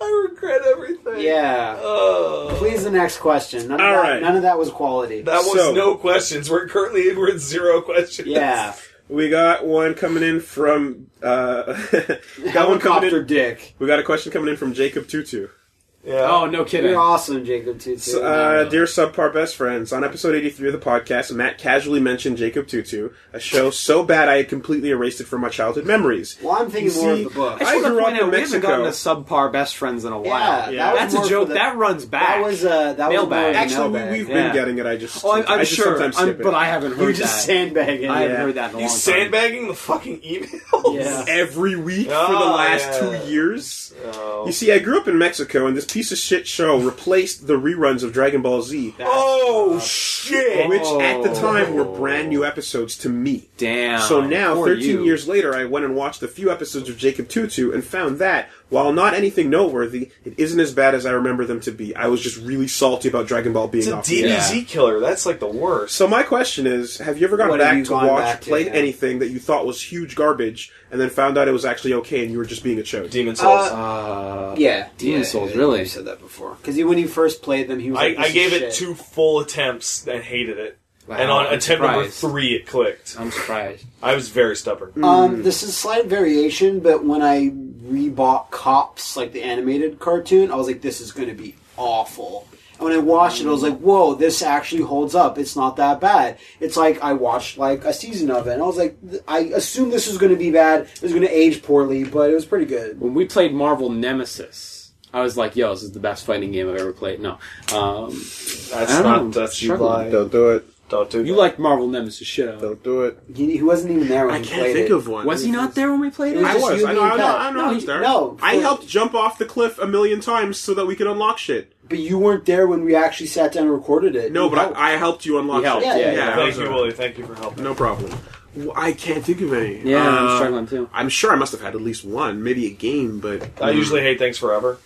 D: I regret everything.
A: yeah.
D: Oh.
A: Please, the next question. None of,
B: All
A: that,
B: right.
A: none of that was quality.
D: That was
B: So-
D: no questions. We're currently we're at zero questions.
A: yeah.
B: We got one coming in from uh, got one coming
A: Helicopter
B: in.
A: dick.
B: We got a question coming in from Jacob Tutu.
D: Yeah.
C: Oh, no kidding.
A: You're awesome, Jacob. Too.
B: So, uh, dear subpar best friends, on episode 83 of the podcast, Matt casually mentioned Jacob Tutu, a show so bad I had completely erased it from my childhood memories.
A: well, I'm thinking
B: you
A: more
B: see,
A: of the book.
B: I
C: wanna
B: grew up in
C: we haven't
B: Mexico.
C: gotten a subpar best friends in a
A: yeah,
C: while.
B: yeah.
A: That was
C: That's a
A: more
C: joke.
A: for the-
C: that runs back.
A: That was uh, that was
C: Mailbag.
A: more of a
B: Actually,
A: mailbag.
B: we, we've
C: Yeah.
B: been getting it. I just,
C: oh, I'm, I'm
B: I just
C: sure,
B: sometimes
C: I'm-
B: skip it.
C: but I haven't heard
A: You're
C: that.
A: just sandbagging.
C: I haven't
B: Yeah.
C: heard that in a
D: You
C: long time.
D: sandbagging the fucking emails.
A: Yeah.
B: Every week for the
D: Oh,
B: last
D: yeah.
B: two years.
D: Oh.
B: You see, I grew up in Mexico, and this piece of shit show replaced the reruns of Dragon Ball Z, Uh,
D: Oh, shit.
B: which at
A: Oh.
B: the time were brand new episodes to me.
C: Damn.
B: So now,
C: poor
B: 13
C: you.
B: years later, I went and watched a few episodes of Jacob Tutu and found that, while not anything noteworthy, it isn't as bad as I remember them to be. I was just really salty about Dragon Ball being
D: It's a
B: off. the air.
D: DBZ killer. That's like the worst.
B: So my question is, have you ever gone
A: What have
B: back
A: you
B: to
A: gone
B: watch,
A: back to,
B: play
A: yeah.
B: anything that you thought was huge garbage, and then found out it was actually okay and you were just being a chode?
D: Demon Souls.
C: Uh,
A: yeah.
C: Demon Souls, really?
A: You said that before. Because when you first played them, he was.
D: I,
A: like,
D: I
A: this
D: gave
A: is shit.
D: it two full attempts and hated it.
C: Wow, Um,
D: and on
C: I'm
D: attempt number
C: surprised.
D: three, it clicked.
C: I'm surprised.
D: I was very stubborn.
A: Um, this is slight variation, but when I rebought Cops, like the animated cartoon, I was like, this is going to be awful. And when I watched it, I was like, whoa, this actually holds up. It's not that bad. It's like I watched like a season of it, and I was like, th- I assumed this was going to be bad. It was going to age poorly, but it was pretty good.
C: When we played Marvel Nemesis, I was like, "Yo, this is the best fighting game I've ever played." No, um,
D: That's
C: I don't
D: not.
C: know.
D: That's you
C: Struggle.
D: lie.
B: Don't do it.
D: Don't do
C: you
D: that.
C: liked Marvel Nemesis shit. out.
B: Don't do it.
A: He, he wasn't even there when
B: I
A: he
B: can't
A: played
B: think
A: it.
B: of one.
C: Was he not there when we played
A: It
C: it?
B: I was.
A: you
B: I
A: and
B: know.
A: me
B: I
A: and
B: know.
A: Pat.
B: I know.
A: No,
B: I was
A: you-
B: there.
A: no,
B: I
A: for-
B: helped jump off the cliff a million times so that we could unlock shit.
A: But you weren't there when we actually sat down and recorded it.
B: No,
A: You
B: but
A: helped.
B: I, I helped you unlock
C: He helped,
B: shit.
A: yeah, yeah, yeah.
B: I was
D: Thank you,
B: a-
D: Willie. Thank you for helping.
B: No problem. W I can't think of any.
C: Yeah, I'm
B: Uh,
C: struggling too.
B: I'm sure I must have had at least one, maybe a game, but
D: I usually hate things forever.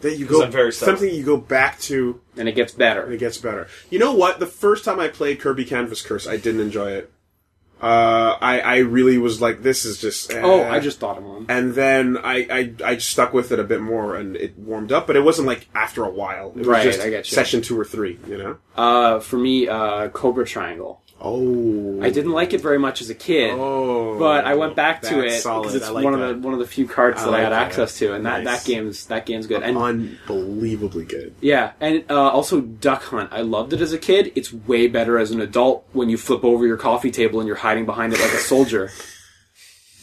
B: that you
D: 'Cause
B: go
D: I'm very stubborn.
B: something you go back to
C: And it gets
B: and
C: better.
B: it gets better. You know what? The first time I played Kirby Canvas Curse, I didn't enjoy it. Uh, I I really was like, this is just. eh.
C: Oh, I just thought of one.
B: And then I, I I stuck with it a bit more and it warmed up, but it wasn't like after a while. It was
C: Right,
B: just
C: I get you.
B: session two or three, you know.
C: Uh, for me, uh, Cobra Triangle.
B: Oh,
C: I didn't like it very much as a kid,
B: Oh,
C: but I went back to
B: that's
C: it
B: solid.
C: because it's
B: I like
C: one
B: that.
C: of the one of the few cards
B: I
C: that I
B: like
C: had
B: that.
C: access to, and that
B: Nice.
C: that game's that game's good. And
B: unbelievably good.
C: yeah, and uh, also Duck Hunt. I loved it as a kid. It's way better as an adult when you flip over your coffee table and you're hiding behind it like a soldier.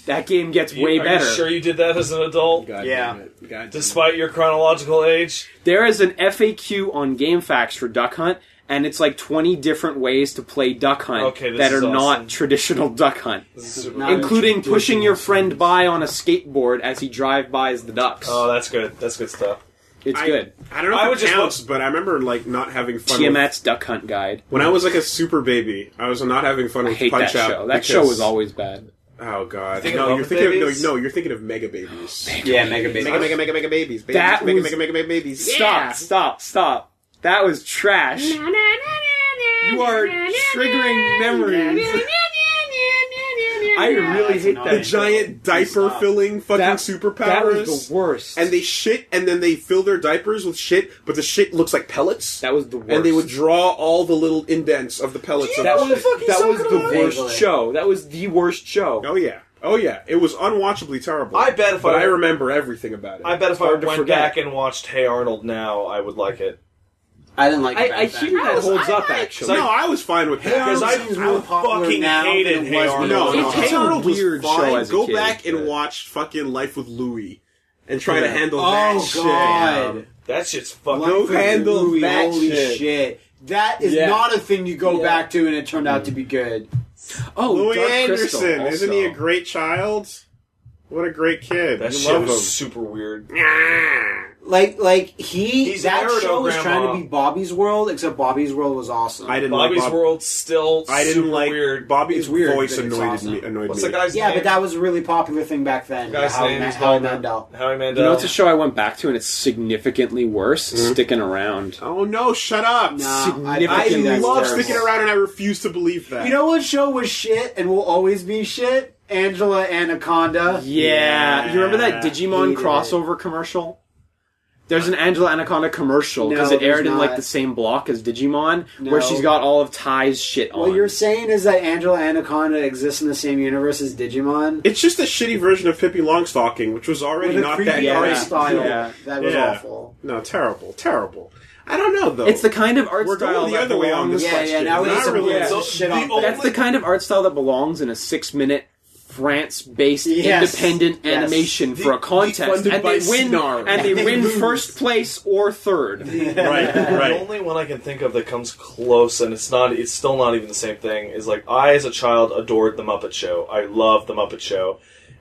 C: That game gets way
D: Are
C: better.
D: You sure you did that as an adult,
B: God
A: Yeah.
B: damn it. God damn it.
D: despite your chronological age?
C: There is an FAQ on GameFAQs for Duck Hunt, and it's like 20 different ways to play Duck Hunt
D: Okay, this
C: that are
D: is awesome.
C: not traditional Duck Hunt,
D: This is super-
A: Not
C: including
A: traditional.
C: pushing your friend by on a skateboard as he drive bys the ducks.
D: Oh, that's good. That's good stuff.
C: it's
B: I,
C: good.
B: I don't know
D: I
B: if
D: would
B: it
D: just
B: counts, but I remember like not having fun. with-
C: Tiamat's Duck Hunt Guide.
B: when I was like a super baby, I was not having fun
C: I
B: with
C: hate
B: Punch
C: that
B: Out.
C: show. That
B: because-
C: show was always bad.
B: Oh god.
D: Thinking
B: no,
D: of
B: you're
D: Muppet
B: thinking of,
D: Babies?
B: no, no, you're thinking of Mega Babies.
I: Yeah, Mega Baby.
B: Mega, mega, mega, mega babies. babies
C: That
B: mega,
C: was-
B: mega, mega, mega babies.
C: Stop, stop, stop. That was trash. You are triggering memories. I really hate
B: The
C: that.
B: giant diaper filling fucking
C: That-
B: superpowers.
C: That was the worst.
B: and they shit, and then they fill their diapers with shit, but the shit looks like pellets.
C: that was the worst.
B: and they would draw all the little indents of the pellets. of
C: That
B: the
C: was
B: shit.
C: that was the
A: Vaguely.
C: worst show. That was the worst show.
B: Oh yeah, oh yeah. It was unwatchably terrible.
D: I bet if
B: but
D: I-
B: I remember everything about it.
D: I bet if I
C: hard to
D: went
C: forget.
D: back and watched Hey Arnold now, I would like it.
I: I didn't like.
C: I,
I: it
C: I
I: back then.
C: hear that holds up
B: no,
C: actually.
B: I was fine with that.
D: Because I,
A: Arnold seems more
D: I
A: popular
D: fucking
A: now than
D: hated
A: it
D: Hey
A: was when it
D: Arnold.
B: No,
A: was
B: no,
A: It's
B: Hey
A: kind of
B: Arnold was
C: weird show
B: fine.
C: as a
B: Go
C: kid,
B: back and
C: but-
B: watch fucking Life with Louie and try to
C: Yeah.
B: handle that
A: Oh
B: shit.
A: god!
D: That shit's fucking.
B: Like-
A: Life with
B: handle
A: Louis,
B: that
A: holy
B: shit.
A: That is
C: Yeah.
A: not a thing you go
C: Yeah.
A: back to, and it turned out to be good.
C: Oh,
B: Louis
C: Dark
B: Anderson,
C: Crystal
B: isn't
C: also.
B: he a great child? What a great kid!
D: that
B: You
D: shit
B: love
D: was
B: him.
D: super weird.
A: Like, like he
D: He's
A: that
D: an Aerodo
A: show was trying
D: grandma.
A: to be Bobby's World, except Bobby's World was awesome.
B: I didn't
D: Bobby's
B: like Bob-
D: World still
B: I didn't
D: super
B: like
D: weird.
B: Bobby's
A: It's weird,
B: voice
A: but it's
B: annoyed
A: awesome.
B: me. Annoyed
D: What's
B: me.
D: the guy's
A: yeah,
D: name?
A: but that was a really popular thing back then.
D: guy's
A: Howie
D: name
A: Ma-
D: is
A: Howie
D: Howie
A: Mandel.
D: Howie
C: You
D: Mandel.
C: know, it's a show I went back to, and it's significantly worse. Sticking around.
B: Oh no! Shut up!
A: No, I,
B: I
A: I
C: Significantly
A: think that's
B: love
A: terrible.
B: sticking around, and I refuse to believe that.
A: You know what show was shit and will always be shit? Angela Anaconda.
C: Yeah. you remember that
B: Yeah.
C: Digimon
A: Hated it.
C: crossover commercial? There's an Angela Anaconda commercial because
A: No,
C: it aired
A: there's
C: in like
A: not.
C: the same block as Digimon,
A: No.
C: where she's got all of Ty's shit on.
A: What you're saying is that Angela Anaconda exists in the same universe as Digimon.
B: It's just a shitty version of Pippi Longstocking, which was already
A: With a
B: not that
A: creepy
C: Yeah.
A: art
B: great.
A: style.
C: Yeah.
A: That was
B: Yeah.
A: awful.
B: No, terrible, terrible. I don't know though.
C: it's the kind of art
B: We're going
C: style
B: the
C: that
B: other way on
C: belongs-
A: Yeah,
B: this
A: yeah,
B: question.
A: now
B: Not
A: it's
B: really.
A: it's
D: So,
A: a shit
D: the
A: on
D: only-
A: thing.
C: That's the kind of art style that belongs in a six-minute France-based
A: Yes.
C: independent
A: Yes.
C: animation for a contest,
B: funded
C: and
B: by
C: they win,
B: Snar.
C: and they
A: They
C: win
A: lose.
C: first place or third.
B: right,
D: The
B: right.
D: only one I can think of that comes close, and it's not, it's still not even the same thing, is like I, as a child, adored The Muppet Show. I loved The Muppet Show.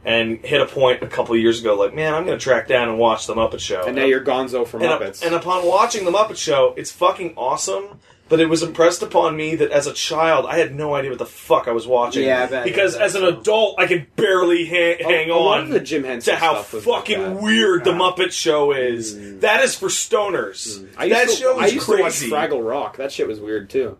D: And hit a point a couple years ago, like, man, I'm going to track down and watch The Muppet Show.
C: And now you're Gonzo from
D: and, up-
C: Muppets.
D: and upon watching The Muppet Show, it's fucking awesome. But it was impressed upon me that as a child, I had no idea what the fuck I was watching.
A: Yeah, I bet.
D: because as an adult, I could barely ha- hang
C: Oh, a,
D: on
C: a lot of the Jim Henson
D: to how
C: stuff was
D: fucking
C: like that. Mm.
D: weird the Muppet Show is. That is for stoners.
C: I used
D: That
C: to,
D: show
C: I
D: is
C: used
D: crazy.
C: to watch Fraggle Rock. That shit was weird too.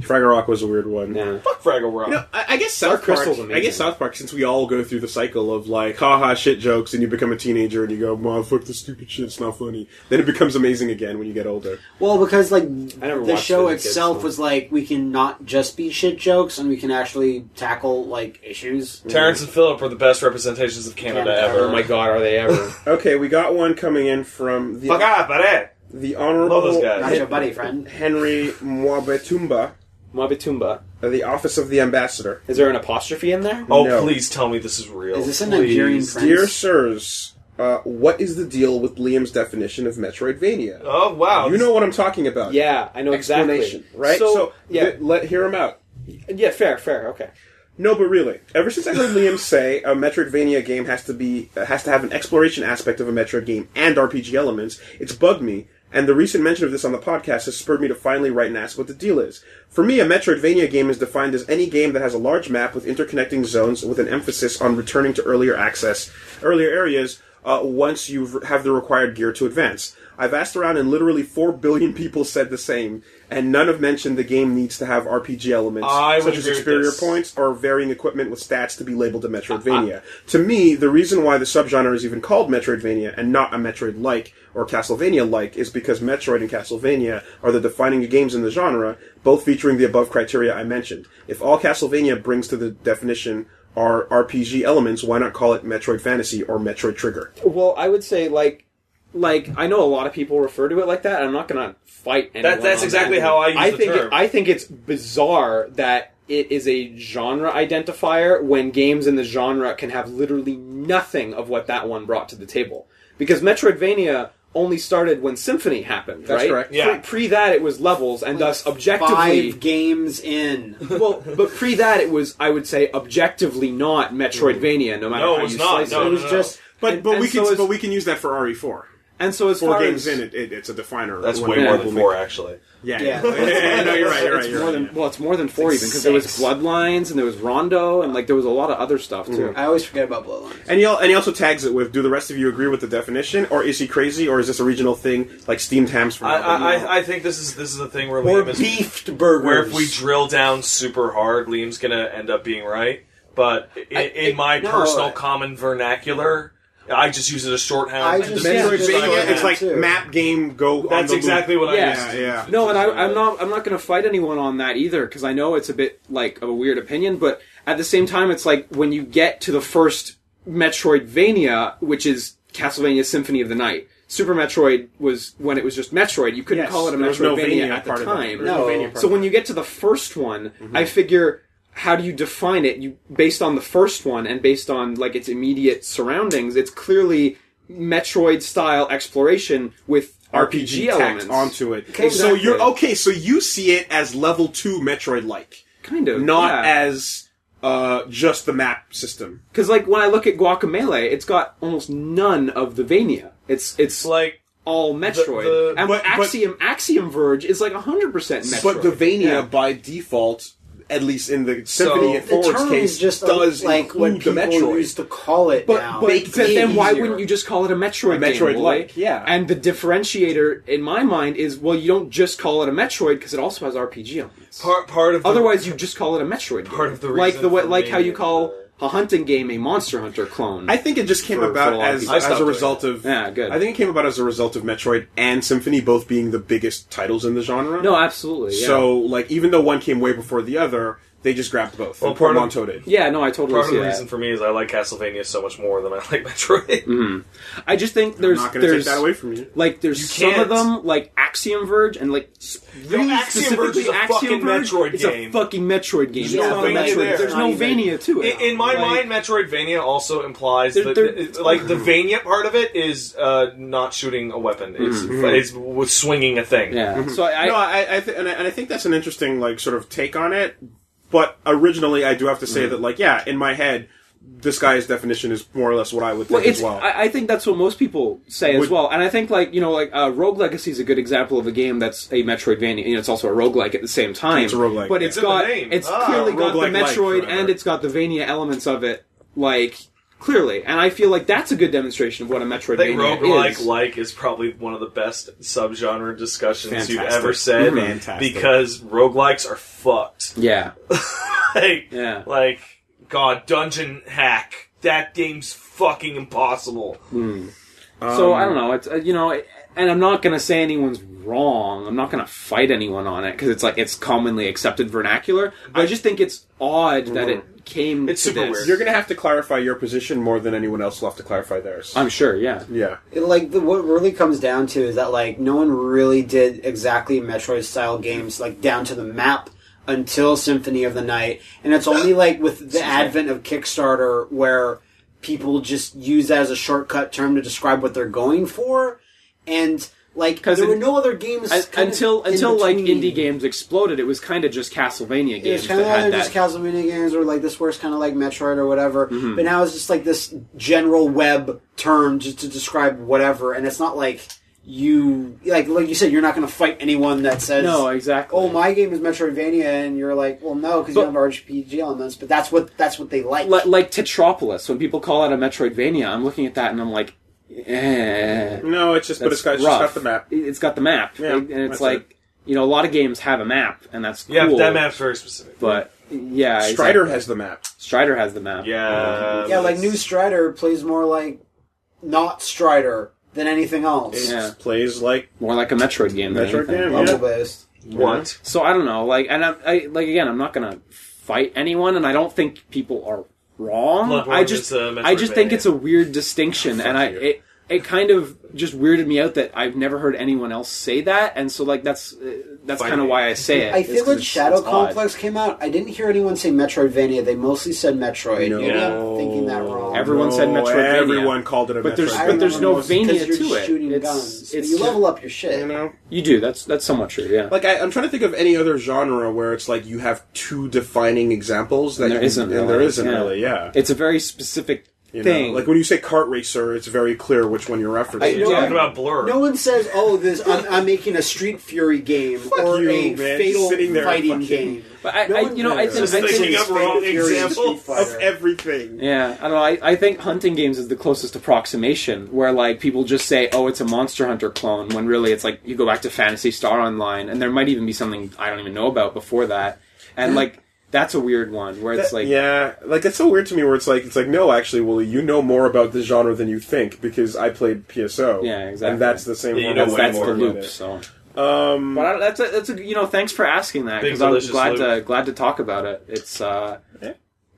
B: Fraggle Rock was a weird one.
C: Yeah.
D: Fuck Fraggle Rock.
B: You know, I, I guess
C: Dark
B: South Park.
C: Crystal's amazing.
B: I guess South Park, since we all go through the cycle of like, haha, shit jokes, and you become a teenager, and you go, "Mom, fuck this stupid shit. It's not funny." Then it becomes amazing again when you get older.
A: Well, because like
C: never
A: the
C: watched
A: show
C: it as a kid,
A: itself
C: so-
A: was like we can not just be shit jokes and we can actually tackle like issues.
D: Terrence and Philip were the best representations of Canada
A: Canada.
D: ever.
C: Oh my god, are they ever?
B: Okay, we got one coming in from the
D: Fuck off, buddy.
B: the honorable
D: Love those guys.
A: Not your buddy, friend.
B: Henry Mwabetumba,
C: Mabitumba.
B: of the Office of the Ambassador.
C: Is there an apostrophe in there?
D: Oh,
B: No.
D: please tell me this is real.
A: Is this a
D: an
A: Nigerian friend?
B: Dear sirs, uh, what is the deal with Liam's definition of Metroidvania?
D: Oh, wow.
B: you know what I'm talking about.
C: Yeah, I know
B: Explanation,
C: exactly.
B: right?
C: So,
B: So,
C: yeah,
B: th- let hear him out.
C: yeah, fair, fair, okay.
B: No, but really, ever since I heard Liam say a Metroidvania game has to be uh, has to have an exploration aspect of a Metroid game and RPG elements, it's bugged me. And the recent mention of this on the podcast has spurred me to finally write and ask what the deal is. For me, a Metroidvania game is defined as any game that has a large map with interconnecting zones with an emphasis on returning to earlier access, earlier areas, uh, once you have the required gear to advance. I've asked around, and literally four billion people said the same, and none have mentioned the game needs to have RPG elements
D: I would
B: such as
D: agree with
B: superior
D: this.
B: points or varying equipment with stats to be labeled a
C: Uh,
B: Metroidvania. to me, the reason why the subgenre is even called Metroidvania and not a Metroid-like or Castlevania-like is because Metroid and Castlevania are the defining games in the genre, both featuring the above criteria I mentioned. If all Castlevania brings to the definition are RPG elements, why not call it Metroid Fantasy or Metroid Trigger?
C: Well, I would say like like I know a lot of people refer to it like that. and I'm not gonna fight. Anyone
D: That- that's
C: on
D: exactly
C: that.
D: how I use
C: I
D: the
C: think
D: term.
C: It, I think it's bizarre that it is a genre identifier when games in the genre can have literally nothing of what that one brought to the table. Because Metroidvania only started when Symphony happened,
B: That's
C: right?
B: correct.
C: Pre,
D: Yeah.
C: pre that it was levels, and thus objectively
A: Five games in.
C: well, but pre that it was, I would say, objectively not Metroidvania. No matter
D: No, it
C: how
D: was
C: you
D: not.
C: slice it,
D: No, no, no.
B: But
C: And-
B: but
C: and
B: we
C: so
B: can
C: is-
B: but we can use that for RE4.
C: And so as
B: Four
C: far
B: games
C: as,
B: in it, it, it's a definer.
D: That's
B: One
D: way
B: of
D: more
B: the
D: than
B: big-
D: four, actually.
B: Yeah,
A: Yeah.
B: yeah. yeah, no, you're right. You're right.
C: it's
B: You're right.
C: more than well, it's more than four
A: like
C: even because there was
A: six.
C: Bloodlines and there was Rondo and like there was a lot of other stuff too.
A: I always forget about Bloodlines.
B: And he, al- and he also tags it with, "Do the rest of you agree with the definition, or is he crazy, or is this a regional thing like steamed hams from?"
D: I, I,
B: Albany?
D: I- I think this is this is the thing where
A: Or
D: Liam is
A: beefed burgers.
D: where if we drill down super hard, Liam's gonna end up being right. But in, in my
A: no,
D: personal
A: I-
D: common vernacular, I just use it as shorthand.
A: I
D: and
A: just-
D: this
A: Metroidvania,
D: is the
A: Yeah,
B: Metroidvania,
D: shorthand.
B: it's like
A: too.
B: map game go. on
D: that's
B: the loop.
D: exactly what I
C: Yeah.
D: used.
B: Yeah, yeah.
C: No, and I, I'm not. I'm not going to fight anyone on that either because I know it's a bit like of a weird opinion, but at the same time, it's like when you get to the first Metroidvania, which is Castlevania Symphony of the Night. Super Metroid was when it was just Metroid. You couldn't
A: Yes,
C: call it a
B: There was no
C: Metroidvania
B: Vania
C: at the
B: part of that. There
C: time.
B: was no
A: No.
B: Vania part
C: So
B: of
C: when you get to the first one,
B: Mm-hmm.
C: I figure how do you define it? You based on the first one and based on like its immediate surroundings, it's clearly Metroid style exploration with RPG,
B: tacked
C: elements
B: onto it.
A: Okay,
B: So
A: exactly.
B: you're okay. So you see it as level two Metroid like,
C: Kind of
B: not
C: yeah.
B: as uh, just the map system.
C: Because like when I look at Guacamele, it's got almost none of the Vania. It's it's
D: It's like
C: all Metroid,
D: the-
C: and
B: but- but-
C: Axiom Axiom Verge is like hundred percent Metroid.
B: But the Vania
C: Yeah.
B: by default, at least in the Symphony and
A: the
B: Forwards
A: term
B: case,
A: just uh,
B: does
A: like what
B: include the
A: people
B: Metroid.
A: used to call it
C: but,
A: now.
C: but,
A: Make
C: but
A: it
C: then why
A: easier.
C: wouldn't you just call it a Metroid?
B: A Metroid
C: game,
B: like,
C: boy?
B: yeah.
C: And the differentiator in my mind is well, you don't just call it a Metroid because it also has RPG elements.
D: part part of the-
C: Otherwise, you just call it a Metroid.
D: Part
C: game.
D: of the
C: like
D: reason
C: the way,
D: for
C: like
D: me,
C: how you call
D: uh,
C: a hunting game a Monster Hunter clone.
B: I think it just came
C: For- for
B: about
C: a lot of
B: as,
C: people. I
B: as
D: stopped
B: a
D: doing
B: result of
C: Yeah, good.
B: I think it came about as a result of Metroid and Symphony both being the biggest titles in the genre.
C: no, absolutely. Yeah.
B: so like even though one came way before the other, they just grabbed both.
D: Well,
B: and
D: part of-
B: Montoed it.
C: yeah, no, I totally
D: part of
C: see
D: the
C: that.
D: reason for me is I like Castlevania so much more than I like Metroid.
C: I just think there's
B: I'm not going to
C: there's
B: take that away from you.
C: Like there's
D: You
C: some
D: can't.
C: of them, like Axiom Verge, and like s- really
D: Axiom
C: specifically
D: Verge is a
C: Axiom
D: fucking
C: Verge,
D: Metroid
C: it's
D: game.
C: a fucking Metroid game. It's
A: no
C: not a
D: Vania
C: Metroid.
D: there.
C: There's
A: Not
C: no
A: even-
C: Vania to it.
D: In, in my
C: Like,
D: mind, Metroidvania also implies
C: They're-
D: that
C: they're-
D: it's like the Vania part of it is uh, not shooting a weapon; it's it's w- swinging a thing.
C: yeah. So I,
B: no, I, I th- and I and I think that's an interesting like sort of take on it. But originally, I do have to
C: Mm-hmm.
B: say that like yeah, in my head, this guy's definition is more or less what I would think
C: Well, it's,
B: as well.
C: I, I think that's what most people say as
B: Would-
C: well, and I think like you know, like uh, Rogue Legacy is a good example of a game that's a Metroidvania. You know, it's also a roguelike at the same time.
B: It's a roguelike,
C: but
B: yeah.
C: it's
D: It's in
C: got
D: the name.
C: it's
D: Ah,
C: clearly got the
B: roguelike-like,
C: Metroid
B: whatever.
C: and it's got the Vania elements of it, like clearly. And I feel like that's a good demonstration of what a
D: I think
C: Metroidvania
D: roguelike
C: is.
D: like is probably one of the best subgenre discussions you've
B: Fantastic.
D: ever said
B: Fantastic.
D: because roguelikes are fucked.
C: yeah,
D: like,
C: yeah.
D: like God, dungeon hack. That game's fucking impossible.
C: So
B: Um,
C: I don't know. It's uh, you know, and I'm not gonna say anyone's wrong. I'm not gonna fight anyone on it because it's like it's commonly accepted vernacular. I just think it's odd that it came.
D: Mm-hmm. It's
C: to
D: super
C: this.
D: weird.
B: You're going to have to clarify your position more than anyone else will have to clarify theirs.
C: I'm sure. Yeah.
B: yeah.
A: It, like the, what really comes down to is that like no one really did exactly Metroid style games like down to the map until Symphony of the Night, and it's only like with the advent of Kickstarter where people just use that as a shortcut term to describe what they're going for, and like
C: 'Cause
A: there
C: in-
A: were no other games
C: I-
A: kind of
C: until
A: in
C: until like
A: between.
C: indie games exploded, it was kind of just Castlevania
A: It's
C: games
A: kind of
C: that
A: like
C: had
A: they're just
C: that. Mm-hmm.
A: Castlevania games, or like this works kind of like Metroid or whatever. But now it's just like this general web term just to describe whatever, and it's not like you like like you said you're not going to fight anyone that says
C: no, exactly.
A: Oh, my game is Metroidvania, and you're like, well, no, because you
C: But-
A: don't have RPG elements. But that's what that's what they like.
C: Like, like Tetropolis, when people call it a Metroidvania, I'm looking at that and I'm like, eh,
B: No, it's just but
C: that's
B: it's got, it's just got
C: rough.
B: the map.
C: It- It's got the map,
B: Yeah,
C: and and it's
B: that's
C: like you know a lot of games have a map, and that's cool.
D: Yeah, but that map's very specific.
C: But yeah,
B: Strider
C: exactly.
B: has the map.
C: Strider has the map.
D: yeah,
A: yeah, like New Strider plays more like not Strider than anything
B: It
A: else.
C: Yeah.
B: just plays like
C: more like a Metroid game. Than
B: Metroid
C: anything.
B: game, yeah.
A: Level based.
D: What?
C: So I don't know, like, and I, I like again, I'm not gonna fight anyone, and I don't think people are wrong.
D: Bloodborne
C: I just,
D: is a
C: I just think
D: Metroidvania. Oh,
C: it's a weird distinction, and I, it, it kind of just weirded me out that I've never heard anyone else say that, and so like that's, uh, that's
D: Fight
C: kind of
D: me.
C: why I say it.
A: I
C: is
A: think
C: 'cause
A: when
C: it's-
A: Shadow
C: it's odd.
A: Complex came out, I didn't hear anyone say Metroidvania. They mostly said Metroid.
B: No.
A: Maybe I'm thinking that wrong.
C: Every- Everyone said
B: No,
C: Metroidvania.
B: Everyone called it a
C: But there's-
A: I
C: but there's
A: remember
C: no
A: most-
C: Vania
A: because you're
C: to
A: just
C: it.
A: Shooting
C: It's-
A: guns. But
C: it's
A: you
C: ju-
A: level up your shit.
B: you know.
C: You do. That's that's somewhat true. Yeah.
B: Like I, I'm trying to think of any other genre where it's like you have two defining examples that
C: And there
B: you-
C: isn't
B: and
C: really,
B: there isn't
C: yeah.
B: really, yeah.
C: it's a very specific
B: You know,
C: thing.
B: Like when you say kart racer, it's very clear which one you're referencing.
A: I-
D: You're
A: Yeah.
D: talking about Blur.
A: No one says, "Oh, this I'm, I'm making a Street Fury game or
B: you,
A: a
B: man. Just
A: fatal
B: sitting there
A: fighting
B: fucking-
A: game."
C: but I,
A: no
C: I
A: one-
C: you know, I
B: It's
C: think,
D: just
C: I think
D: thinking of
A: Fatal
D: wrong
A: Fury and
D: examples
A: Street
B: of
A: Fighter.
B: everything.
C: Yeah, I don't know. I, I think hunting games is the closest approximation, where like people just say, "Oh, it's a Monster Hunter clone," when really it's like you go back to Fantasy Star Online, and there might even be something I don't even know about before that, and like that's a weird one where it's like,
B: yeah, like it's so weird to me where it's like it's like no, actually, Willie, you know more about this genre than you think because I played PSO.
C: Yeah, exactly.
B: And that's the same.
D: Yeah, you
B: one
D: know
B: I
C: that's,
D: way
C: that's
B: played
C: the
D: more
B: about
C: loop.
B: it.
C: So,
B: Um,
C: but I, that's a, that's a you know, thanks for asking that
D: Big
C: because I'm
D: delicious
C: glad to
D: loop.
C: glad to talk about it. It's uh,
B: Yeah.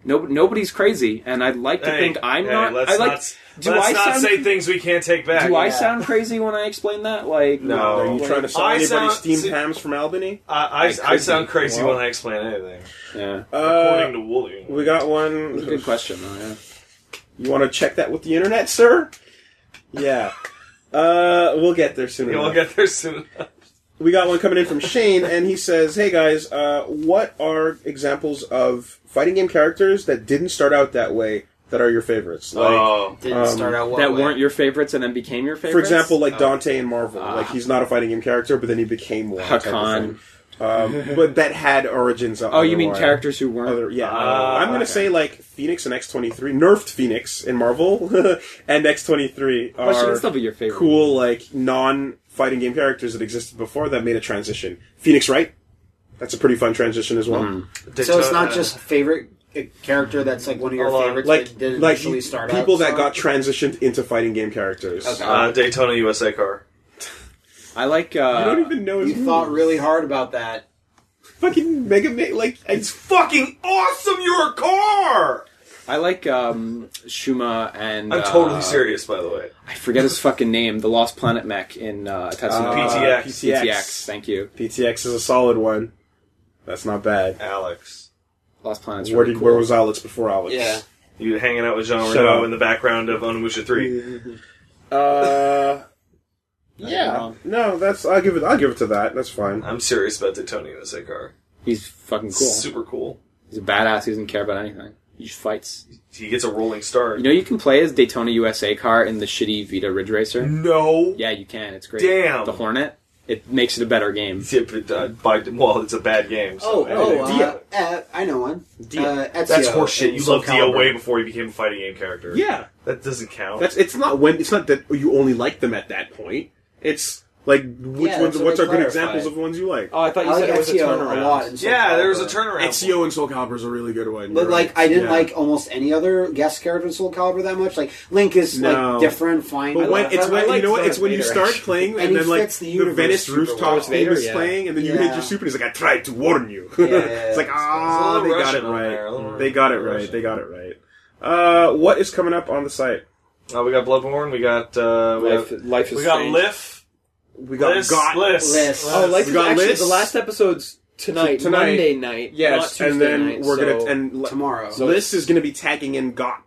C: no, nobody's crazy, and I'd like to
D: Hey,
C: think I'm
D: hey,
C: not.
D: Let's
C: I like.
D: not,
C: do
D: let's
C: I
D: not
C: sound-
D: say things we can't take back.
C: do I
A: Yeah.
C: sound crazy when I explain that? Like,
D: No.
B: are you trying to sell
D: I
B: anybody
D: sound-
B: steam
D: see-
B: hams from Albany?
C: I
D: I, I, I
C: could
D: sound
C: be.
D: crazy
B: Well.
D: when I explain anything.
C: yeah,
B: Uh,
D: According to Wooly.
B: we got one.
C: good question. Though, yeah.
B: You want to check that with the internet, sir? Yeah. Uh, we'll get there soon.
D: Yeah, we'll
B: enough.
D: get there soon.
B: we got one coming in from Shane, and he says, "Hey guys, uh, what are examples of fighting game characters that didn't start out that way that are your favorites? Like,
D: oh,
A: Didn't
B: Um,
A: start out well
C: that
A: with.
C: weren't your favorites and then became your
B: for
C: favorites.
B: example, like
A: Oh.
B: Dante and Marvel.
C: Ah.
B: like he's not a fighting game character, but then he became one. type of
C: Hakan.
B: thing. um, but that had origins.
C: Oh, you mean
B: otherwise.
C: characters who weren't?
B: Other, yeah,
D: Ah,
B: I'm gonna
D: okay.
B: say like Phoenix and X23 nerfed Phoenix in Marvel, and X23
C: But she can
B: are
C: still be your favorite.
B: cool like non fighting game characters that existed before that made a transition. Phoenix Wright, that's a pretty fun transition as well.
C: Mm-hmm.
A: So it's not
D: Daytona.
A: just favorite uh, character that's like one of your
D: Hold on.
A: favorites.
B: Like
A: that didn't
B: like
A: initially
B: you-
A: start out.
B: people that
A: so-
B: got transitioned into fighting game characters.
A: Okay.
D: uh, Daytona USA car.
C: I like. Uh,
B: I don't even know his
A: you thought really hard about that.
B: fucking Mega Man like I-
D: It's fucking awesome. You're a car.
C: I like um, Shuma and.
D: I'm
C: uh,
D: totally serious, by the way.
C: I forget his fucking name. The Lost Planet mech in uh, Tetsuno.
B: Uh,
D: PTX.
B: PTX.
C: PTX. Thank you.
B: PTX is a solid one. That's not bad.
D: Alex,
C: Lost Planet's
B: where
C: really
B: did
C: cool.
B: where was Alex before Alex?
A: Yeah.
D: you hanging out with Jean
B: Shut
D: Reno
B: up.
D: in the background of Onimusha Three.
B: Uh,
C: I
B: yeah.
C: don't
B: No, that's I'll give it. I'll give it to that. That's fine.
D: I'm serious about Daytona USA car.
C: He's fucking cool.
D: Super cool.
C: He's a badass. He doesn't care about anything. He just fights.
D: He gets a rolling start.
C: You know, you can play as Daytona USA car in the shitty Vita Ridge
B: Mm.
C: Racer.
D: no.
C: Yeah, you can. It's great.
D: Damn.
C: The Hornet. It makes it a better game.
D: Yeah, but, uh, by, well, it's a bad game.
A: Oh,
D: So
A: oh,
D: anyway.
A: uh, uh, I know one. Uh, Ezio
D: That's horseshit.
A: in
D: You
A: Soul
D: loved Dio
A: Calibur.
D: way before he became a fighting game character.
B: Yeah.
D: That doesn't count.
B: That's it's not when it's not that you only like them at that point. It's like which
A: Yeah,
B: ones
A: that's what
B: what's
A: I
B: are good
A: clarified.
B: examples of ones you like.
C: Oh, I
A: I
C: thought you
A: like
C: said it was a
A: Ezio
C: turnaround.
A: a lot. In Soul
D: yeah, there was a
A: Calibur.
D: turnaround.
B: Ezio and Soul Calibur is a really good one.
A: But
B: You're
A: like,
B: right.
A: I didn't
B: Yeah.
A: like almost any other guest character in Soul Calibur that much. Like Link is
B: No.
A: like different, fine.
B: But
A: I
B: when
A: like
B: it's
A: that.
B: when
A: I
B: you
A: like
B: know what
A: Darth
B: it's when you
A: Vader.
B: start playing and,
A: And he
B: then like
A: fits the
B: the,
A: universe
B: Venice
A: super
B: rooftops
A: well.
B: theme
J: Vader,
B: is
J: yeah.
B: playing and then you
A: Yeah.
B: hit your soup and he's like I tried to warn you.
A: yeah,
B: it's like
A: yeah.
B: ah
D: There's a
B: they
D: little
B: got it
D: Russian on there, a
B: right.
D: little
B: They got it right.
D: Russian.
B: They got it right. Uh, what is coming up on the site?
D: Uh, we got Bloodborne. We got uh, we
C: Life,
D: got,
C: life is
D: we got
C: strange.
D: Liff.
B: We got
D: Liss.
B: got
D: Liss.
A: Liss.
J: Oh, Life
B: We
J: is
B: got
J: actually
B: lists?
J: the last episode's tonight,
B: So tonight-
J: Monday night. not
B: yes,
J: Tuesday
B: and then
J: night,
B: we're
J: so-
B: gonna and li-
A: tomorrow.
B: Liss is gonna be tagging in got.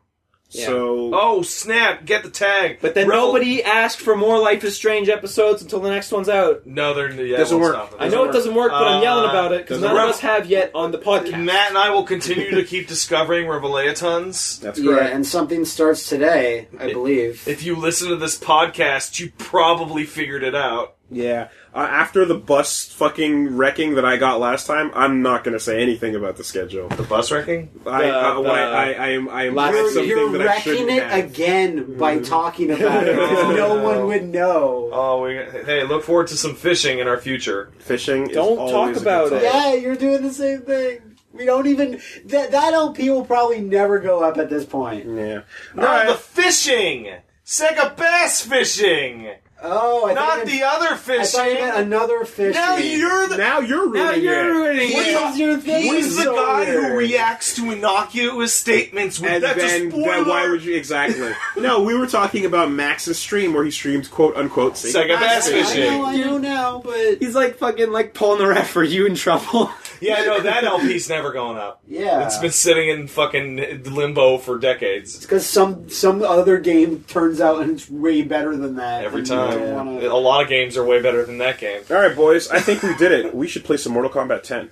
J: Yeah.
B: So
D: Oh snap! Get the tag.
J: But then
D: Rebel-
J: nobody asked for more Life is Strange episodes until the next one's out.
D: No, they're yeah,
B: Doesn't
D: we'll
B: work.
D: stop it.
J: I know it doesn't work, but I'm yelling
D: Uh,
J: about it because
B: doesn't
J: none
D: work.
J: of us have yet on the podcast.
D: Matt and I will continue to keep discovering Revelatons.
B: that's
A: yeah,
B: correct.
A: and something starts today, I believe.
D: If you listen to this podcast, you probably figured it out.
B: Yeah. Uh, after the bus fucking wrecking that I got last time, I'm not going to say anything about the schedule.
D: The bus wrecking?
B: I, uh,
A: the-
B: I, I, I am, I am
A: Last
B: doing
A: you're,
B: something
A: you're
B: that I
A: wrecking
B: shouldn't
A: it
B: have. Mm-hmm.
A: again by talking about it. 'cause no one would know.
D: Oh, we hey, look forward to some fishing in our future.
B: Fishing.
K: Don't
B: is
K: talk
B: always a good
K: about
B: time.
K: it.
A: Yeah, you're doing the same thing. We don't even that that LP will probably never go up at this point.
B: Yeah.
D: Not
B: Alright.
D: the fishing. Sega bass fishing.
A: Oh, I
D: Not
A: thought
D: the other
A: I, I thought you
D: fishing.
A: meant another fish.
D: Now
A: thing.
D: you're the
B: Now you're ruining
C: Now you're
B: it.
C: ruining
A: What
C: it.
A: is your thing?
D: He's the
A: so
D: guy
A: weird?
D: who reacts to innocuous statements. With,
B: And
D: that's
B: then,
D: a spoiler.
B: then why would you exactly? no, we were talking about Max's stream where he streams quote unquote
D: Sega bass
A: I know,
D: fishing.
A: I know now, but
C: He's like fucking like pulling the ref for you in trouble.
D: Yeah, no, that LP's never going up.
A: yeah,
D: It's been sitting in fucking limbo for decades.
A: because some some other game turns out and it's way better than that
D: Every
A: and
D: time,
A: you don't wanna-
D: a lot of games are way better than that game.
B: All right, boys. I think we did it. We should play some Mortal Kombat 10.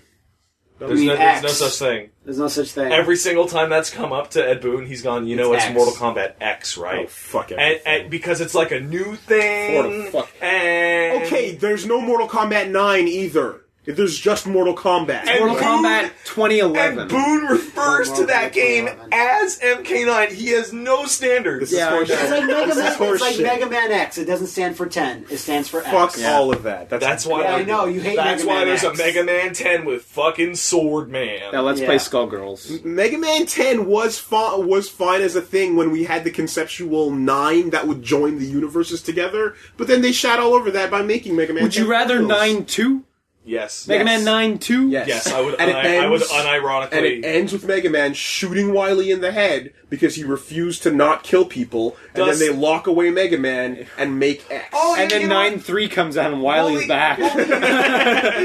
D: There's no,
A: mean
D: there's no
A: X.
D: such thing.
A: There's no such thing.
D: Every single time that's come up to Ed Boon, he's gone. You know,
A: It's
D: it's,
A: X.
D: Mortal Kombat X,
B: Oh
D: right?
B: fuck it.
D: and, and because it's like a new
B: Mortal
D: thing.
B: fuck.
D: And
B: Okay, there's no Mortal Kombat 9 either. There's just Mortal Kombat.
D: And-
C: Mortal Kombat
D: And
C: 2011.
D: Boone refers
A: Mortal
D: to that
A: Kombat
D: game
A: 11.
D: as MK9. He has no
B: this
D: standards.
B: is
C: Yeah, I
B: horseshit.
A: it's like, Mega
B: This is
A: Man, it's like
B: horseshit.
A: Mega Man X. It doesn't stand for ten. It stands for
B: Fuck
A: X.
B: all of that. That's,
D: That's why
A: Yeah, I know, you hate
D: That's
A: Mega
D: why
A: Man
D: there's
A: X.
D: a Mega Man 10 with fucking Sword Man.
C: now let's
A: Yeah.
C: play Skullgirls.
B: Mega Man 10 was fa- was fine as a thing when we had the conceptual 9 that would join the universes together, but then they shot all over that by making Mega Man
C: Would you
B: 10
C: rather
B: prequels.
C: nine two?
D: Yes.
C: Mega Man nine two?
B: Yes.
D: Yes, I would.
B: And it
D: I, I would
B: ends-
D: unironically.
B: And it ends with Mega Man shooting Wily in the head because he refused to not kill people, and
D: Does-
B: then they lock away Mega Man and make X.
D: Oh,
C: And
D: You
C: then
D: know what?
C: nine three comes out and
D: Well,
C: Wily's
D: we-
C: back.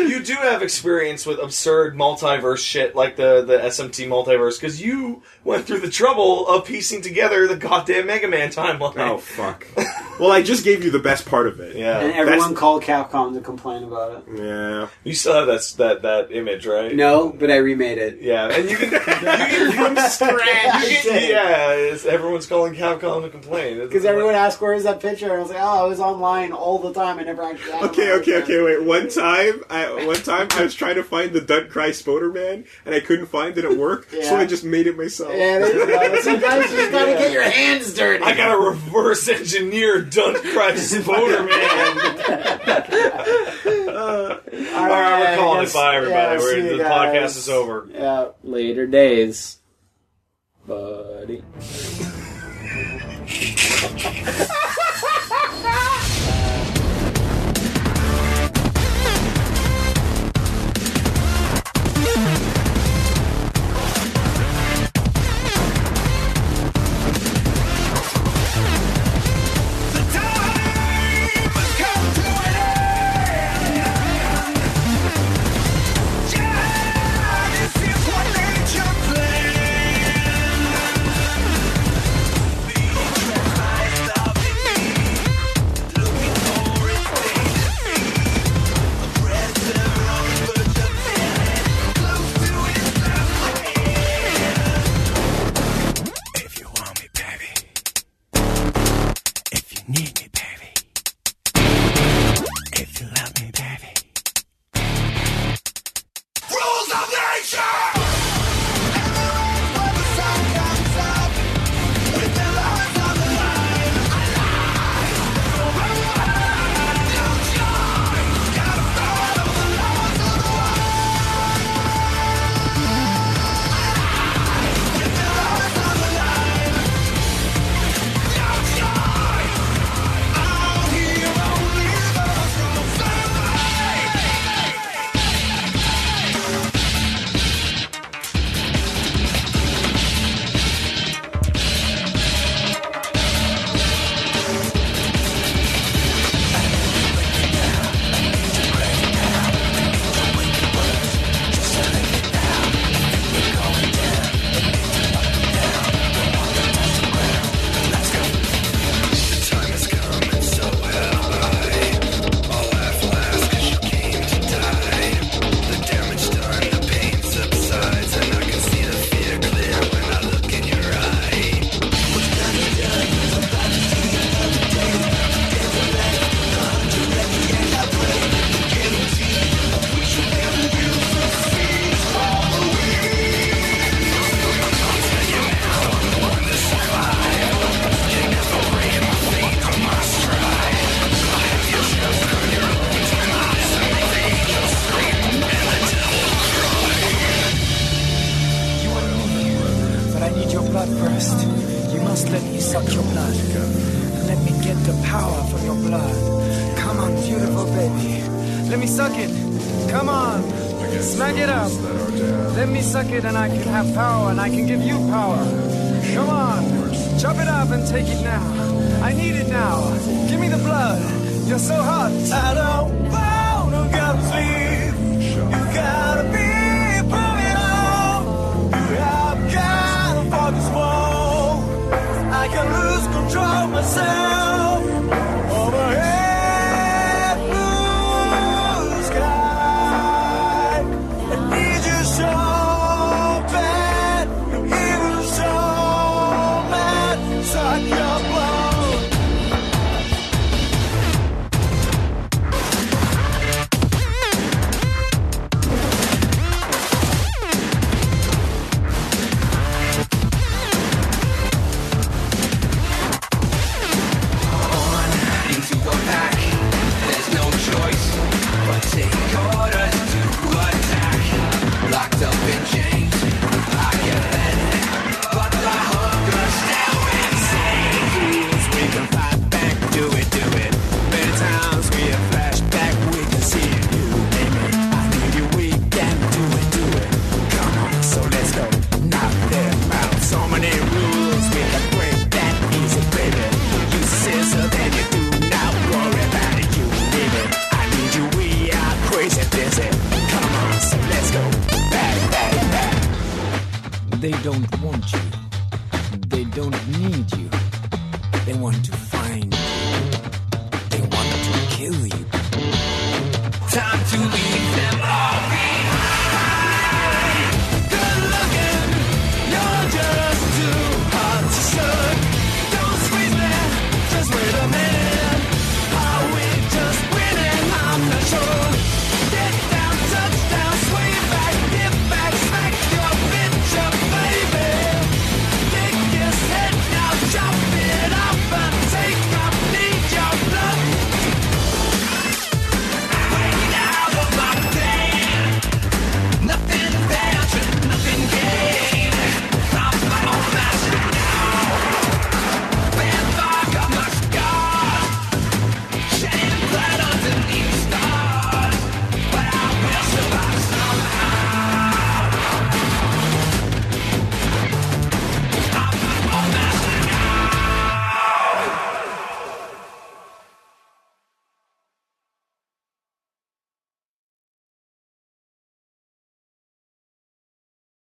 D: you do have experience with absurd multiverse shit like the, the SMT multiverse because you went through the trouble of piecing together the goddamn Mega Man timeline.
B: Oh fuck! well, I just gave you the best part of it.
A: And
D: Yeah,
A: everyone called Capcom to complain about it.
B: Yeah.
D: you still have that that that image, right?
A: No, but I remade it.
D: Yeah, and you can, you can
B: From scratch.
A: I did.
D: yeah, it's, everyone's calling Capcom to complain It's-
A: Because everyone asked, "Where's that picture?" And I was like, "Oh, I was online all the time. I never actually." had it
B: Okay,
A: on
B: okay,
A: there."
B: okay. Wait. One time, I one time I was trying to find the Dunt Cry Spoder Man, and I couldn't find it at work, so
A: Yeah.
B: I just made it myself.
A: Yeah, there you go. Sometimes you just gotta get your hands dirty.
D: I got a reverse engineer Dunt Christ Boner Man.
A: All
D: All right,
A: yeah,
D: we're
A: I
D: calling it
A: guess-
D: bye, everybody.
A: yeah, see
D: we're,
A: you
D: the
A: guys.
D: podcast is over.
A: Yeah.
C: Later days, buddy.
F: Thank you
L: blood first. You must let me suck your blood. And let me get the power from your blood. Come on, beautiful baby. Let me suck it. Come on. Smack it up. Let me suck it and I can have power and I can give you power. Come on. Chop it up and take it now. I need it now. Give me the blood. You're so hot. I don't wanna go to sleep. You gotta be putting on. I've gotta fuck this wall. I can lose control myself. Overhead blue sky. I need you so bad. You're evil so mad. Suck your blood.
M: into a pack. There's no choice but take orders to attack. Locked up in chains, I can let it, but the hunger's still insane. We can fight back, do it, do it. Many times we have flashed back, we can see it. You and me, I think you we can do it, do it. Come on, so let's go. Knock them out. So many rules we can break that easy, baby. You scissor, then you do not worry about it. You leave it. I need you. We are crazy busy. Come on, so let's go. Back, back, back. They don't want you. They don't need you. They want to find you. They want to kill you.